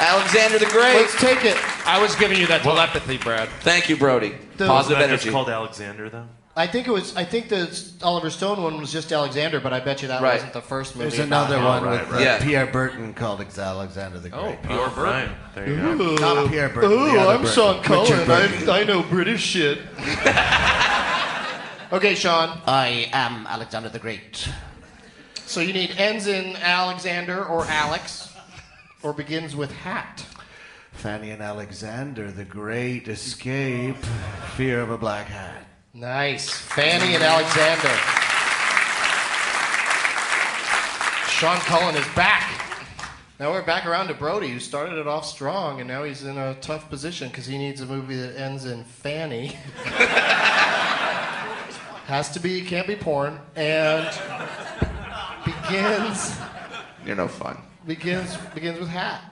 [SPEAKER 3] Alexander the Great.
[SPEAKER 2] Let's take it.
[SPEAKER 6] I was giving you that telepathy, Brad.
[SPEAKER 3] Thank you, Brody.
[SPEAKER 2] The-
[SPEAKER 3] Positive
[SPEAKER 5] Wasn't that
[SPEAKER 3] energy.
[SPEAKER 5] just called Alexander though?
[SPEAKER 2] I think it was. I think the Oliver Stone one was just Alexander, but I bet you that
[SPEAKER 3] Right.
[SPEAKER 2] wasn't the first movie.
[SPEAKER 4] There's another one with uh,
[SPEAKER 3] Yeah.
[SPEAKER 4] Pierre Burton called Ex- Alexander
[SPEAKER 2] Oh,
[SPEAKER 4] the Great.
[SPEAKER 6] Pure Burton.
[SPEAKER 5] Right. There you go.
[SPEAKER 4] Not Pierre Burton. the other Burton. Richard Burton.
[SPEAKER 2] I know
[SPEAKER 4] <laughs>
[SPEAKER 2] British shit. okay, Sean.
[SPEAKER 4] I am Alexander the Great.
[SPEAKER 2] So you need ends in Alexander or Alex, or begins with hat.
[SPEAKER 4] Fanny and Alexander the Great escape fear of a black hat.
[SPEAKER 2] Nice, Fanny and Alexander. Sean Cullen is back. Now we're back around to Brody, who started it off strong, and now he's in a tough position because he needs a movie that ends in Fanny. <laughs> Has to be, can't be porn, and begins
[SPEAKER 3] You're no fun.
[SPEAKER 2] begins begins with hat.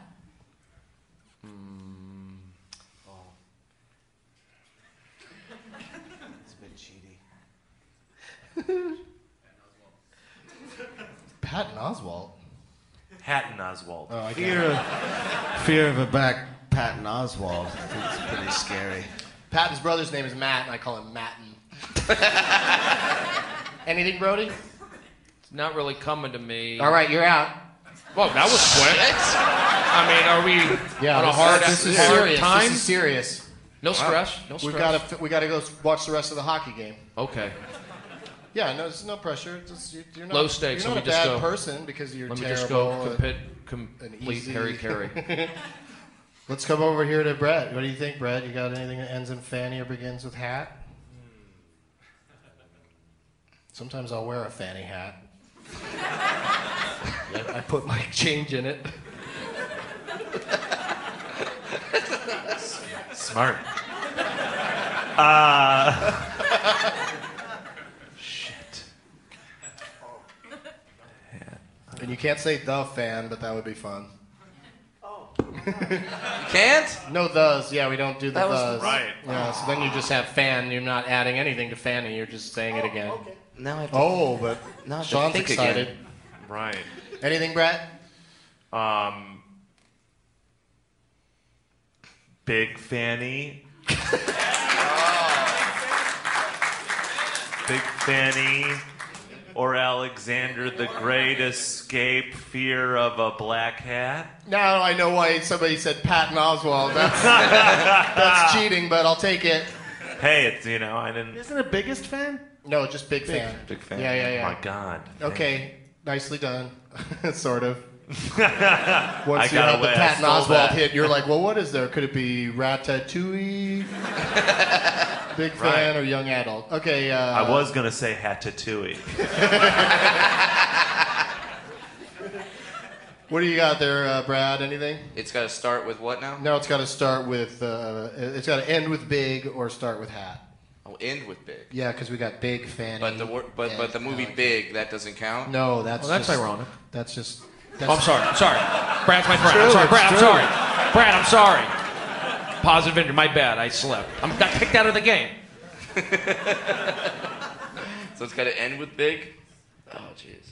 [SPEAKER 2] Patton Oswalt.
[SPEAKER 5] Hatton Oswald.
[SPEAKER 6] Oh,
[SPEAKER 4] Fear of, fear of a black Patton Oswald. It's pretty scary.
[SPEAKER 2] Patton's brother's name is Matt, and I call
[SPEAKER 4] <laughs>
[SPEAKER 2] him Matten. Anything, Brody?
[SPEAKER 6] It's not really coming to me.
[SPEAKER 2] All right, you're out.
[SPEAKER 6] Well, that was quick. I mean, are we on a
[SPEAKER 2] this,
[SPEAKER 6] hard,
[SPEAKER 2] this is
[SPEAKER 6] hard
[SPEAKER 2] serious.
[SPEAKER 6] time?
[SPEAKER 2] This is serious.
[SPEAKER 6] no stress. No stress.
[SPEAKER 2] We gotta we gotta go watch the rest of the hockey game.
[SPEAKER 6] Okay.
[SPEAKER 2] Yeah, no, there's no pressure. It's Just, you- you're not,
[SPEAKER 6] Low stakes,
[SPEAKER 2] You're
[SPEAKER 6] let
[SPEAKER 2] not a
[SPEAKER 6] me just
[SPEAKER 2] bad
[SPEAKER 6] go.
[SPEAKER 2] person because you're
[SPEAKER 6] Let me
[SPEAKER 2] terrible.
[SPEAKER 6] just go
[SPEAKER 2] and-
[SPEAKER 6] compet,
[SPEAKER 2] an
[SPEAKER 6] complete
[SPEAKER 2] easy-
[SPEAKER 6] Harry Carey.
[SPEAKER 2] Let's come over here to Brett. What do you think, Brett? You got anything that ends in fanny or begins with hat?
[SPEAKER 3] Hmm.
[SPEAKER 2] Sometimes I'll wear a fanny hat. I- I put my change in it.
[SPEAKER 5] Smart.
[SPEAKER 2] And you can't say the fan, but that would be fun.
[SPEAKER 3] You <laughs> can't?
[SPEAKER 2] No thes. Yeah, we don't do the
[SPEAKER 3] That was
[SPEAKER 2] thes.
[SPEAKER 5] right.
[SPEAKER 2] Yeah, so then you just have fan. You're not adding anything to fanny. You're just saying it
[SPEAKER 3] Oh,
[SPEAKER 2] again.
[SPEAKER 3] Now I have to,
[SPEAKER 2] Oh, but
[SPEAKER 3] now I have to
[SPEAKER 2] Sean's
[SPEAKER 3] think
[SPEAKER 2] excited.
[SPEAKER 3] again.
[SPEAKER 5] Right.
[SPEAKER 2] Anything, Brett?
[SPEAKER 5] Um. Big Fanny. Big Fanny. Or Alexander the Great escape fear of a black hat.
[SPEAKER 2] Now I know why somebody said Patton <laughs> Oswald. That's, that's cheating, but I'll take it.
[SPEAKER 5] Hey, it's you know I didn't.
[SPEAKER 4] Isn't it biggest fan?
[SPEAKER 2] No, just big, fan.
[SPEAKER 3] big fan.
[SPEAKER 2] Yeah, yeah,
[SPEAKER 5] Oh My
[SPEAKER 2] yeah.
[SPEAKER 5] God.
[SPEAKER 2] Okay, nicely done. <laughs> sort
[SPEAKER 5] <laughs>
[SPEAKER 2] of.
[SPEAKER 5] I
[SPEAKER 2] Once you
[SPEAKER 5] got
[SPEAKER 2] had the
[SPEAKER 5] away, I
[SPEAKER 2] Patton
[SPEAKER 5] stole
[SPEAKER 2] Oswald
[SPEAKER 5] that.
[SPEAKER 2] hit, you're like, well, what is there? Could it be
[SPEAKER 5] <laughs>
[SPEAKER 2] Ratatouille? big fan or
[SPEAKER 5] Right.
[SPEAKER 2] young adult? Okay. Uh,
[SPEAKER 5] I was gonna say Hatatouille.
[SPEAKER 2] What do you got there, uh, Brad? Anything?
[SPEAKER 3] It's got to start with what now?
[SPEAKER 2] No, it's got to start with. Uh, it's got to end with big or start with hat.
[SPEAKER 3] I'll end with big.
[SPEAKER 2] Yeah, because we got big fan.
[SPEAKER 3] But the wor- but but the movie Big that doesn't count.
[SPEAKER 2] No, that's
[SPEAKER 6] Well, that's
[SPEAKER 2] just-
[SPEAKER 6] ironic.
[SPEAKER 2] That's just.
[SPEAKER 6] Oh, I'm
[SPEAKER 2] That's,
[SPEAKER 6] sorry. I'm sorry. Brad's my friend. I'm sorry. Brad, I'm sorry. Brad, I'm sorry. Positive energy. My bad. I slept. I'm, I got kicked out of the game.
[SPEAKER 3] So it's got to end with Big. Oh jeez.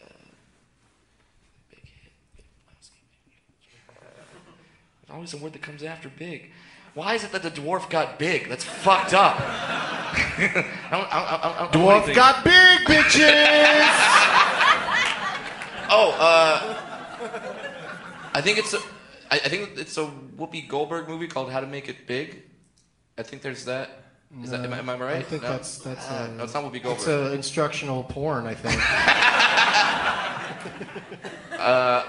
[SPEAKER 3] Uh, Big hit, Big mouse game, Big- There's always a word that comes after big. Why is it that the dwarf got big? That's fucked up. <laughs> I don't- I don't- I don't- I don't know
[SPEAKER 4] Dwarf
[SPEAKER 3] anything.
[SPEAKER 4] got big bitches!
[SPEAKER 3] Oh, uh, I think it's a, I, I think it's a Whoopi Goldberg movie called How to Make It Big. I think there's that. Is that am, I- am I right?
[SPEAKER 2] I think
[SPEAKER 3] No?
[SPEAKER 2] that's that's.
[SPEAKER 3] Ah,
[SPEAKER 2] uh,
[SPEAKER 3] no, it's not Whoopi
[SPEAKER 2] It's
[SPEAKER 3] Goldberg.
[SPEAKER 2] a instructional porn, I think.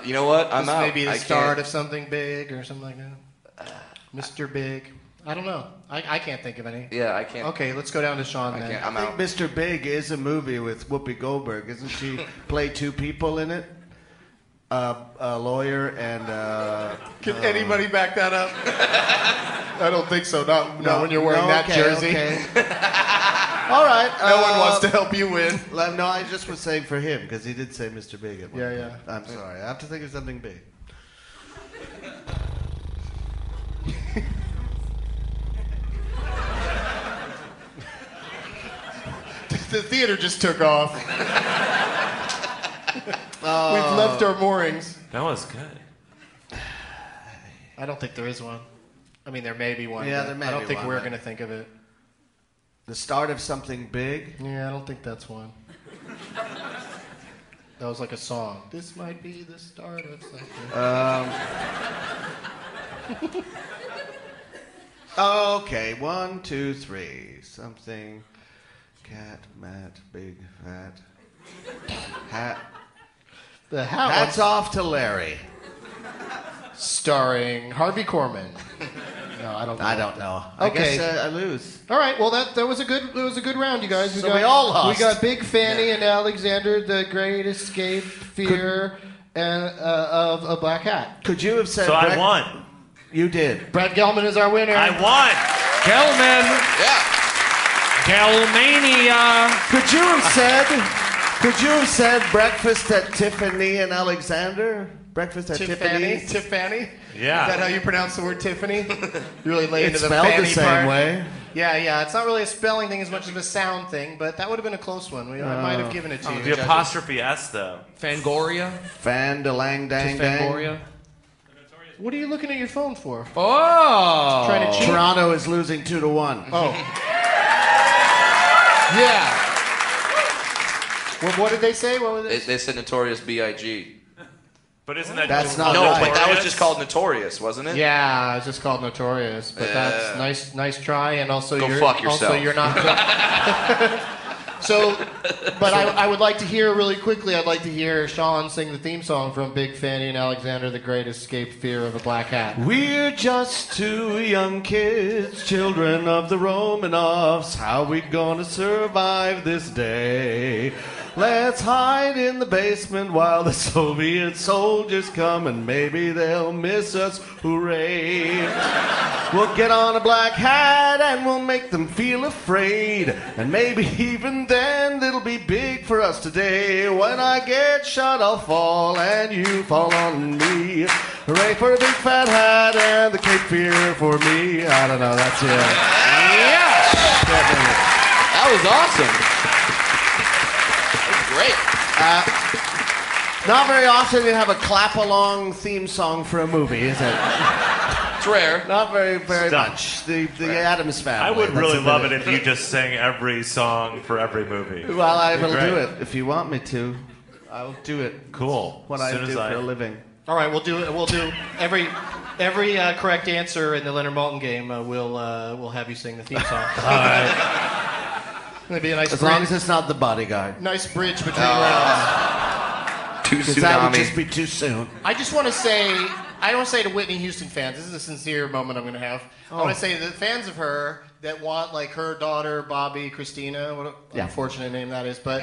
[SPEAKER 3] you know what? <laughs> I'm
[SPEAKER 2] this
[SPEAKER 3] out.
[SPEAKER 2] may be the
[SPEAKER 3] I can't-
[SPEAKER 2] start of something big or something like that. Mr. Big. I don't know. I, I can't think of any.
[SPEAKER 3] Yeah, I can't.
[SPEAKER 2] Okay, let's go down to Sean
[SPEAKER 3] I
[SPEAKER 2] then.
[SPEAKER 3] can't. I'm
[SPEAKER 4] I
[SPEAKER 3] out.
[SPEAKER 4] think Mr. Big is a movie with Whoopi Goldberg. Isn't
[SPEAKER 2] <laughs>
[SPEAKER 4] she play two people in it? Uh, a lawyer and uh,
[SPEAKER 2] Can anybody back
[SPEAKER 4] <laughs>
[SPEAKER 2] that up? I don't think so. Not, not when you're wearing
[SPEAKER 4] no,
[SPEAKER 2] that
[SPEAKER 4] okay,
[SPEAKER 2] jersey. <laughs> uh,
[SPEAKER 4] okay. All right.
[SPEAKER 2] No one wants to help you win.
[SPEAKER 4] to. No, I just was saying for him because he did say Mr. Big at one
[SPEAKER 2] Yeah,
[SPEAKER 4] point. I'm sorry. I have to think of something big.
[SPEAKER 2] the theater just took off. We've left our moorings.
[SPEAKER 5] That was good.
[SPEAKER 2] I don't think there is one. I mean, there may be one.
[SPEAKER 4] Yeah,
[SPEAKER 2] but
[SPEAKER 4] there may
[SPEAKER 2] I don't
[SPEAKER 4] be
[SPEAKER 2] think
[SPEAKER 4] one,
[SPEAKER 2] we're
[SPEAKER 4] but-
[SPEAKER 2] going to think of it.
[SPEAKER 4] The start of something big.
[SPEAKER 2] Yeah, I don't think that's one. that was like a song. This might be the start of something.
[SPEAKER 4] Oh, Okay, one, two, three. Something. Cat, mat, big, fat. Hat.
[SPEAKER 2] the How
[SPEAKER 4] Hats off to Larry.
[SPEAKER 2] starring Harvey Korman. no, I don't. Know.
[SPEAKER 4] I don't know. I
[SPEAKER 2] Okay.
[SPEAKER 4] guess uh, I lose.
[SPEAKER 2] All right. Well, that that was a good it was a good round, you guys.
[SPEAKER 4] So we all
[SPEAKER 2] We
[SPEAKER 4] lost.
[SPEAKER 2] got Big Fanny and Alexander, the Great Escape, Fear, and uh, of a Black Hat.
[SPEAKER 4] Could you have said?
[SPEAKER 5] So I
[SPEAKER 4] Brad-
[SPEAKER 5] won.
[SPEAKER 4] You did.
[SPEAKER 2] Brad Gelman is our winner.
[SPEAKER 5] I won.
[SPEAKER 1] Gelman.
[SPEAKER 3] Yeah.
[SPEAKER 1] Gelmania.
[SPEAKER 4] Could you
[SPEAKER 5] <laughs>
[SPEAKER 4] have said? Could you have said breakfast at Tiffany and Alexander? Breakfast at
[SPEAKER 2] Tiffany.
[SPEAKER 4] Tiffany's.
[SPEAKER 2] Tiffany.
[SPEAKER 5] Yeah.
[SPEAKER 2] Is that how you pronounce the word Tiffany? you really late
[SPEAKER 4] It's
[SPEAKER 2] into the
[SPEAKER 4] spelled the
[SPEAKER 2] fanny
[SPEAKER 4] same
[SPEAKER 2] part.
[SPEAKER 4] way.
[SPEAKER 2] Yeah, yeah. It's not really a spelling thing as much as a sound thing, but that would have been a close one. We, I might
[SPEAKER 4] Oh.
[SPEAKER 2] have given it to you.
[SPEAKER 5] Oh, The apostrophe S though.
[SPEAKER 6] Fangoria?
[SPEAKER 4] Fan de lang dang dang.
[SPEAKER 6] Fangoria?
[SPEAKER 2] What are you looking at your phone for?
[SPEAKER 6] Oh!
[SPEAKER 2] Trying to cheat?
[SPEAKER 4] Toronto is losing two to one.
[SPEAKER 2] <laughs> Oh.
[SPEAKER 6] Yeah.
[SPEAKER 2] what, what did they say? What was it?
[SPEAKER 3] They, they said Notorious B.I.G.
[SPEAKER 5] But isn't that
[SPEAKER 4] That's
[SPEAKER 5] just
[SPEAKER 4] not
[SPEAKER 3] No,
[SPEAKER 4] right.
[SPEAKER 3] but that was just called Notorious, wasn't it?
[SPEAKER 2] Yeah, it's just called Notorious, but that's nice, nice try, and also
[SPEAKER 3] Go
[SPEAKER 2] you're
[SPEAKER 3] fuck
[SPEAKER 2] also
[SPEAKER 3] yourself.
[SPEAKER 2] you're <laughs> not. so, but I, I would like to hear really quickly. I'd like to hear Sean sing the theme song from Big Fanny and Alexander: The Great Escape, Fear of a Black Hat.
[SPEAKER 4] We're just two young kids, children of the Romanovs. How we gonna survive this day? Let's hide in the basement while the <laughs> Soviet soldiers come and maybe they'll miss us. Hooray! We'll get on a black hat and we'll make them feel afraid. And maybe <laughs> even then it'll be big for us today. When I get shot, I'll fall and you fall on me. Hooray for a big fat hat and the Cape Fear for me. I don't know, that's it.
[SPEAKER 3] That was awesome. That
[SPEAKER 4] Uh, Not very often you have a clap along theme song for a movie, is it?
[SPEAKER 3] was great. It's rare.
[SPEAKER 4] Not very, very
[SPEAKER 5] Stop.
[SPEAKER 4] much. The, the Adams family.
[SPEAKER 5] I would
[SPEAKER 4] that's
[SPEAKER 5] really
[SPEAKER 4] about
[SPEAKER 5] love it if you just sang every song for every movie.
[SPEAKER 4] Well, I will
[SPEAKER 5] Great.
[SPEAKER 4] do it if you want me to. I'll do it.
[SPEAKER 5] Cool.
[SPEAKER 4] What
[SPEAKER 5] as soon
[SPEAKER 4] I
[SPEAKER 5] as
[SPEAKER 4] do
[SPEAKER 5] I,
[SPEAKER 4] for a living.
[SPEAKER 2] All right, we'll do we'll do every every uh, correct answer in the Leonard Malton game. Uh, we'll uh, we'll have you sing the theme song. All right. It'd be a nice
[SPEAKER 4] As long
[SPEAKER 2] bridge,
[SPEAKER 4] as it's not the bodyguard.
[SPEAKER 2] uh, nice bridge between rounds.
[SPEAKER 5] Ah.
[SPEAKER 3] Two
[SPEAKER 4] Because that would just
[SPEAKER 3] tsunami.
[SPEAKER 4] be too soon.
[SPEAKER 2] I just want to say, I don't say to Whitney Houston fans, this is a sincere moment I'm going to have. I want to say to the fans of her that want like her daughter Bobby Christina, what a
[SPEAKER 4] Yeah.
[SPEAKER 2] unfortunate name that is, but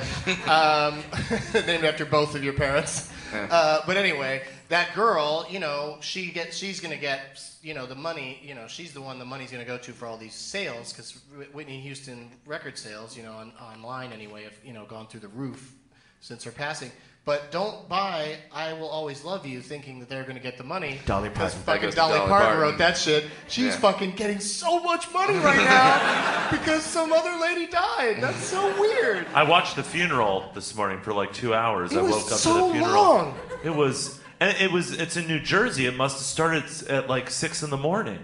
[SPEAKER 2] um, <laughs> named after both of your parents. Uh, but anyway, that girl, you know, she gets, she's going to get, you know, the money. You know, she's the one the money's going to go to for all these sales because Whitney Houston record sales, you know, on, online anyway, have you know gone through the roof since her passing. But don't buy "I Will Always Love You" thinking that they're going to get the money.
[SPEAKER 4] Dolly
[SPEAKER 2] Because
[SPEAKER 4] Parton.
[SPEAKER 3] That
[SPEAKER 2] Fucking
[SPEAKER 3] goes to
[SPEAKER 2] Dolly,
[SPEAKER 3] Dolly
[SPEAKER 2] Parton,
[SPEAKER 3] Parton.
[SPEAKER 2] wrote that shit. She's
[SPEAKER 3] Yeah.
[SPEAKER 2] fucking getting so much money right now <laughs> because some other lady died. That's so weird.
[SPEAKER 5] I watched the funeral this morning for like two hours.
[SPEAKER 2] It
[SPEAKER 5] I
[SPEAKER 2] was
[SPEAKER 5] woke up to
[SPEAKER 2] so
[SPEAKER 5] the funeral.
[SPEAKER 2] long.
[SPEAKER 5] It was, and it was. It's in New Jersey. It must have started s- at like six in the morning.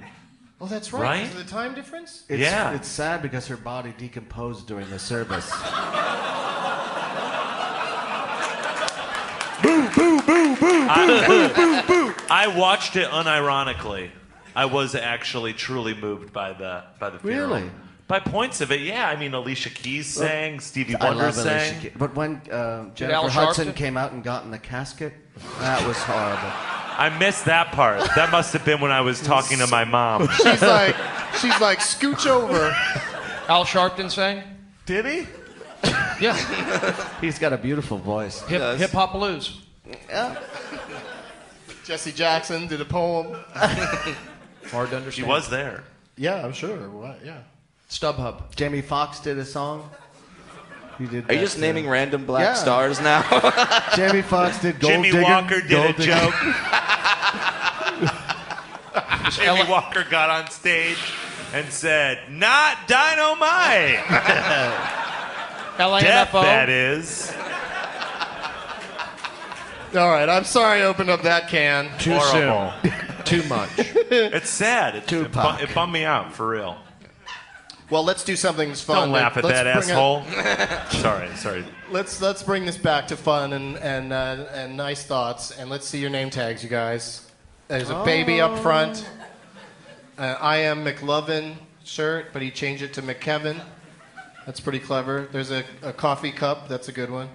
[SPEAKER 2] Well, that's right.
[SPEAKER 5] Right?
[SPEAKER 2] Because of the time difference.
[SPEAKER 4] It's,
[SPEAKER 5] Yeah.
[SPEAKER 4] It's sad because her body decomposed during the service.
[SPEAKER 5] <laughs> I watched it unironically. I was actually truly moved by the by the funeral.
[SPEAKER 4] Really?
[SPEAKER 5] By points of it, yeah. I mean, Alicia Keys sang, Stevie
[SPEAKER 4] I
[SPEAKER 5] Wonder
[SPEAKER 4] love
[SPEAKER 5] sang.
[SPEAKER 4] Alicia Keys. But when uh,
[SPEAKER 6] Al
[SPEAKER 4] Jennifer
[SPEAKER 6] Sharpton?
[SPEAKER 4] Hudson came out and got in the casket, that was horrible.
[SPEAKER 5] I missed that part. That must have been when I was talking to my mom.
[SPEAKER 2] She's like, she's like, scooch over.
[SPEAKER 6] Al Sharpton sang?
[SPEAKER 4] Did he?
[SPEAKER 6] Yeah.
[SPEAKER 4] He's got a beautiful voice.
[SPEAKER 6] Hip, hip hop blues.
[SPEAKER 2] Jesse Jackson did a poem.
[SPEAKER 6] Hard to
[SPEAKER 5] She
[SPEAKER 6] understand.
[SPEAKER 5] was there.
[SPEAKER 2] Yeah, I'm sure. What? Yeah.
[SPEAKER 6] StubHub.
[SPEAKER 4] Jamie Foxx did a song. He did
[SPEAKER 3] Are you
[SPEAKER 4] that,
[SPEAKER 3] just
[SPEAKER 4] too.
[SPEAKER 3] naming random black
[SPEAKER 4] Yeah.
[SPEAKER 3] stars
[SPEAKER 2] <laughs>
[SPEAKER 3] now?
[SPEAKER 4] Jamie Foxx did Gold
[SPEAKER 5] Jimmy
[SPEAKER 4] Digger.
[SPEAKER 5] Walker did
[SPEAKER 4] Gold
[SPEAKER 5] a
[SPEAKER 4] Digger.
[SPEAKER 5] joke. Jimmy Walker got on stage and said, "Not dynamite." Death,
[SPEAKER 6] LAMFO.
[SPEAKER 5] that is.
[SPEAKER 2] All right, I'm sorry I opened up that can.
[SPEAKER 4] Too
[SPEAKER 5] Horrible.
[SPEAKER 4] soon. <laughs>
[SPEAKER 2] Too much.
[SPEAKER 5] It's sad. It, it, bu-
[SPEAKER 4] Tupac.
[SPEAKER 5] it bummed me out, for real.
[SPEAKER 2] Well, let's do something that's fun.
[SPEAKER 5] Don't laugh at
[SPEAKER 2] Let's
[SPEAKER 5] that
[SPEAKER 2] bring it-
[SPEAKER 5] asshole. sorry, sorry.
[SPEAKER 2] let's let's bring this back to fun and and uh, and nice thoughts, and let's see your name tags, you guys. There's a baby up front.
[SPEAKER 4] Oh.
[SPEAKER 2] Uh, I am McLovin shirt, but he changed it to McKevin. That's pretty clever. There's a, a coffee cup. That's a good one.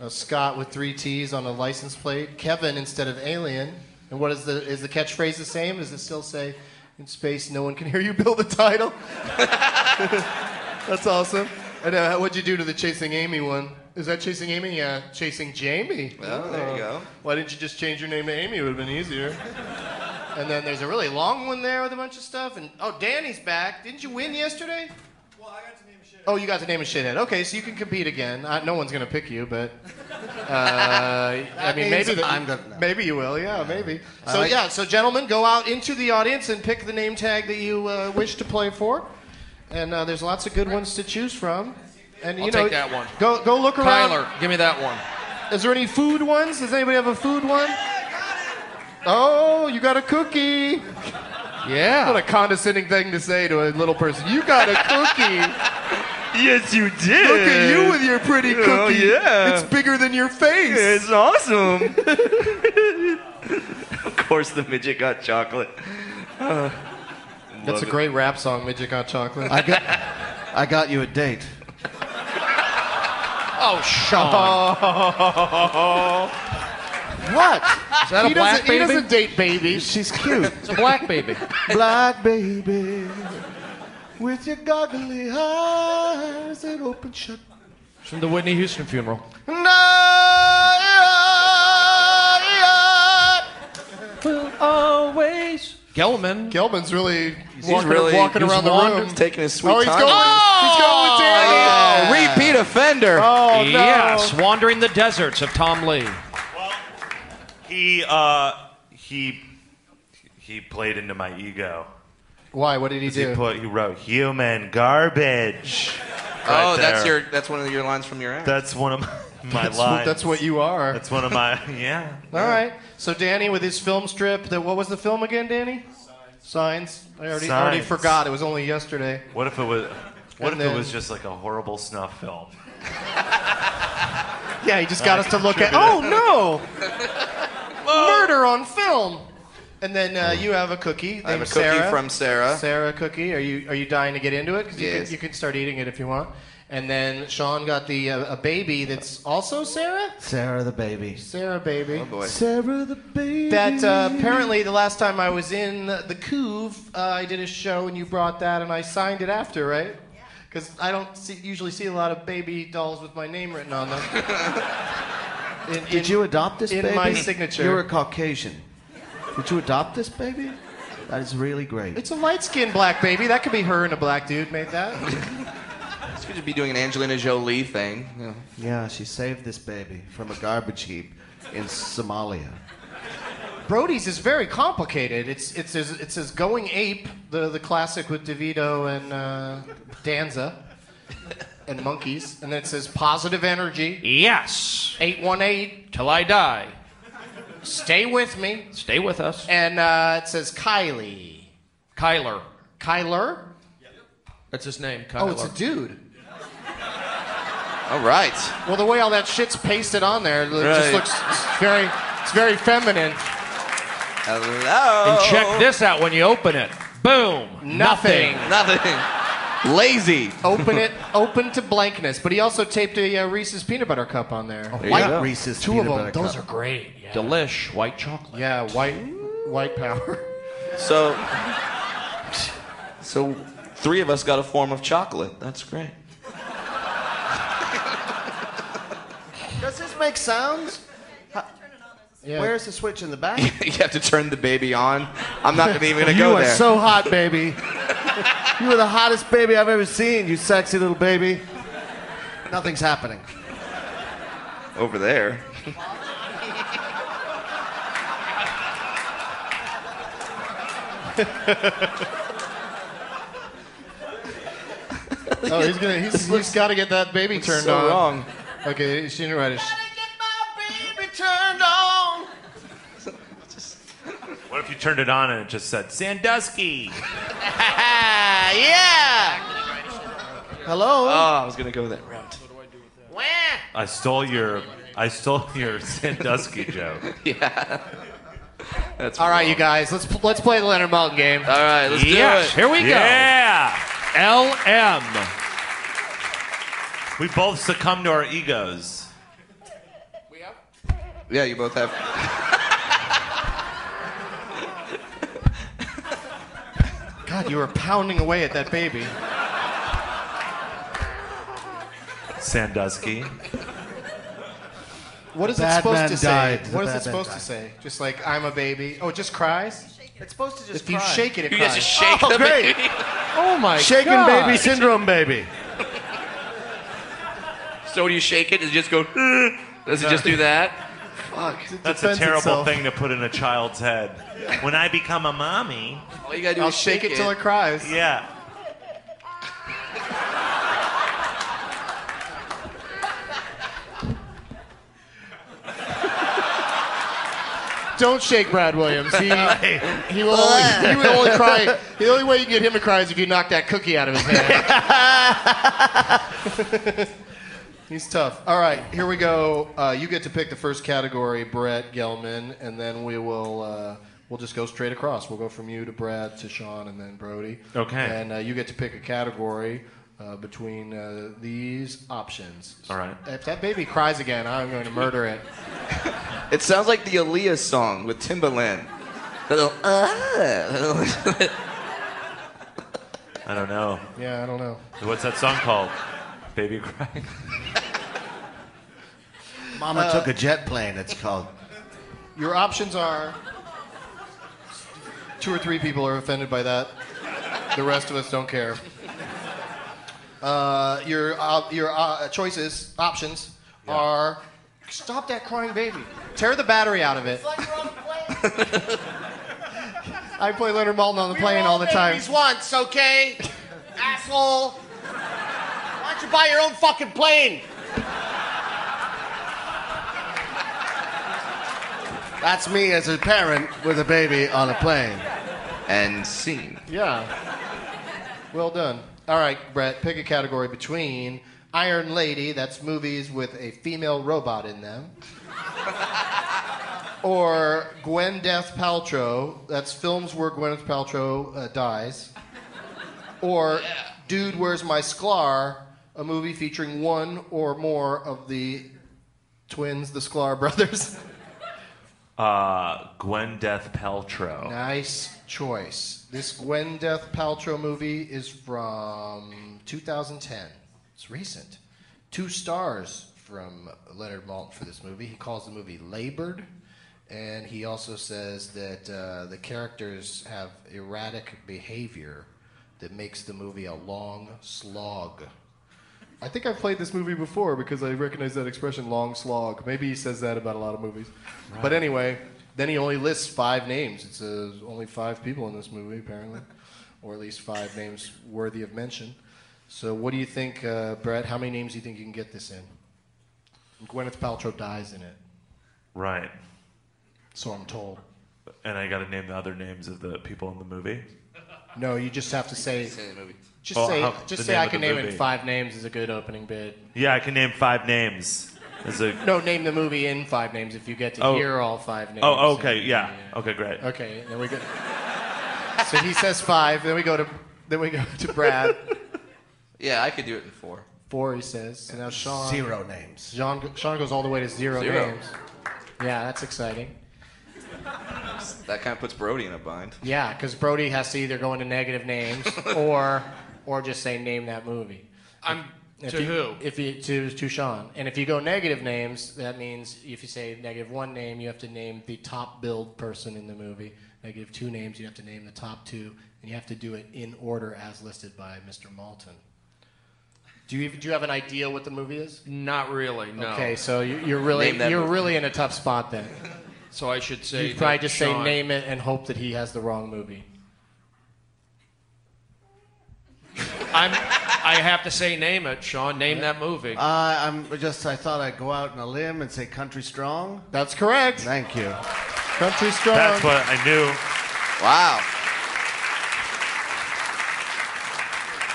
[SPEAKER 2] A Scott with three T's on a license plate. Kevin instead of alien. And what is the is the catchphrase the same? Does it still say, "In space, no one can hear you"? <laughs> Build a title. That's awesome. And uh, what'd you do to the Chasing Amy one? Is that Chasing Amy? Yeah, Chasing Jamie.
[SPEAKER 3] Oh, there you go.
[SPEAKER 2] Why didn't you just change your name to Amy? It would have been easier. and then there's a really long one there with a bunch of stuff. And oh, Danny's back. Didn't you win yesterday? Well, I got to name a shithead. Oh, you got to name a shithead. Okay, so you can compete again. I, no one's gonna pick you, but uh, I mean,
[SPEAKER 4] means
[SPEAKER 2] maybe the-
[SPEAKER 4] I'm gonna- no.
[SPEAKER 2] maybe you will. Yeah, maybe.
[SPEAKER 4] I
[SPEAKER 2] So
[SPEAKER 4] like-
[SPEAKER 2] yeah, so gentlemen, go out into the audience and pick the name tag that you uh, wish to play for. And uh, there's lots of good ones to choose from. And you
[SPEAKER 6] I'll
[SPEAKER 2] know,
[SPEAKER 6] take that one.
[SPEAKER 2] Go go look around.
[SPEAKER 6] Tyler, give me that one.
[SPEAKER 2] Is there any food ones? Does anybody have a food one? Oh, you got a cookie. What a
[SPEAKER 6] Yeah.
[SPEAKER 2] condescending thing to say to a little person. You got a cookie.
[SPEAKER 5] Yes, you did.
[SPEAKER 2] Look at you with your pretty cookie.
[SPEAKER 5] <laughs> Oh, yeah.
[SPEAKER 2] It's bigger than your face.
[SPEAKER 5] It's <laughs> awesome.
[SPEAKER 3] Of course, the midget got
[SPEAKER 4] <laughs>
[SPEAKER 3] chocolate.
[SPEAKER 2] That's a great rap song, Midget Got Chocolate.
[SPEAKER 4] I got, I got you a date.
[SPEAKER 6] Oh, Sean.
[SPEAKER 2] What?
[SPEAKER 6] Is that
[SPEAKER 2] he,
[SPEAKER 6] a black
[SPEAKER 2] doesn't, he
[SPEAKER 6] baby?
[SPEAKER 2] doesn't date babies.
[SPEAKER 4] She's cute.
[SPEAKER 6] It's a black baby.
[SPEAKER 4] Black baby, with your goggly eyes that open shut.
[SPEAKER 6] It's from the Whitney Houston funeral. Will always. Gelman.
[SPEAKER 2] Gelman's really
[SPEAKER 3] He's
[SPEAKER 2] walking,
[SPEAKER 3] really
[SPEAKER 2] walking
[SPEAKER 3] he's
[SPEAKER 2] around the
[SPEAKER 3] wander-
[SPEAKER 2] room.
[SPEAKER 3] taking his sweet
[SPEAKER 2] oh, he's
[SPEAKER 3] time.
[SPEAKER 2] going. He's going with Danny.
[SPEAKER 3] Oh, repeat offender.
[SPEAKER 2] Oh, no.
[SPEAKER 6] Yes, wandering the deserts of Tom Lee.
[SPEAKER 5] He uh, he he played into my ego.
[SPEAKER 2] Why? What did he do?
[SPEAKER 5] He put he wrote human garbage.
[SPEAKER 3] oh,
[SPEAKER 5] Right
[SPEAKER 3] that's
[SPEAKER 5] there.
[SPEAKER 3] your that's one of your lines from your act.
[SPEAKER 5] That's one of my, my
[SPEAKER 2] that's, what,
[SPEAKER 5] lines.
[SPEAKER 2] that's what you are.
[SPEAKER 5] That's one of my yeah.
[SPEAKER 2] <laughs> All right. So Danny with his film strip. That what was the film again, Danny? Signs. I already, I already
[SPEAKER 5] Signs.
[SPEAKER 2] forgot. It was only yesterday.
[SPEAKER 5] What if it was? What
[SPEAKER 2] And
[SPEAKER 5] if
[SPEAKER 2] then-
[SPEAKER 5] it was just like a horrible snuff film?
[SPEAKER 2] Yeah, he just got
[SPEAKER 5] I
[SPEAKER 2] us to look at. Oh
[SPEAKER 5] contributed.
[SPEAKER 2] no!
[SPEAKER 5] <laughs>
[SPEAKER 2] Murder on film. And then uh, you have a cookie.
[SPEAKER 3] I have a
[SPEAKER 2] named
[SPEAKER 3] cookie
[SPEAKER 2] Sarah.
[SPEAKER 3] from Sarah.
[SPEAKER 2] Sarah cookie. Are you are you dying to get into it? 'Cause You
[SPEAKER 3] Yes.
[SPEAKER 2] can, you can start eating it if you want. And then Sean got the uh, a baby that's also Sarah.
[SPEAKER 4] Sarah the baby.
[SPEAKER 2] Sarah baby.
[SPEAKER 3] Oh, Boy.
[SPEAKER 4] Sarah the baby.
[SPEAKER 2] That uh, apparently the last time I was in the Couve, uh, I did a show and you brought that and I signed it after, right? Because I don't see, usually see a lot of baby dolls with my name written on
[SPEAKER 3] <laughs>
[SPEAKER 2] them. In- in-
[SPEAKER 4] Did you adopt this
[SPEAKER 2] in
[SPEAKER 4] baby?
[SPEAKER 2] my signature.
[SPEAKER 4] You're a Caucasian. Did you adopt this baby? That is really great.
[SPEAKER 2] It's a light-skinned black baby. That could be her and a black dude made
[SPEAKER 3] <laughs>
[SPEAKER 2] that.
[SPEAKER 3] This could just be doing an Angelina Jolie thing. you know.
[SPEAKER 4] Yeah, she saved this baby from a garbage heap in Somalia.
[SPEAKER 2] Brody's is very complicated. It's it's as, it's as going ape, the the classic with DeVito and uh, Danza, and monkeys, and then it says positive energy.
[SPEAKER 6] Yes.
[SPEAKER 2] Eight one eight.
[SPEAKER 6] Till I die.
[SPEAKER 2] Stay with me.
[SPEAKER 6] Stay with us.
[SPEAKER 2] And uh, it says Kylie.
[SPEAKER 6] Kyler.
[SPEAKER 2] Kyler?
[SPEAKER 6] That's his name, Kyler.
[SPEAKER 2] Oh, it's a dude.
[SPEAKER 3] All right.
[SPEAKER 2] Well, the way all that shit's pasted on there, it just
[SPEAKER 3] Right.
[SPEAKER 2] looks it's very, it's very feminine.
[SPEAKER 3] Hello.
[SPEAKER 6] And check this out when you open it. Boom.
[SPEAKER 2] Nothing.
[SPEAKER 3] Nothing. Lazy.
[SPEAKER 2] open it, open to blankness. But he also taped a uh, Reese's peanut butter cup on there.
[SPEAKER 3] There you
[SPEAKER 4] White
[SPEAKER 3] go.
[SPEAKER 4] Oh, Reese's
[SPEAKER 2] Two of
[SPEAKER 4] peanut
[SPEAKER 2] them.
[SPEAKER 4] butter
[SPEAKER 2] Those
[SPEAKER 4] cup.
[SPEAKER 2] are great. Yeah.
[SPEAKER 6] Delish white chocolate.
[SPEAKER 2] yeah, white, white power.
[SPEAKER 3] So, so three of us got a form of chocolate. That's great.
[SPEAKER 4] <laughs>
[SPEAKER 3] <laughs>
[SPEAKER 4] Does this make sounds?
[SPEAKER 2] Yeah.
[SPEAKER 4] Where's the switch in the back?
[SPEAKER 3] you have to turn the baby on. I'm not gonna- even gonna
[SPEAKER 4] you
[SPEAKER 3] go
[SPEAKER 4] are
[SPEAKER 3] there.
[SPEAKER 4] so hot, <laughs> baby. you are the hottest baby I've ever seen, you sexy little baby. Nothing's happening.
[SPEAKER 3] Over there.
[SPEAKER 2] Oh, he's gonna.
[SPEAKER 4] <laughs>
[SPEAKER 2] He's, he's got to get that baby turned
[SPEAKER 3] so
[SPEAKER 2] on.
[SPEAKER 3] wrong.
[SPEAKER 2] Okay, she didn't write it.
[SPEAKER 5] What if you turned it on and it just said Sandusky?
[SPEAKER 3] Hello. Oh, I was gonna go that route.
[SPEAKER 5] I stole your I stole <laughs> your Sandusky joke.
[SPEAKER 3] That's
[SPEAKER 2] All right,
[SPEAKER 3] wrong.
[SPEAKER 2] you guys, let's pl- let's play the Leonard Maltin game.
[SPEAKER 3] All right, let's
[SPEAKER 8] Yes,
[SPEAKER 3] do it.
[SPEAKER 8] here we
[SPEAKER 5] Yeah.
[SPEAKER 8] go. LM.
[SPEAKER 5] We both succumb to our egos.
[SPEAKER 3] Yeah, you both have.
[SPEAKER 2] God, you were pounding away at that baby.
[SPEAKER 5] Sandusky.
[SPEAKER 2] What is it
[SPEAKER 4] bad
[SPEAKER 2] supposed
[SPEAKER 4] man
[SPEAKER 2] to say?
[SPEAKER 4] died. The
[SPEAKER 2] What is
[SPEAKER 4] bad
[SPEAKER 2] it
[SPEAKER 4] man
[SPEAKER 2] supposed to
[SPEAKER 4] died.
[SPEAKER 2] say? Just like I'm a baby. Oh, it just cries. It's supposed to just. If you
[SPEAKER 4] cry.
[SPEAKER 2] shake it, it
[SPEAKER 3] <laughs> You
[SPEAKER 2] cries.
[SPEAKER 3] just shake
[SPEAKER 4] Oh,
[SPEAKER 3] the
[SPEAKER 4] great.
[SPEAKER 3] baby. <laughs>
[SPEAKER 2] oh my
[SPEAKER 4] Shaken
[SPEAKER 2] God.
[SPEAKER 4] baby syndrome, baby.
[SPEAKER 3] So do you shake it? Does it just go? Does it just do that?
[SPEAKER 5] That's a
[SPEAKER 2] defends
[SPEAKER 5] terrible
[SPEAKER 2] itself.
[SPEAKER 5] thing to put in a child's head. When I become a mommy,
[SPEAKER 3] All you gotta do
[SPEAKER 2] I'll
[SPEAKER 3] is
[SPEAKER 2] shake it till it cries.
[SPEAKER 5] yeah.
[SPEAKER 2] Don't shake Brad Williams. <laughs> He, he will only, he will <laughs> only cry. The only way you can get him to cry is if you knock that cookie out of his hand. <laughs> He's tough. All right, here we go. Uh, you get to pick the first category, Brett Gelman, and then we will uh, we'll just go straight across. We'll go from you to Brad to Sean and then Brody.
[SPEAKER 5] Okay.
[SPEAKER 2] And uh, you get to pick a category. Uh, between uh, these options.
[SPEAKER 5] All right.
[SPEAKER 2] If that baby cries again, I'm going to murder it.
[SPEAKER 3] It sounds like the Aaliyah song with Timbaland. Little, uh, <laughs>
[SPEAKER 5] I don't know.
[SPEAKER 2] Yeah, I don't know.
[SPEAKER 5] What's that song called? Baby crying.
[SPEAKER 4] Mama took a jet plane. It's called.
[SPEAKER 2] Your options are two or three people are offended by that. The rest of us don't care. Uh, your op- your uh, choices options are stop that crying baby, tear the battery out of it. <laughs> I play Leonard Maltin on the plane all the time.
[SPEAKER 1] once, okay? Asshole. Why don't you buy your own fucking plane?
[SPEAKER 4] That's me as a parent with a baby
[SPEAKER 2] uh,
[SPEAKER 4] on a plane.
[SPEAKER 3] and scene.
[SPEAKER 2] Yeah. Well done. All right, Brett, pick a category between Iron Lady, that's movies with a female robot in them, or Gwen Death Paltrow, that's films where Gwyneth Paltrow uh, dies, or Dude, Where's My Sklar, a movie featuring one or more of the twins, the Sklar brothers. <laughs>
[SPEAKER 5] Uh, Gwen Death Paltrow.
[SPEAKER 2] Nice choice. This Gwen Death Paltrow movie is from 2010. It's recent. Two stars from Leonard Maltin for this movie. He calls the movie labored, and he also says that uh, the characters have erratic behavior that makes the movie a long slog. I think I've played this movie before because I recognize that expression, long slog. Maybe he says that about a lot of movies. But anyway, then he only lists five names. It's uh, only five people in this movie, apparently, or at least five names worthy of mention. So, what do you think, uh, Brett? How many names do you think you can get this in? Gwyneth Paltrow dies in it,
[SPEAKER 5] Right.
[SPEAKER 2] so I'm told.
[SPEAKER 5] And I got to name the other names of the people in the movie.
[SPEAKER 2] No, you just have to say. Just
[SPEAKER 5] Oh,
[SPEAKER 2] say,
[SPEAKER 5] how-
[SPEAKER 2] just
[SPEAKER 5] the
[SPEAKER 2] say
[SPEAKER 5] name
[SPEAKER 2] I
[SPEAKER 5] of
[SPEAKER 2] can
[SPEAKER 5] the
[SPEAKER 2] name it
[SPEAKER 5] movie.
[SPEAKER 2] in five names is a good opening bid.
[SPEAKER 5] Yeah, I can name five names. As a
[SPEAKER 2] No, name the movie in five names if you get to
[SPEAKER 5] Oh.
[SPEAKER 2] hear all five names.
[SPEAKER 5] oh, okay, yeah, okay, great.
[SPEAKER 4] Uh,
[SPEAKER 2] Okay, then we go. so he says five. Then we go to then we go to Brad.
[SPEAKER 3] Yeah, I could do it in four.
[SPEAKER 2] Four, he says. So now Sean.
[SPEAKER 4] Zero names.
[SPEAKER 2] Sean, Sean goes all the way to zero,
[SPEAKER 3] Zero.
[SPEAKER 2] names. Yeah, that's exciting.
[SPEAKER 3] That kind of puts Brody in a bind.
[SPEAKER 2] Yeah, because Brody has to either go into
[SPEAKER 6] <laughs>
[SPEAKER 2] negative names or or just say name that movie.
[SPEAKER 6] I'm
[SPEAKER 2] If
[SPEAKER 6] to
[SPEAKER 2] you,
[SPEAKER 6] who?
[SPEAKER 2] If you to to Sean, and if you go negative names, that means if you say negative one name, you have to name the top billed person in the movie. Negative two names, you have to name the top two, and you have to do it in order as listed by Mr. Malton. Do you do you have an idea what the movie is?
[SPEAKER 6] Not really. No.
[SPEAKER 2] Okay, so you, you're really
[SPEAKER 3] Name that
[SPEAKER 2] you're
[SPEAKER 3] movie.
[SPEAKER 2] really in a tough spot then.
[SPEAKER 6] So I should say.
[SPEAKER 2] You probably
[SPEAKER 6] that
[SPEAKER 2] just
[SPEAKER 6] Sean-
[SPEAKER 2] say name it and hope that he has the wrong movie.
[SPEAKER 6] I'm. I you have to say name it, Sean. Name that movie.
[SPEAKER 4] Uh, I'm just. I thought I'd go out on a limb and say "Country Strong."
[SPEAKER 2] That's correct.
[SPEAKER 4] Thank you.
[SPEAKER 2] Country Strong.
[SPEAKER 5] That's what I knew.
[SPEAKER 3] Wow.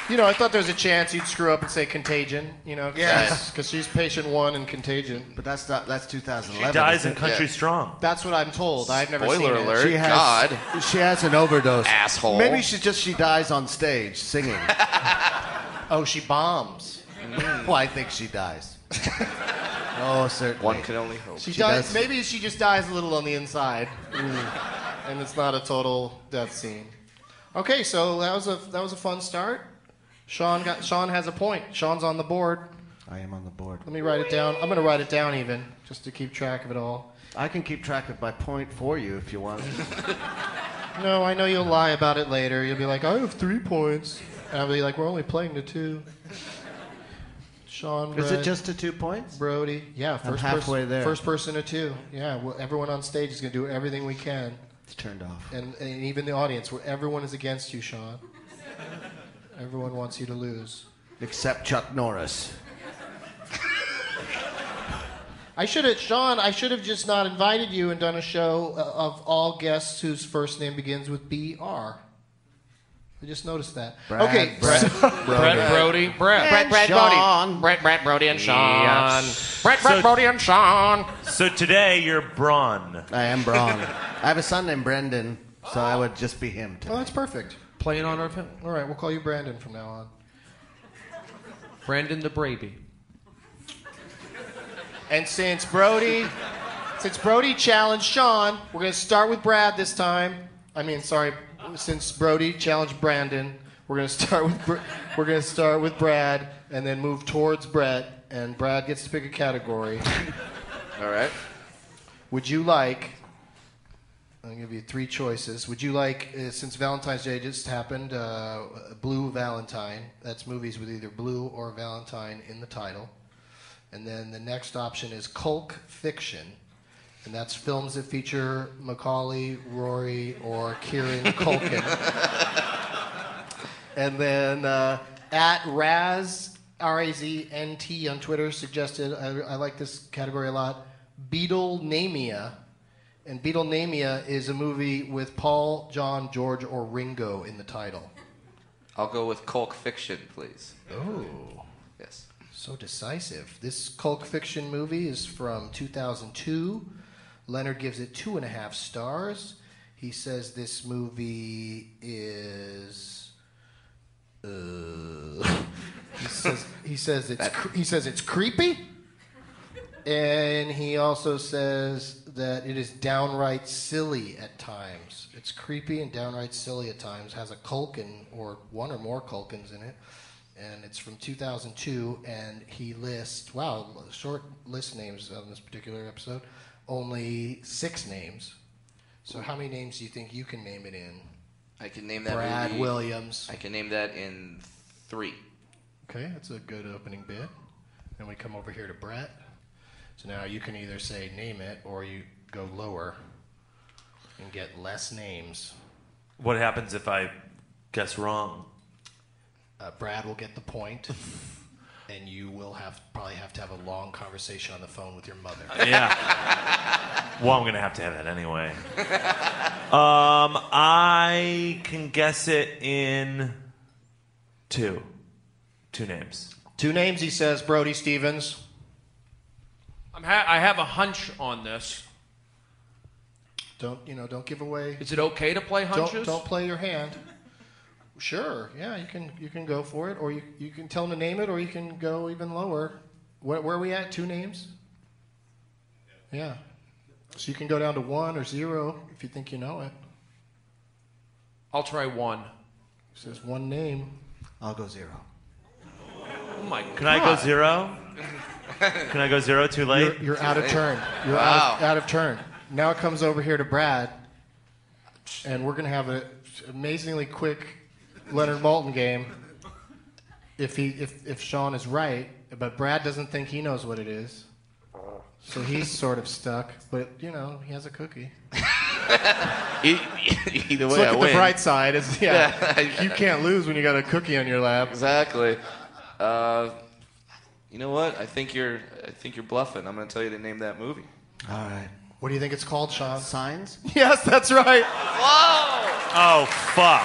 [SPEAKER 2] You know, I thought there was a chance you'd screw up and say Contagion. You know,
[SPEAKER 3] Yeah.
[SPEAKER 2] because she's patient one in Contagion.
[SPEAKER 4] But that's not. That's 2011.
[SPEAKER 5] She dies
[SPEAKER 4] isn't
[SPEAKER 5] in Country Strong.
[SPEAKER 2] That's what I'm told. I've never seen
[SPEAKER 3] Spoiler
[SPEAKER 2] it.
[SPEAKER 3] alert.
[SPEAKER 4] it? She has.
[SPEAKER 3] God.
[SPEAKER 4] She has an overdose.
[SPEAKER 3] Asshole.
[SPEAKER 4] Maybe she just she dies on stage singing.
[SPEAKER 2] <laughs> Oh, she bombs.
[SPEAKER 4] well, I think she
[SPEAKER 3] <laughs>
[SPEAKER 4] dies. oh, certainly.
[SPEAKER 3] One can only hope.
[SPEAKER 2] She,
[SPEAKER 4] She
[SPEAKER 2] dies.
[SPEAKER 4] does. Mm.
[SPEAKER 2] Maybe she just dies a little on the inside, and it's not a total death scene. Okay, so that was a that was a fun start. Sean got Sean has a point. Sean's on the board.
[SPEAKER 4] I am on the board.
[SPEAKER 2] Let me write it down. I'm gonna write it down even just to keep track of it all.
[SPEAKER 4] I can keep track of my point for you if you want.
[SPEAKER 2] No, I know you'll lie about it later. You'll be like, I have three points, and I'll be like, we're only playing to two. Sean,
[SPEAKER 4] Is
[SPEAKER 2] read
[SPEAKER 4] it just to two points?
[SPEAKER 2] Brody? Yeah, 1st
[SPEAKER 4] halfway
[SPEAKER 2] person,
[SPEAKER 4] there.
[SPEAKER 2] First person to two. Yeah, well, everyone on stage is gonna do everything we can.
[SPEAKER 4] It's turned off.
[SPEAKER 2] and, and even the audience, where everyone is against you, Sean. Everyone wants you to lose.
[SPEAKER 4] Except Chuck Norris.
[SPEAKER 2] I should have, Sean. I should have just not invited you and done a show uh, of all guests whose first name begins with B R. I just noticed that.
[SPEAKER 4] Brad,
[SPEAKER 2] okay,
[SPEAKER 4] Brad,
[SPEAKER 6] Brett Brody. Brett.
[SPEAKER 4] Brett, Brett, Brody. Sean.
[SPEAKER 6] Brett, Brett Brody and Sean. Brett,
[SPEAKER 5] Brett, So- Brody,
[SPEAKER 6] and Sean.
[SPEAKER 5] So today you're Braun.
[SPEAKER 4] I am Braun. I have a son named Brendan, so I would just be him.
[SPEAKER 2] Oh,
[SPEAKER 4] Too.
[SPEAKER 2] that's perfect.
[SPEAKER 6] Play in honor of him.
[SPEAKER 2] All right, we'll call you Brandon from now on.
[SPEAKER 6] Brandon the Brady.
[SPEAKER 2] And since Brody, since Brody challenged Sean, we're going to start with Brad this time. I mean, sorry, since Brody challenged Brandon, we're going to start with Br- we're going to start with Brad and then move towards Brett. And Brad gets to pick a category.
[SPEAKER 3] All right.
[SPEAKER 2] Would you like? i will give you three choices. Would you like, uh, since Valentine's Day just happened, uh, Blue Valentine? That's movies with either Blue or Valentine in the title. And then the next option is Culk Fiction. And that's films that feature Macaulay, Rory, or Kieran Culkin. and then uh, at Raz, R A Z N T on Twitter suggested, I, I like this category a lot, Beatlemania. And Beatlemania is a movie with Paul, John, George, or Ringo in the title.
[SPEAKER 3] I'll go with Colk Fiction, please.
[SPEAKER 2] Oh.
[SPEAKER 3] Yes.
[SPEAKER 2] So decisive. This Culk Fiction movie is from 2002. Leonard gives it two and a half stars. He says this movie is. Uh, <laughs> he says he says it's cre- he says it's creepy, and he also says that it is downright silly at times. It's creepy and downright silly at times. Has a Culkin or one or more Culkins in it and it's from 2002 and he lists wow short list names on this particular episode only six names so how many names do you think you can name it in
[SPEAKER 3] I can name that
[SPEAKER 2] brad
[SPEAKER 3] movie.
[SPEAKER 2] williams
[SPEAKER 3] I can name that in three.
[SPEAKER 2] okay that's a good opening bit then we come over here to brett so now you can either say name it or you go lower and get less names
[SPEAKER 5] What happens if I guess wrong?
[SPEAKER 2] uh, brad will get the point and you will have probably have to have a long conversation on the phone with your mother
[SPEAKER 5] <laughs> Yeah. well, I'm gonna have to have that anyway. Um, I can guess it in two, two names.
[SPEAKER 2] two names he says brody stevens
[SPEAKER 6] I'm ha- I have a hunch on this.
[SPEAKER 2] Don't you know? Don't give away.
[SPEAKER 6] Is it okay to play
[SPEAKER 2] Don't
[SPEAKER 6] hunches?
[SPEAKER 2] don't play your hand. Sure, yeah, you can you can go for it, or you you can tell him to name it, or you can go even lower. Where, where are we at? Two names. Yeah, so you can go down to one or zero if you think you know it.
[SPEAKER 6] I'll try one.
[SPEAKER 2] He says one name.
[SPEAKER 4] I'll go zero.
[SPEAKER 6] Oh my god.
[SPEAKER 5] Can I go zero? Can I go zero? Too late.
[SPEAKER 2] You're, you're out of turn. You're out, of, out of turn. Now it comes over here to Brad, and we're gonna have an amazingly quick Leonard Malton game. If he, if if Sean is right, but Brad doesn't think he knows what it is, so he's sort of stuck. But you know, he has a cookie.
[SPEAKER 3] E- Either way,
[SPEAKER 2] Let's
[SPEAKER 3] I
[SPEAKER 2] look at
[SPEAKER 3] win.
[SPEAKER 2] the bright side. It's, yeah,
[SPEAKER 3] Yeah.
[SPEAKER 2] you can't lose when you got a cookie on your lap.
[SPEAKER 3] Exactly. uh, you know what? I think you're, I think you're bluffing. I'm going to tell you to name that movie.
[SPEAKER 4] All right.
[SPEAKER 2] What do you think it's called, Sean?
[SPEAKER 4] Signs?
[SPEAKER 2] Yes, that's right.
[SPEAKER 5] Oh fuck!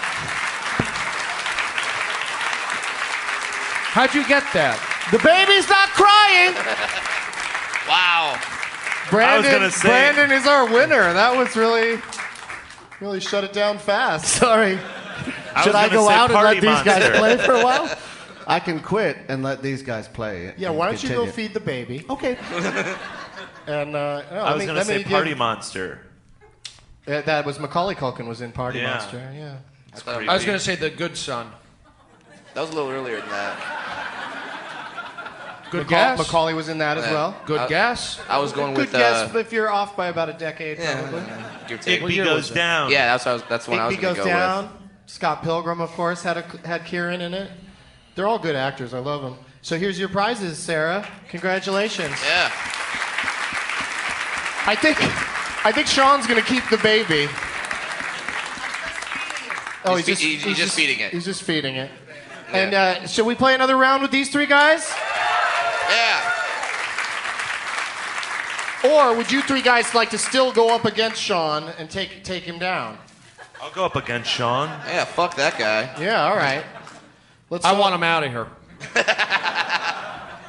[SPEAKER 1] How'd you get that?
[SPEAKER 2] The baby's not crying.
[SPEAKER 3] <laughs> Wow.
[SPEAKER 2] Brandon,
[SPEAKER 5] gonna say-
[SPEAKER 2] Brandon is our winner. That was really, really shut it down fast.
[SPEAKER 5] <laughs>
[SPEAKER 2] Sorry.
[SPEAKER 5] was
[SPEAKER 4] Should I
[SPEAKER 5] gonna
[SPEAKER 4] go
[SPEAKER 5] say
[SPEAKER 4] out and let
[SPEAKER 5] Party
[SPEAKER 4] these guys
[SPEAKER 5] Monster.
[SPEAKER 4] play for a while?
[SPEAKER 5] <laughs>
[SPEAKER 4] I can quit and let these guys play.
[SPEAKER 2] Yeah,
[SPEAKER 4] and
[SPEAKER 2] why don't you go
[SPEAKER 4] continue.
[SPEAKER 2] feed the baby?
[SPEAKER 4] Okay.
[SPEAKER 2] <laughs> And uh, no,
[SPEAKER 5] I
[SPEAKER 2] let
[SPEAKER 5] was
[SPEAKER 2] me-
[SPEAKER 5] going to
[SPEAKER 2] let me
[SPEAKER 5] say
[SPEAKER 2] give-
[SPEAKER 5] Party Monster.
[SPEAKER 2] Uh, that was Macaulay Culkin was in Party
[SPEAKER 5] Yeah.
[SPEAKER 2] Monster. Yeah.
[SPEAKER 3] I, thought-
[SPEAKER 6] I was going to say The Good Son.
[SPEAKER 3] That was a little earlier than that.
[SPEAKER 6] Good
[SPEAKER 2] Maca-
[SPEAKER 6] guess.
[SPEAKER 2] Macaulay was in that as
[SPEAKER 3] Yeah.
[SPEAKER 2] well.
[SPEAKER 6] Good
[SPEAKER 3] I-
[SPEAKER 6] guess.
[SPEAKER 3] Uh, I was going
[SPEAKER 2] Good
[SPEAKER 3] with.
[SPEAKER 2] guess,
[SPEAKER 3] uh,
[SPEAKER 2] but if you're off by about a decade, probably.
[SPEAKER 3] yeah, give or take.
[SPEAKER 5] Igby goes down.
[SPEAKER 3] Yeah, that's what I was, that's one I was
[SPEAKER 2] Bigby
[SPEAKER 3] going
[SPEAKER 2] goes
[SPEAKER 3] to go
[SPEAKER 2] down.
[SPEAKER 3] with.
[SPEAKER 2] Scott Pilgrim, of course, had a, had Kieran in it. They're all good actors. I love them. So here's your prizes, Sarah. Congratulations.
[SPEAKER 3] Yeah.
[SPEAKER 2] I think I think Sean's gonna keep the baby. Oh,
[SPEAKER 3] He's fe- he's- he's just feeding it.
[SPEAKER 2] He's just feeding it. And uh, should we play another round with these three guys,
[SPEAKER 3] Yeah.
[SPEAKER 2] or would you three guys like to still go up against Sean and take take him down?
[SPEAKER 5] I'll go up against Sean.
[SPEAKER 3] Yeah, fuck that guy.
[SPEAKER 2] Yeah, all right. Let's.
[SPEAKER 6] I
[SPEAKER 2] uh,
[SPEAKER 6] want him out of here. <laughs>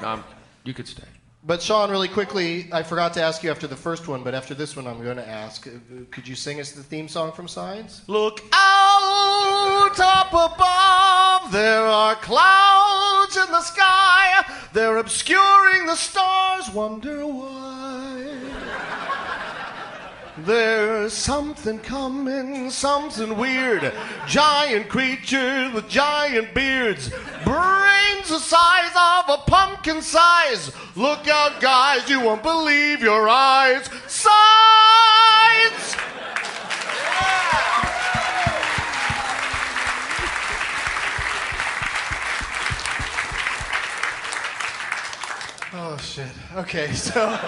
[SPEAKER 6] no, I'm- you could stay.
[SPEAKER 2] But Sean, really quickly, I forgot to ask you after the first one, but after this one, I'm going to ask. uh, Could you sing us the theme song from Signs?
[SPEAKER 5] Look,
[SPEAKER 4] Oh. Out up above, there are clouds in the sky. They're obscuring the stars. Wonder why. There's something coming, something weird. Giant creatures with giant beards. Brains the size of a pumpkin size. Look out, guys, you won't believe your eyes. Signs!
[SPEAKER 2] Oh shit. Okay, <laughs> so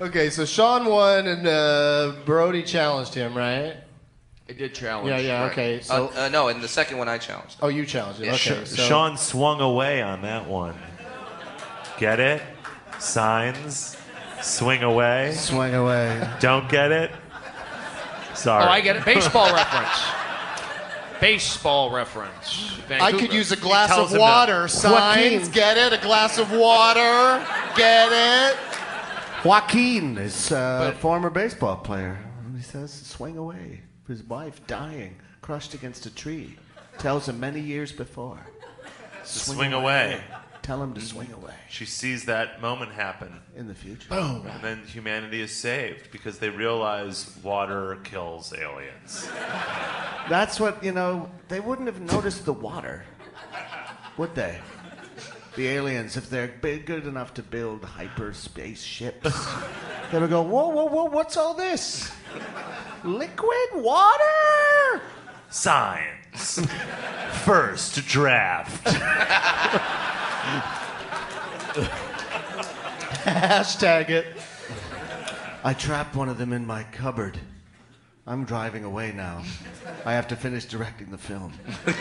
[SPEAKER 2] Okay, so Sean won and uh, Brody challenged him, right?
[SPEAKER 6] I did challenge.
[SPEAKER 2] Yeah, yeah,
[SPEAKER 3] Right.
[SPEAKER 2] okay.
[SPEAKER 3] Uh,
[SPEAKER 2] So
[SPEAKER 3] uh, no, and the second one I challenged.
[SPEAKER 2] Oh, you challenged him.
[SPEAKER 3] Yeah,
[SPEAKER 2] okay.
[SPEAKER 3] Sh-
[SPEAKER 2] so, <laughs>
[SPEAKER 5] Sean swung away on that one. Get it? Signs. Swing away.
[SPEAKER 4] Swing away.
[SPEAKER 5] Don't get it? Sorry.
[SPEAKER 6] Oh, I get it. Baseball reference. Baseball reference.
[SPEAKER 2] I could
[SPEAKER 6] Vancouver.
[SPEAKER 2] use a glass
[SPEAKER 5] tells
[SPEAKER 2] of
[SPEAKER 5] him no.
[SPEAKER 2] water. Signs, get it? A glass of water. Get it?
[SPEAKER 4] Joaquin is uh, a
[SPEAKER 6] But-
[SPEAKER 4] former baseball player. He says, swing away. His wife dying, crushed against a tree. Tells him many years before.
[SPEAKER 5] swing, away.
[SPEAKER 4] Tell him to swing away
[SPEAKER 5] She sees that moment happen,
[SPEAKER 4] in the future.
[SPEAKER 5] and then humanity is saved because they realize water kills aliens.
[SPEAKER 4] That's what, you know, they wouldn't have noticed the water, would they? The aliens, if they're big, good enough to build hyperspace ships, they would go, whoa, whoa, whoa, what's all this? Liquid water?
[SPEAKER 2] <laughs>
[SPEAKER 5] Signs. First draft.
[SPEAKER 2] Hashtag it.
[SPEAKER 4] I trapped one of them in my cupboard. I'm driving away now. I have to finish directing the film.
[SPEAKER 2] <laughs>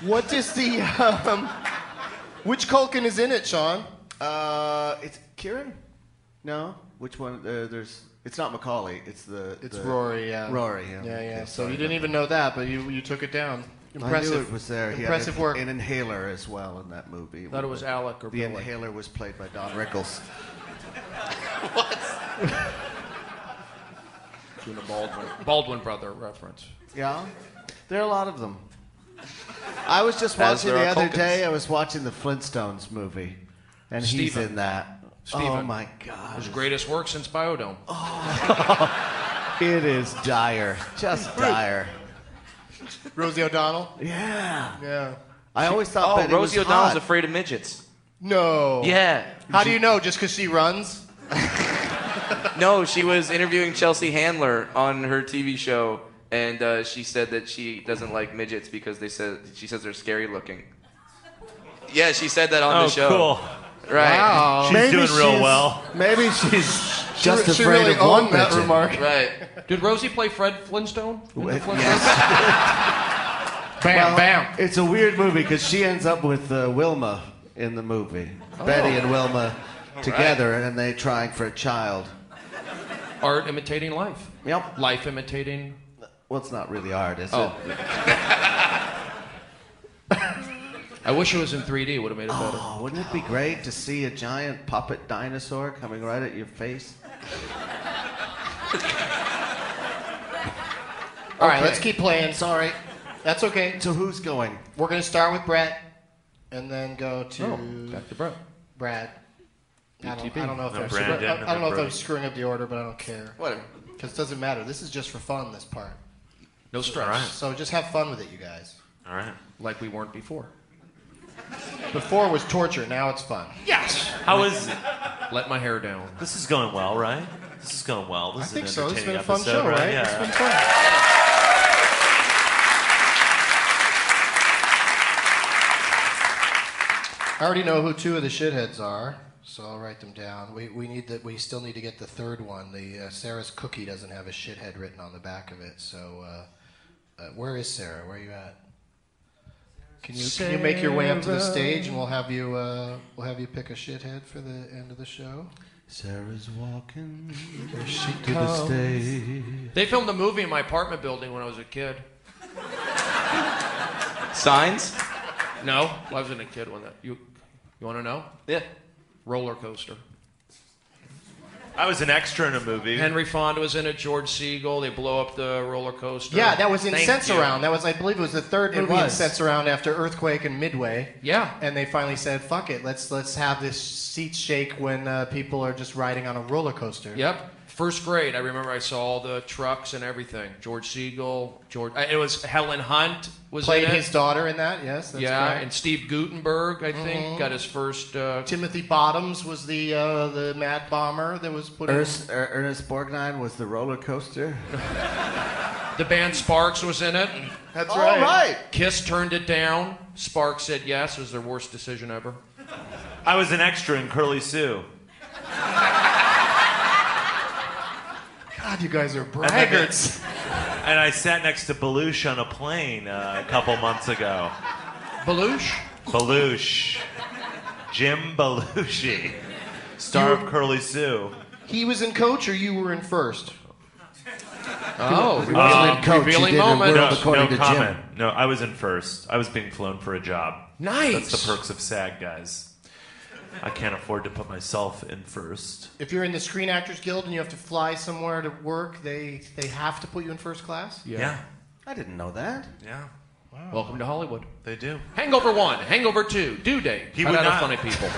[SPEAKER 2] What is the um, which Culkin is in it, Sean?
[SPEAKER 4] Uh, it's Kieran? No? Which one? Uh, there's. It's not Macaulay. It's the.
[SPEAKER 2] It's
[SPEAKER 4] the-
[SPEAKER 2] Rory, yeah.
[SPEAKER 4] Rory, yeah.
[SPEAKER 2] Yeah,
[SPEAKER 4] Okay,
[SPEAKER 2] yeah. So
[SPEAKER 4] sorry
[SPEAKER 2] you didn't
[SPEAKER 4] about
[SPEAKER 2] even know that, but you, you took it down.
[SPEAKER 4] that.
[SPEAKER 2] Impressive.
[SPEAKER 4] I knew it was there. He had
[SPEAKER 2] Impressive
[SPEAKER 4] an-
[SPEAKER 2] work.
[SPEAKER 4] An inhaler as well in that movie.
[SPEAKER 6] Thought it was Alec or
[SPEAKER 4] The
[SPEAKER 6] Billy.
[SPEAKER 4] inhaler was played by Don Rickles.
[SPEAKER 6] Doing a Baldwin, Baldwin brother reference.
[SPEAKER 4] Yeah, there are a lot of them. I was just
[SPEAKER 3] As
[SPEAKER 4] watching
[SPEAKER 3] there
[SPEAKER 4] the
[SPEAKER 3] are
[SPEAKER 4] other
[SPEAKER 3] Culkins.
[SPEAKER 4] day. I was watching the Flintstones movie, and he's
[SPEAKER 6] Steven.
[SPEAKER 4] in that. Oh
[SPEAKER 6] Steven.
[SPEAKER 4] my God!
[SPEAKER 6] His greatest work since Biodome.
[SPEAKER 4] It is dire, just dire.
[SPEAKER 2] Rosie O'Donnell.
[SPEAKER 4] Yeah.
[SPEAKER 2] Yeah.
[SPEAKER 4] I always thought.
[SPEAKER 3] Oh,
[SPEAKER 4] Betty
[SPEAKER 3] Rosie
[SPEAKER 4] was
[SPEAKER 3] O'Donnell's
[SPEAKER 4] hot.
[SPEAKER 3] afraid of midgets.
[SPEAKER 2] No.
[SPEAKER 3] Yeah.
[SPEAKER 2] How do you know? Just because she runs?
[SPEAKER 3] No, she was interviewing Chelsea Handler on her TV show, and uh, she said that she doesn't like midgets because they said she says they're scary looking. Yeah, she said that on
[SPEAKER 5] Oh,
[SPEAKER 3] the show.
[SPEAKER 5] cool.
[SPEAKER 3] Right.
[SPEAKER 5] She's doing real well.
[SPEAKER 4] Maybe she's just
[SPEAKER 2] she, she
[SPEAKER 4] afraid
[SPEAKER 2] really
[SPEAKER 4] of one
[SPEAKER 2] owned that
[SPEAKER 4] midget.
[SPEAKER 2] remark.
[SPEAKER 3] Right.
[SPEAKER 6] Did Rosie play Fred Flintstone? in the Flintstones? <laughs>
[SPEAKER 4] Yes.
[SPEAKER 2] Bam,
[SPEAKER 4] Well,
[SPEAKER 2] bam.
[SPEAKER 4] It's a weird movie because she ends up with uh, Wilma in the movie. Betty and Wilma together, and they trying for a child.
[SPEAKER 6] Art imitating life.
[SPEAKER 4] Yep.
[SPEAKER 6] Life imitating.
[SPEAKER 4] Well, it's not really art, is
[SPEAKER 6] Oh.
[SPEAKER 4] it?
[SPEAKER 6] <laughs> I wish it was in 3D. Would have made it better.
[SPEAKER 4] Oh, wouldn't it be great to see a giant puppet dinosaur coming right at your
[SPEAKER 6] <laughs>
[SPEAKER 4] face?
[SPEAKER 2] All right,
[SPEAKER 4] Okay.
[SPEAKER 2] let's keep playing. Sorry. That's okay.
[SPEAKER 4] So who's going?
[SPEAKER 2] We're going to start with Brett and then go Oh, to
[SPEAKER 3] Oh.
[SPEAKER 6] Back to Brett.
[SPEAKER 2] Brad. I don't, I don't know if
[SPEAKER 5] No,
[SPEAKER 2] I'm
[SPEAKER 5] Brandon,
[SPEAKER 2] screw- I- I
[SPEAKER 5] no,
[SPEAKER 2] don't know if I'm
[SPEAKER 5] Brody.
[SPEAKER 2] screwing up the order, but I don't care
[SPEAKER 3] Whatever.
[SPEAKER 2] because it doesn't matter. This is just for fun. This part,
[SPEAKER 6] No stress.
[SPEAKER 2] so just have fun with it, you guys.
[SPEAKER 5] All right.
[SPEAKER 6] Like we weren't before.
[SPEAKER 2] Before was torture, now it's fun.
[SPEAKER 6] Yes.
[SPEAKER 5] How is
[SPEAKER 6] Let my hair down.
[SPEAKER 5] this is going well, right? This is going well. This
[SPEAKER 2] I
[SPEAKER 5] is
[SPEAKER 2] think
[SPEAKER 5] an
[SPEAKER 2] so. It's been
[SPEAKER 5] entertaining
[SPEAKER 2] a fun
[SPEAKER 5] episode,
[SPEAKER 2] show, right?
[SPEAKER 5] Yeah.
[SPEAKER 2] It's been fun. I already know who two of the shitheads are, so I'll write them down. We, we need that. We still need to get the third one. The uh, Sarah's cookie doesn't have a shithead written on the back of it. So, uh, uh, where is Sarah? Where are you at? Can you can you make your way up to the stage and we'll have you uh, we'll have you pick a shithead for the end of the show.
[SPEAKER 4] Sarah's walking to the stage.
[SPEAKER 6] They filmed a movie in my apartment building when I was a kid.
[SPEAKER 3] Signs?
[SPEAKER 6] No, I wasn't a kid when that. You, you want to know?
[SPEAKER 3] Yeah.
[SPEAKER 6] Roller coaster.
[SPEAKER 5] I was an extra in a movie.
[SPEAKER 6] Henry Fonda was in it. George Siegel. They blow up the roller coaster.
[SPEAKER 2] Yeah, that was in
[SPEAKER 6] Thank
[SPEAKER 2] Sense
[SPEAKER 6] you.
[SPEAKER 2] Around. That was, I believe, it was the third
[SPEAKER 6] It
[SPEAKER 2] movie in
[SPEAKER 6] was.
[SPEAKER 2] Sense Around after Earthquake and Midway.
[SPEAKER 6] Yeah.
[SPEAKER 2] And they finally said, "Fuck it, let's let's have this seat shake when uh, people are just riding on a roller coaster."
[SPEAKER 6] Yep. First grade, I remember I saw all the trucks and everything. George Siegel, George. uh, It was Helen Hunt was
[SPEAKER 2] Played
[SPEAKER 6] in it.
[SPEAKER 2] his daughter in that. Yes, that's Mm-hmm.
[SPEAKER 6] yeah,
[SPEAKER 2] correct.
[SPEAKER 6] and Steve Gutenberg, I think, got his first. Uh,
[SPEAKER 2] Timothy Bottoms was the uh, the mad bomber that was put. in.
[SPEAKER 4] Ernest, er, Ernest Borgnine was the roller coaster.
[SPEAKER 6] the band Sparks was in it.
[SPEAKER 2] That's
[SPEAKER 4] All right.
[SPEAKER 6] Kiss turned it down. Sparks said yes. It was their worst decision ever.
[SPEAKER 5] I was an extra in Curly Sue.
[SPEAKER 2] God, you guys are braggarts.
[SPEAKER 5] And I sat next to Belush on a plane uh, a couple months ago.
[SPEAKER 6] Belush.
[SPEAKER 5] Belush. Jim Belushi. Star of Curly Sue.
[SPEAKER 2] he was in coach, or you were in first.
[SPEAKER 6] Oh,
[SPEAKER 4] wasn't in coach, he
[SPEAKER 6] revealing
[SPEAKER 4] did a
[SPEAKER 6] moment.
[SPEAKER 4] world-
[SPEAKER 5] No,
[SPEAKER 4] according
[SPEAKER 5] no
[SPEAKER 4] to Jim.
[SPEAKER 5] comment. No, I was in first. I was being flown for a job.
[SPEAKER 6] Nice.
[SPEAKER 5] That's the perks of SAG, guys. I can't afford to put myself in first.
[SPEAKER 2] If you're in the Screen Actors Guild and you have to fly somewhere to work, they they have to put you in first class.
[SPEAKER 5] Yeah.
[SPEAKER 4] I didn't know that.
[SPEAKER 5] Yeah.
[SPEAKER 6] Welcome to Hollywood.
[SPEAKER 5] They do.
[SPEAKER 6] Hangover one, Hangover two, Due Date.
[SPEAKER 5] He
[SPEAKER 6] Cut
[SPEAKER 5] would
[SPEAKER 6] out of
[SPEAKER 5] not-
[SPEAKER 6] funny people.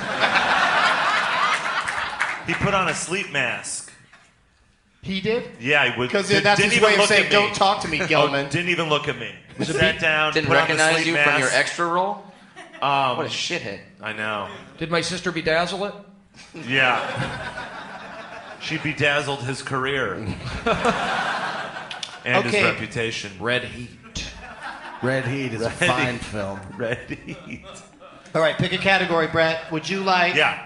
[SPEAKER 5] He put on a sleep mask.
[SPEAKER 2] <laughs> He did.
[SPEAKER 5] Yeah, he would.
[SPEAKER 2] Because
[SPEAKER 5] did-
[SPEAKER 2] that's
[SPEAKER 5] didn't
[SPEAKER 2] his
[SPEAKER 5] even
[SPEAKER 2] way of
[SPEAKER 5] look
[SPEAKER 2] saying,
[SPEAKER 5] at me.
[SPEAKER 2] "Don't talk to me, Gelman."
[SPEAKER 5] <laughs> Oh, didn't even look at me. Sat down.
[SPEAKER 3] Didn't
[SPEAKER 5] put on the
[SPEAKER 3] recognize
[SPEAKER 5] sleep
[SPEAKER 3] you
[SPEAKER 5] mask.
[SPEAKER 3] from your extra role?
[SPEAKER 5] Um,
[SPEAKER 3] What a shithead.
[SPEAKER 5] I know.
[SPEAKER 6] Did my sister bedazzle it?
[SPEAKER 5] Yeah. she bedazzled his career and
[SPEAKER 2] Okay.
[SPEAKER 5] his reputation.
[SPEAKER 6] Red Heat.
[SPEAKER 4] Red Heat is a fine film.
[SPEAKER 5] Ready?
[SPEAKER 2] All right, pick a category, Brett. Would you like?
[SPEAKER 5] <laughs> Yeah.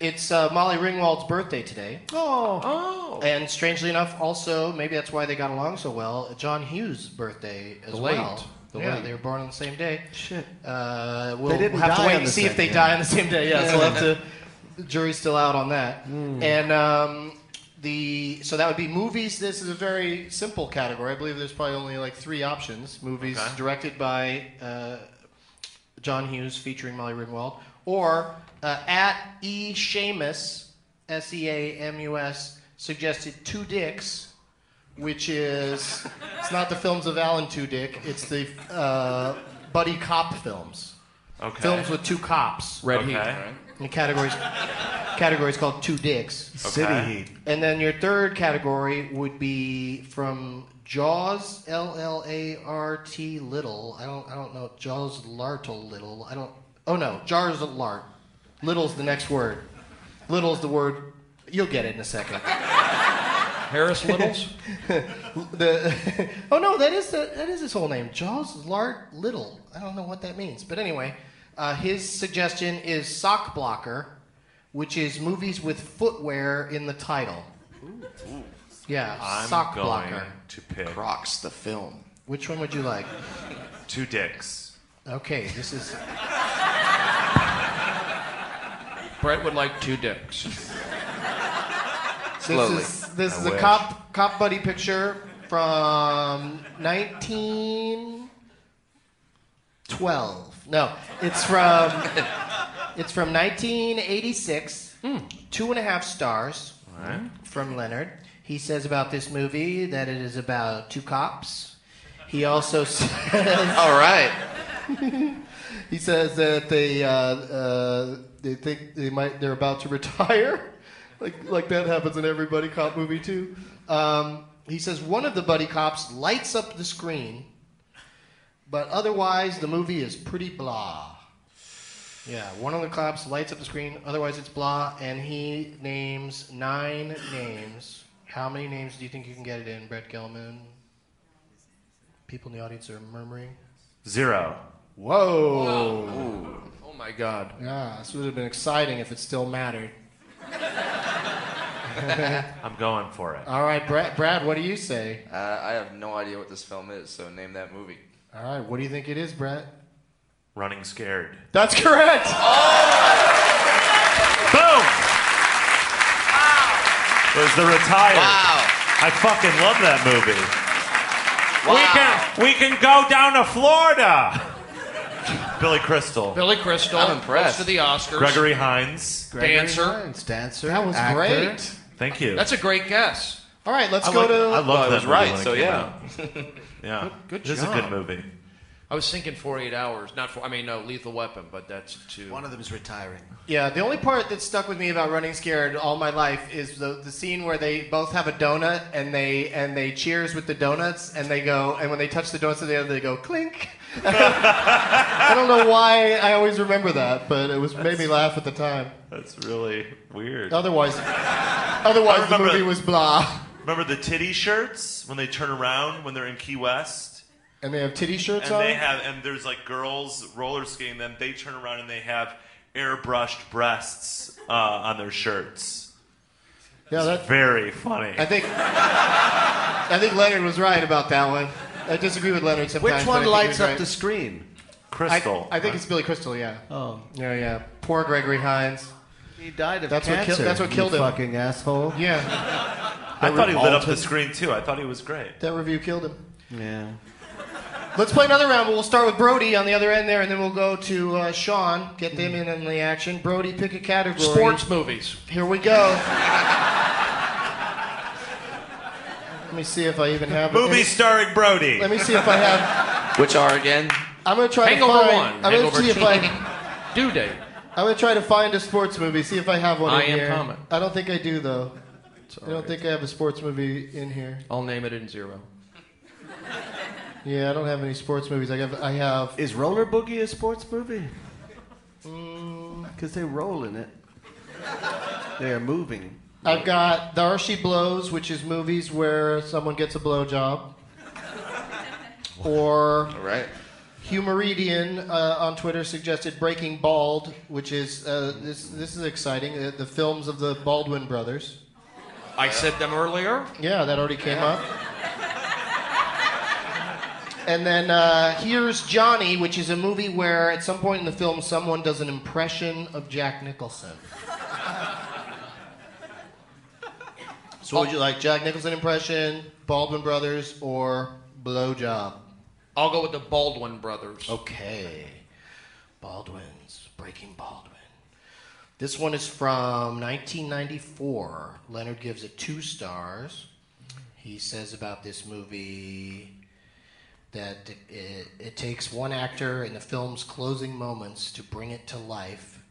[SPEAKER 2] It's uh, Molly Ringwald's birthday today,
[SPEAKER 6] Oh.
[SPEAKER 2] and strangely enough, also maybe that's why they got along so well. John Hughes' birthday as
[SPEAKER 6] The late.
[SPEAKER 2] well.
[SPEAKER 6] The
[SPEAKER 2] yeah,
[SPEAKER 6] late.
[SPEAKER 2] they were born on the same day.
[SPEAKER 4] Shit.
[SPEAKER 2] Uh, we'll
[SPEAKER 4] They didn't
[SPEAKER 2] have to
[SPEAKER 4] die
[SPEAKER 2] wait
[SPEAKER 4] on
[SPEAKER 2] and
[SPEAKER 4] the
[SPEAKER 2] see
[SPEAKER 4] same
[SPEAKER 2] if they
[SPEAKER 4] day.
[SPEAKER 2] die on the same
[SPEAKER 4] <laughs>
[SPEAKER 2] day. Yeah, so we'll have to. The jury's still out on that.
[SPEAKER 4] Hmm.
[SPEAKER 2] And um, the so that would be movies. This is a very simple category. I believe there's probably only like three options: movies
[SPEAKER 5] Okay.
[SPEAKER 2] directed by uh, John Hughes featuring Molly Ringwald, or uh, at E Seamus S E A M U S suggested Two Dicks, which is it's not the films of Alan Tudyk. It's the uh, buddy cop films,
[SPEAKER 5] Okay.
[SPEAKER 2] films with two cops.
[SPEAKER 6] Red
[SPEAKER 5] Okay.
[SPEAKER 6] Heat. Right?
[SPEAKER 2] The categories categories called Two Dicks,
[SPEAKER 4] City Heat.
[SPEAKER 2] and then your third category would be from Jaws L L A R T Little. I don't I don't know Jaws Lartle Little. I don't. Oh no, Jars Lart. Little's the next word. Little's the word. You'll get it in a second.
[SPEAKER 6] Harris Littles.
[SPEAKER 2] The oh no, that is the, that is his whole name, Jaws Lart Little. I don't know what that means, but anyway, uh, his suggestion is sock blocker, which is movies with footwear in the title. Yeah,
[SPEAKER 5] I'm
[SPEAKER 2] sock
[SPEAKER 5] going
[SPEAKER 2] blocker.
[SPEAKER 5] to pick
[SPEAKER 3] Crocs, the film.
[SPEAKER 2] Which one would you like?
[SPEAKER 5] Two dicks.
[SPEAKER 2] Okay, this is.
[SPEAKER 6] Brett would like two dicks.
[SPEAKER 2] This
[SPEAKER 3] Slowly.
[SPEAKER 2] is, this
[SPEAKER 5] I
[SPEAKER 2] is a
[SPEAKER 5] wish.
[SPEAKER 2] cop cop buddy picture from 1912. No, it's from
[SPEAKER 5] <laughs>
[SPEAKER 2] it's from 1986.
[SPEAKER 5] Hmm.
[SPEAKER 2] Two and a half stars from Leonard. He says about this movie that it is about two cops. He also <laughs> says.
[SPEAKER 3] All right.
[SPEAKER 2] <laughs> He says that they uh, uh, they think they might they're about to retire, <laughs> like like that happens in every buddy cop movie too. Um, he says one of the buddy cops lights up the screen, but otherwise the movie is pretty blah. Yeah, one of the cops lights up the screen. Otherwise it's blah, and he names nine names. How many names do you think you can get it in, Brett Gelman? People in the audience are murmuring.
[SPEAKER 5] Zero.
[SPEAKER 2] Whoa.
[SPEAKER 6] Oh my God.
[SPEAKER 2] Yeah, this would have been exciting if it still mattered.
[SPEAKER 5] I'm going for it.
[SPEAKER 2] All right, Brad, Brad, what do you say?
[SPEAKER 3] Uh, I have no idea what this film is, so name that movie.
[SPEAKER 2] All right, what do you think it is, Brad?
[SPEAKER 5] Running scared.
[SPEAKER 2] That's correct.
[SPEAKER 5] Boom! Was the retired.
[SPEAKER 3] Wow.
[SPEAKER 5] I fucking love that movie.
[SPEAKER 3] Wow.
[SPEAKER 5] We can we can go down to Florida. Billy Crystal,
[SPEAKER 6] Billy Crystal.
[SPEAKER 3] I'm impressed.
[SPEAKER 6] goes to the Oscars.
[SPEAKER 5] Gregory Hines.
[SPEAKER 6] Dancer.
[SPEAKER 4] It's dancer.
[SPEAKER 2] That was
[SPEAKER 4] actor.
[SPEAKER 2] great.
[SPEAKER 5] Thank you.
[SPEAKER 6] That's a great guess.
[SPEAKER 2] All right, let's
[SPEAKER 5] I
[SPEAKER 2] go
[SPEAKER 5] like- I
[SPEAKER 2] to.
[SPEAKER 5] loved
[SPEAKER 3] Well, I
[SPEAKER 5] that
[SPEAKER 3] was
[SPEAKER 5] movie
[SPEAKER 3] right,
[SPEAKER 5] when it
[SPEAKER 3] so
[SPEAKER 5] came
[SPEAKER 3] yeah.
[SPEAKER 5] out. yeah.
[SPEAKER 2] Good- good
[SPEAKER 5] This is a
[SPEAKER 2] job.
[SPEAKER 5] good movie.
[SPEAKER 6] I was thinking 48 hours. Not for, I mean, no, Lethal Weapon, but that's too.
[SPEAKER 4] One of them's retiring.
[SPEAKER 2] Yeah, the only part that stuck with me about Running Scared all my life is the, the scene where they both have a donut and they and they cheers with the donuts and they go and when they touch the donuts together they go clink. <laughs> I don't know why I always remember that, but it was made me laugh at the time.
[SPEAKER 5] That's really weird.
[SPEAKER 2] Otherwise, otherwise the
[SPEAKER 5] remember
[SPEAKER 2] movie
[SPEAKER 5] that.
[SPEAKER 2] was blah.
[SPEAKER 5] Remember the titty shirts when they turn around when they're in Key West
[SPEAKER 2] And they have titty shirts
[SPEAKER 5] and
[SPEAKER 2] on.
[SPEAKER 5] they have and there's like girls roller skating them. They turn around and they have airbrushed breasts uh, on their shirts.
[SPEAKER 2] yeah, that,
[SPEAKER 5] Very funny.
[SPEAKER 2] I think I think Leonard was right about that one. I disagree with Leonard sometimes.
[SPEAKER 4] Which
[SPEAKER 2] but I
[SPEAKER 4] one
[SPEAKER 2] think he
[SPEAKER 4] lights
[SPEAKER 2] was
[SPEAKER 4] up
[SPEAKER 2] right.
[SPEAKER 4] the screen?
[SPEAKER 5] Crystal.
[SPEAKER 2] I, I think it's Billy Crystal. Yeah.
[SPEAKER 4] Oh.
[SPEAKER 2] Yeah, yeah. Poor Gregory Hines.
[SPEAKER 4] He died of
[SPEAKER 2] That's what
[SPEAKER 4] cancer.
[SPEAKER 2] kill- that's what
[SPEAKER 4] you
[SPEAKER 2] killed him.
[SPEAKER 4] Fucking asshole.
[SPEAKER 2] Yeah,
[SPEAKER 5] I thought he lit up the
[SPEAKER 4] revolted.
[SPEAKER 5] screen too. I thought he was great.
[SPEAKER 2] that review killed him.
[SPEAKER 4] Yeah.
[SPEAKER 2] Let's play another round. but We'll start with Brody on the other end there, and then we'll go to uh, Sean. Get them in on the action. Brody, pick a category.
[SPEAKER 6] Sports movies.
[SPEAKER 2] Here we go. Let me see if I even have it.
[SPEAKER 5] Movie starring Brody.
[SPEAKER 2] Let me see if I have.
[SPEAKER 3] Which are again?
[SPEAKER 2] I'm gonna try
[SPEAKER 6] Hangover
[SPEAKER 2] to find.
[SPEAKER 6] one.
[SPEAKER 2] I'm
[SPEAKER 6] Hangover
[SPEAKER 2] gonna see
[SPEAKER 6] two.
[SPEAKER 2] if I.
[SPEAKER 6] Due date.
[SPEAKER 2] I'm gonna try to find a sports movie. See if I have one.
[SPEAKER 6] I
[SPEAKER 2] in
[SPEAKER 6] am
[SPEAKER 2] here.
[SPEAKER 6] Comet.
[SPEAKER 2] I don't think I do though.
[SPEAKER 6] It's
[SPEAKER 2] I don't
[SPEAKER 6] alright. Oh.
[SPEAKER 2] think I have a sports movie in here.
[SPEAKER 6] <laughs> I'll name it in zero.
[SPEAKER 2] Yeah, I don't have any sports movies. I have. I have.
[SPEAKER 4] Is Roller Boogie a sports movie?
[SPEAKER 6] Mm.
[SPEAKER 4] Because they roll in it. They are moving.
[SPEAKER 2] I've got There She Blows, which is movies where someone gets
[SPEAKER 6] <laughs>
[SPEAKER 2] a blowjob. Or
[SPEAKER 3] All right.
[SPEAKER 2] Humoridian uh, on Twitter suggested Breaking Bald, which is uh, this. This is exciting. Uh, the films of the Baldwin brothers.
[SPEAKER 6] I said them earlier.
[SPEAKER 2] Yeah, that already came up. And then uh, here's Johnny, which is a movie where at some point in the film someone does an impression of Jack Nicholson. so would you like Jack Nicholson impression, Baldwin Brothers, or blowjob?
[SPEAKER 6] I'll go with the Baldwin brothers.
[SPEAKER 2] Oh. Okay. Baldwin's Breaking Baldwin. This one is from 1994. Leonard gives it two stars. He says about this movie that it, it takes one actor in the film's closing moments to bring it to life.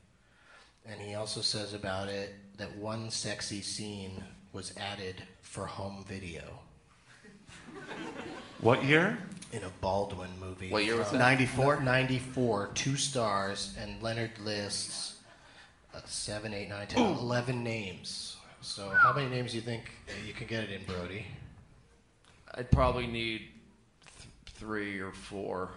[SPEAKER 2] And he also says about it that one sexy scene was added for home video
[SPEAKER 5] What year?
[SPEAKER 2] in a Baldwin movie.
[SPEAKER 3] What year was
[SPEAKER 2] from-
[SPEAKER 3] that?
[SPEAKER 4] 94?
[SPEAKER 2] 94, two stars, and Leonard lists uh, 7, 8, 9, 10, 11 names. So, how many names do you think uh, you can get it in, Brody?
[SPEAKER 6] I'd probably need th- three or four.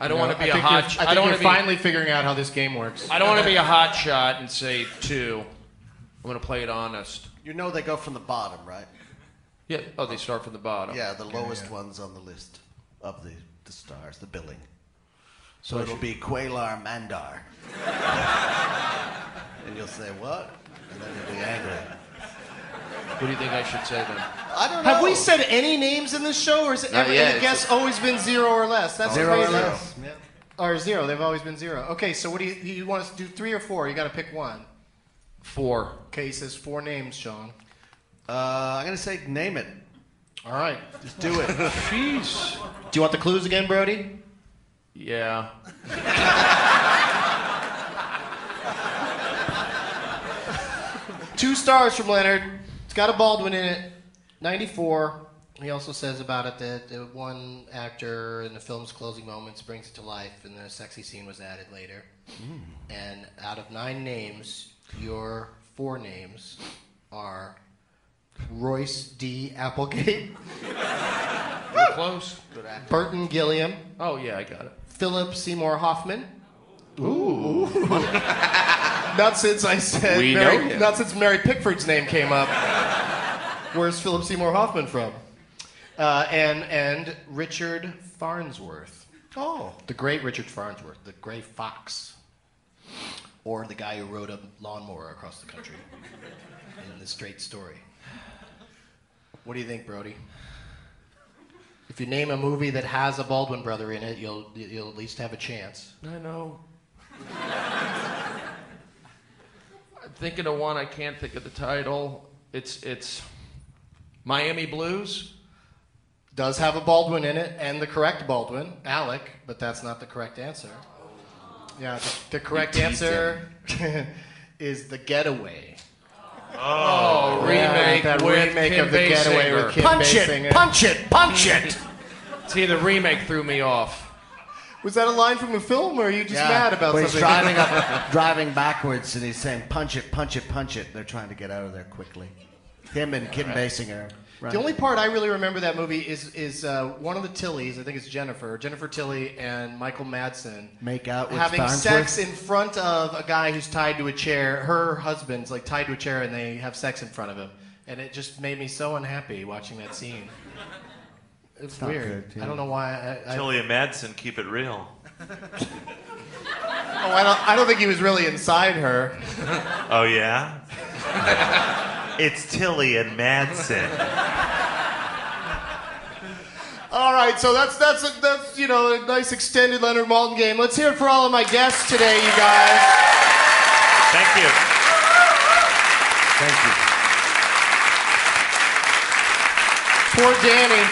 [SPEAKER 6] I don't want to be a hot. sh-
[SPEAKER 2] I
[SPEAKER 6] I don't want
[SPEAKER 2] think you're
[SPEAKER 6] to be.
[SPEAKER 2] finally figuring out how this game works.
[SPEAKER 6] I don't want to be a hot shot and say two. I'm going to play it honest.
[SPEAKER 4] You know they go from the bottom, right?
[SPEAKER 6] Yeah. Oh, they start from the bottom.
[SPEAKER 2] Yeah, the lowest ones on the list of the, the stars, the billing. So, it'll be Quailar Mandar. and you'll say, what? And then you'll be angry.
[SPEAKER 6] What do you think I should say then?
[SPEAKER 2] I don't know.
[SPEAKER 3] Have we said any names in this show, or has every
[SPEAKER 9] yet,
[SPEAKER 3] the
[SPEAKER 9] it's-
[SPEAKER 3] guest always been zero or less? That's
[SPEAKER 2] Zero or
[SPEAKER 3] crazy.
[SPEAKER 2] less,
[SPEAKER 3] Or zero. They've always been zero. Okay, so what do you you want us to do? Three or four? You got to pick one.
[SPEAKER 6] Four.
[SPEAKER 3] Okay, he says four names, Sean.
[SPEAKER 2] Uh, I'm going to say name it.
[SPEAKER 3] All right.
[SPEAKER 2] Just do it.
[SPEAKER 6] Jeez.
[SPEAKER 3] Do you want the clues again, Brody?
[SPEAKER 6] Yeah.
[SPEAKER 3] Two stars from Leonard. It's got a Baldwin in it. Ninety-four. He also says about it that uh, one actor in the film's closing moments brings it to life, and the sexy scene was added later. And out of nine names, your four names are Royce D. Applegate,
[SPEAKER 6] We're close.
[SPEAKER 3] Burton Gilliam,
[SPEAKER 6] Oh yeah, I got it.
[SPEAKER 3] Philip Seymour Hoffman. Ooh. <laughs> not since I said
[SPEAKER 9] We
[SPEAKER 3] Mary,
[SPEAKER 9] know him.
[SPEAKER 3] not since Mary Pickford's name came up. Where's Philip Seymour Hoffman from? <laughs> Uh, and and Richard Farnsworth. Oh. The great Richard Farnsworth, the Gray Fox. Or the guy who rode a lawnmower across the country in the straight story. What do you think, Brody? If you name a movie that has a Baldwin brother in it, you'll you'll at least have a chance.
[SPEAKER 6] I know. I'm thinking of one. I can't think of the title. It's it's Miami Blues.
[SPEAKER 3] Does have a Baldwin in it, and the correct Baldwin, Alec, but that's not the correct answer. Yeah, the, the correct answer is the Getaway.
[SPEAKER 6] Oh, remake
[SPEAKER 3] that
[SPEAKER 6] with
[SPEAKER 3] remake
[SPEAKER 6] Kim
[SPEAKER 3] of The Getaway
[SPEAKER 6] Basinger.
[SPEAKER 3] with Kim Punch it, Basinger. punch
[SPEAKER 6] it! Punch it! See, the remake threw me off.
[SPEAKER 3] Was that a line from the film, or <laughs> are you just mad about
[SPEAKER 2] But
[SPEAKER 3] something?
[SPEAKER 2] he's driving
[SPEAKER 3] <laughs>
[SPEAKER 2] up, driving backwards, and he's saying, "Punch it, punch it, punch it." They're trying to get out of there quickly. Him and Kim Basinger. Right.
[SPEAKER 3] The only part I really remember that movie is is uh, one of the Tillys, I think it's Jennifer, Jennifer Tilly and Michael Madsen.
[SPEAKER 2] make out with
[SPEAKER 3] having
[SPEAKER 2] Farnsworth.
[SPEAKER 3] sex in front of a guy who's tied to a chair. Her husband's like tied to a chair, and they have sex in front of him. And it just made me so unhappy watching that scene. It's,
[SPEAKER 2] not
[SPEAKER 3] weird.
[SPEAKER 2] good, yeah.
[SPEAKER 3] I don't know why. I, I, oh,
[SPEAKER 5] Tilly and Madsen, keep it real.
[SPEAKER 3] I don't. I don't think he was really inside her.
[SPEAKER 5] Oh yeah. <laughs> it's Tilly and Madsen.
[SPEAKER 3] All right, so that's that's a, that's you know a nice extended Leonard Maltin game. Let's hear it for all of my guests today, you guys.
[SPEAKER 5] Thank you.
[SPEAKER 2] Thank you.
[SPEAKER 3] Poor Danny.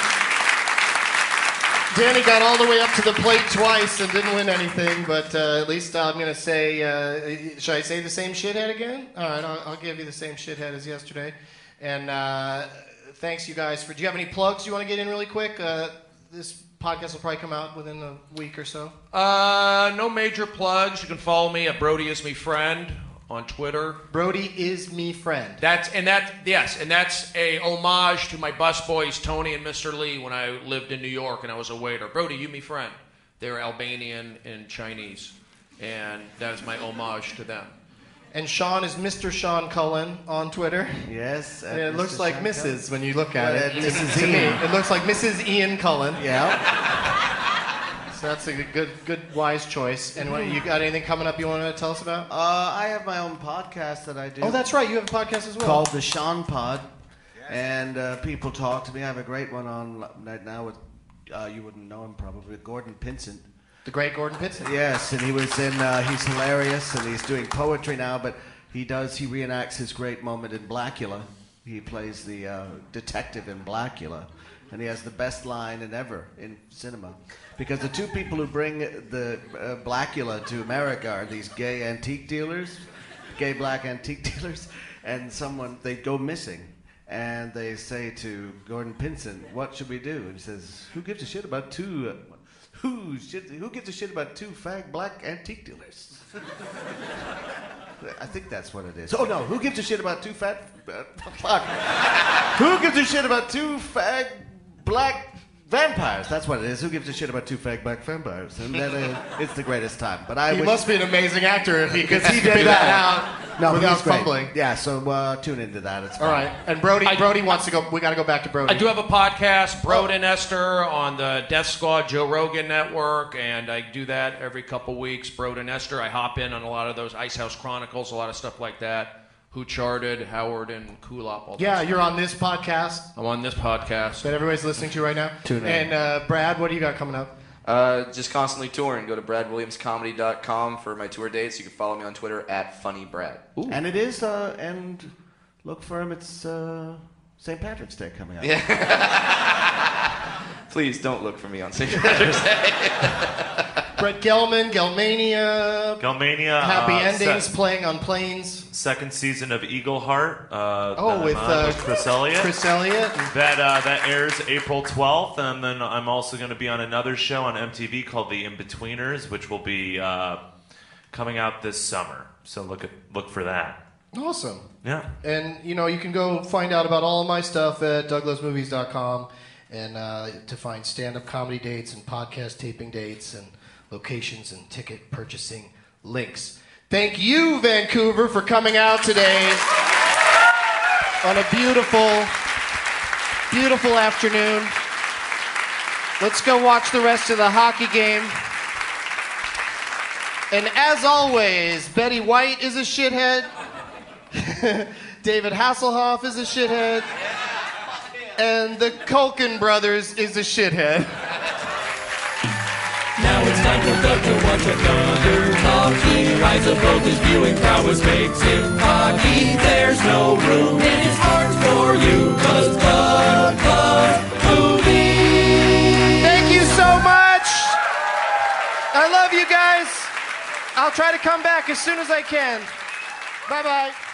[SPEAKER 3] Danny got all the way up to the plate twice and didn't win anything, but uh, at least I'm going to say, uh, should I say the same shithead again? All right, I'll, I'll give you the same shithead as yesterday. And uh, thanks, you guys, for. Do you have any plugs you want to get in really quick? Uh, this podcast will probably come out within a week or so.
[SPEAKER 6] Uh, no major plugs. You can follow me at Brody is me friend on Twitter.
[SPEAKER 3] Brody is me friend.
[SPEAKER 6] That's and that yes, and that's a homage to my busboys Tony and Mr. Lee when I lived in New York and I was a waiter. Brody, you me friend. They're Albanian and Chinese, and that was my homage to them.
[SPEAKER 3] And Sean is Mr. Sean Cullen on Twitter.
[SPEAKER 2] Yes.
[SPEAKER 3] And it looks like Mrs. when you look at
[SPEAKER 2] Uh,
[SPEAKER 3] it.
[SPEAKER 2] Mrs.
[SPEAKER 3] To me,
[SPEAKER 2] Ian.
[SPEAKER 3] it looks like Mrs. Ian Cullen.
[SPEAKER 2] Yeah.
[SPEAKER 3] So that's a good, good, wise choice. And what, you got anything coming up you want to tell us about?
[SPEAKER 2] Uh, I have my own podcast that I do.
[SPEAKER 3] Oh, that's right. You have a podcast as well.
[SPEAKER 2] Called the Sean Pod, and uh, people talk to me. I have a great one on right now with uh, you wouldn't know him probably Gordon Pinsent.
[SPEAKER 3] the Great Gordon Pitson.
[SPEAKER 2] Yes, and he was in. Uh, he's hilarious, and he's doing poetry now. But he does. He reenacts his great moment in Blackula. He plays the uh, detective in Blackula, and he has the best line in ever in cinema, because the two people who bring the uh, Blackula to America are these gay antique dealers, gay black antique <laughs> dealers, and someone they go missing. And they say to Gordon Pinson, "What should we do?" And he says, "Who gives a shit about two uh, who shit, who gives a shit about two fag black antique dealers? I think that's what it is. Oh no, who gives a shit about two fat uh, fuck? who gives a shit about two fag black
[SPEAKER 4] Vampires, that's what it is. Who gives a shit about two fag black vampires? And then uh, it's the greatest time. But I
[SPEAKER 2] He
[SPEAKER 4] wish-
[SPEAKER 2] must be an amazing actor if he because he
[SPEAKER 4] Yeah.
[SPEAKER 2] did that out
[SPEAKER 4] No, but
[SPEAKER 2] without
[SPEAKER 4] he's great.
[SPEAKER 2] fumbling.
[SPEAKER 4] Yeah, so uh, tune into that. It's fun.
[SPEAKER 2] All right, and Brody.
[SPEAKER 6] I-
[SPEAKER 2] Brody wants to go. We got to go back to Brody.
[SPEAKER 6] I do have a podcast, Broden and Esther, on the Death Squad Joe Rogan Network, and I do that every couple weeks. Broden and Esther, I hop in on a lot of those Ice House Chronicles, a lot of stuff like that. Who charted Howard and Kulop? All that
[SPEAKER 2] Yeah,
[SPEAKER 6] stuff.
[SPEAKER 2] you're on this podcast
[SPEAKER 6] I'm on this podcast.
[SPEAKER 2] that everybody's listening to right now.
[SPEAKER 4] Tune in.
[SPEAKER 2] And uh, Brad, what do you got coming up?
[SPEAKER 3] Uh, just constantly touring. Go to bradwilliamscomedy.com for my tour dates. You can follow me on Twitter at funnybrad. Ooh.
[SPEAKER 4] And it is, uh, and look for him. It's uh, St. Patrick's Day coming up. Yeah.
[SPEAKER 3] Please don't look for me on St. Patrick's Day.
[SPEAKER 2] Brett Gelman, Gelmania,
[SPEAKER 5] Galmania.
[SPEAKER 2] Happy
[SPEAKER 4] Ah,
[SPEAKER 5] uh,
[SPEAKER 2] Endings,
[SPEAKER 5] se-
[SPEAKER 2] playing on planes.
[SPEAKER 5] second season of Eagle Heart. Uh, that
[SPEAKER 2] Oh,
[SPEAKER 5] I'm
[SPEAKER 2] with,
[SPEAKER 5] on,
[SPEAKER 2] uh,
[SPEAKER 5] with Chris Elliott.
[SPEAKER 2] Chris Elliott.
[SPEAKER 5] That uh, that airs April 12th, and then I'm also going to be on another show on MTV called The Inbetweeners, which will be uh, coming out this summer. So look at, look for that.
[SPEAKER 2] Awesome.
[SPEAKER 5] Yeah.
[SPEAKER 2] And you know, you can go find out about all of my stuff at douglasmovies.com and uh, to find stand-up comedy dates and podcast taping dates and locations and ticket purchasing links. Thank you, Vancouver, for coming out today on a beautiful, beautiful afternoon. Let's go watch the rest of the hockey game. And as always, Betty White is a shithead. <laughs> David Hasselhoff is a shithead. And the Culkin brothers is a shithead.
[SPEAKER 1] Now it's time for Doug to watch another hockey. Rise above his viewing prowess makes him cocky. There's no room in his heart for you, cause Doug loves movies.
[SPEAKER 2] Thank you so much. I love you guys. I'll try to come back as soon as I can. Bye bye.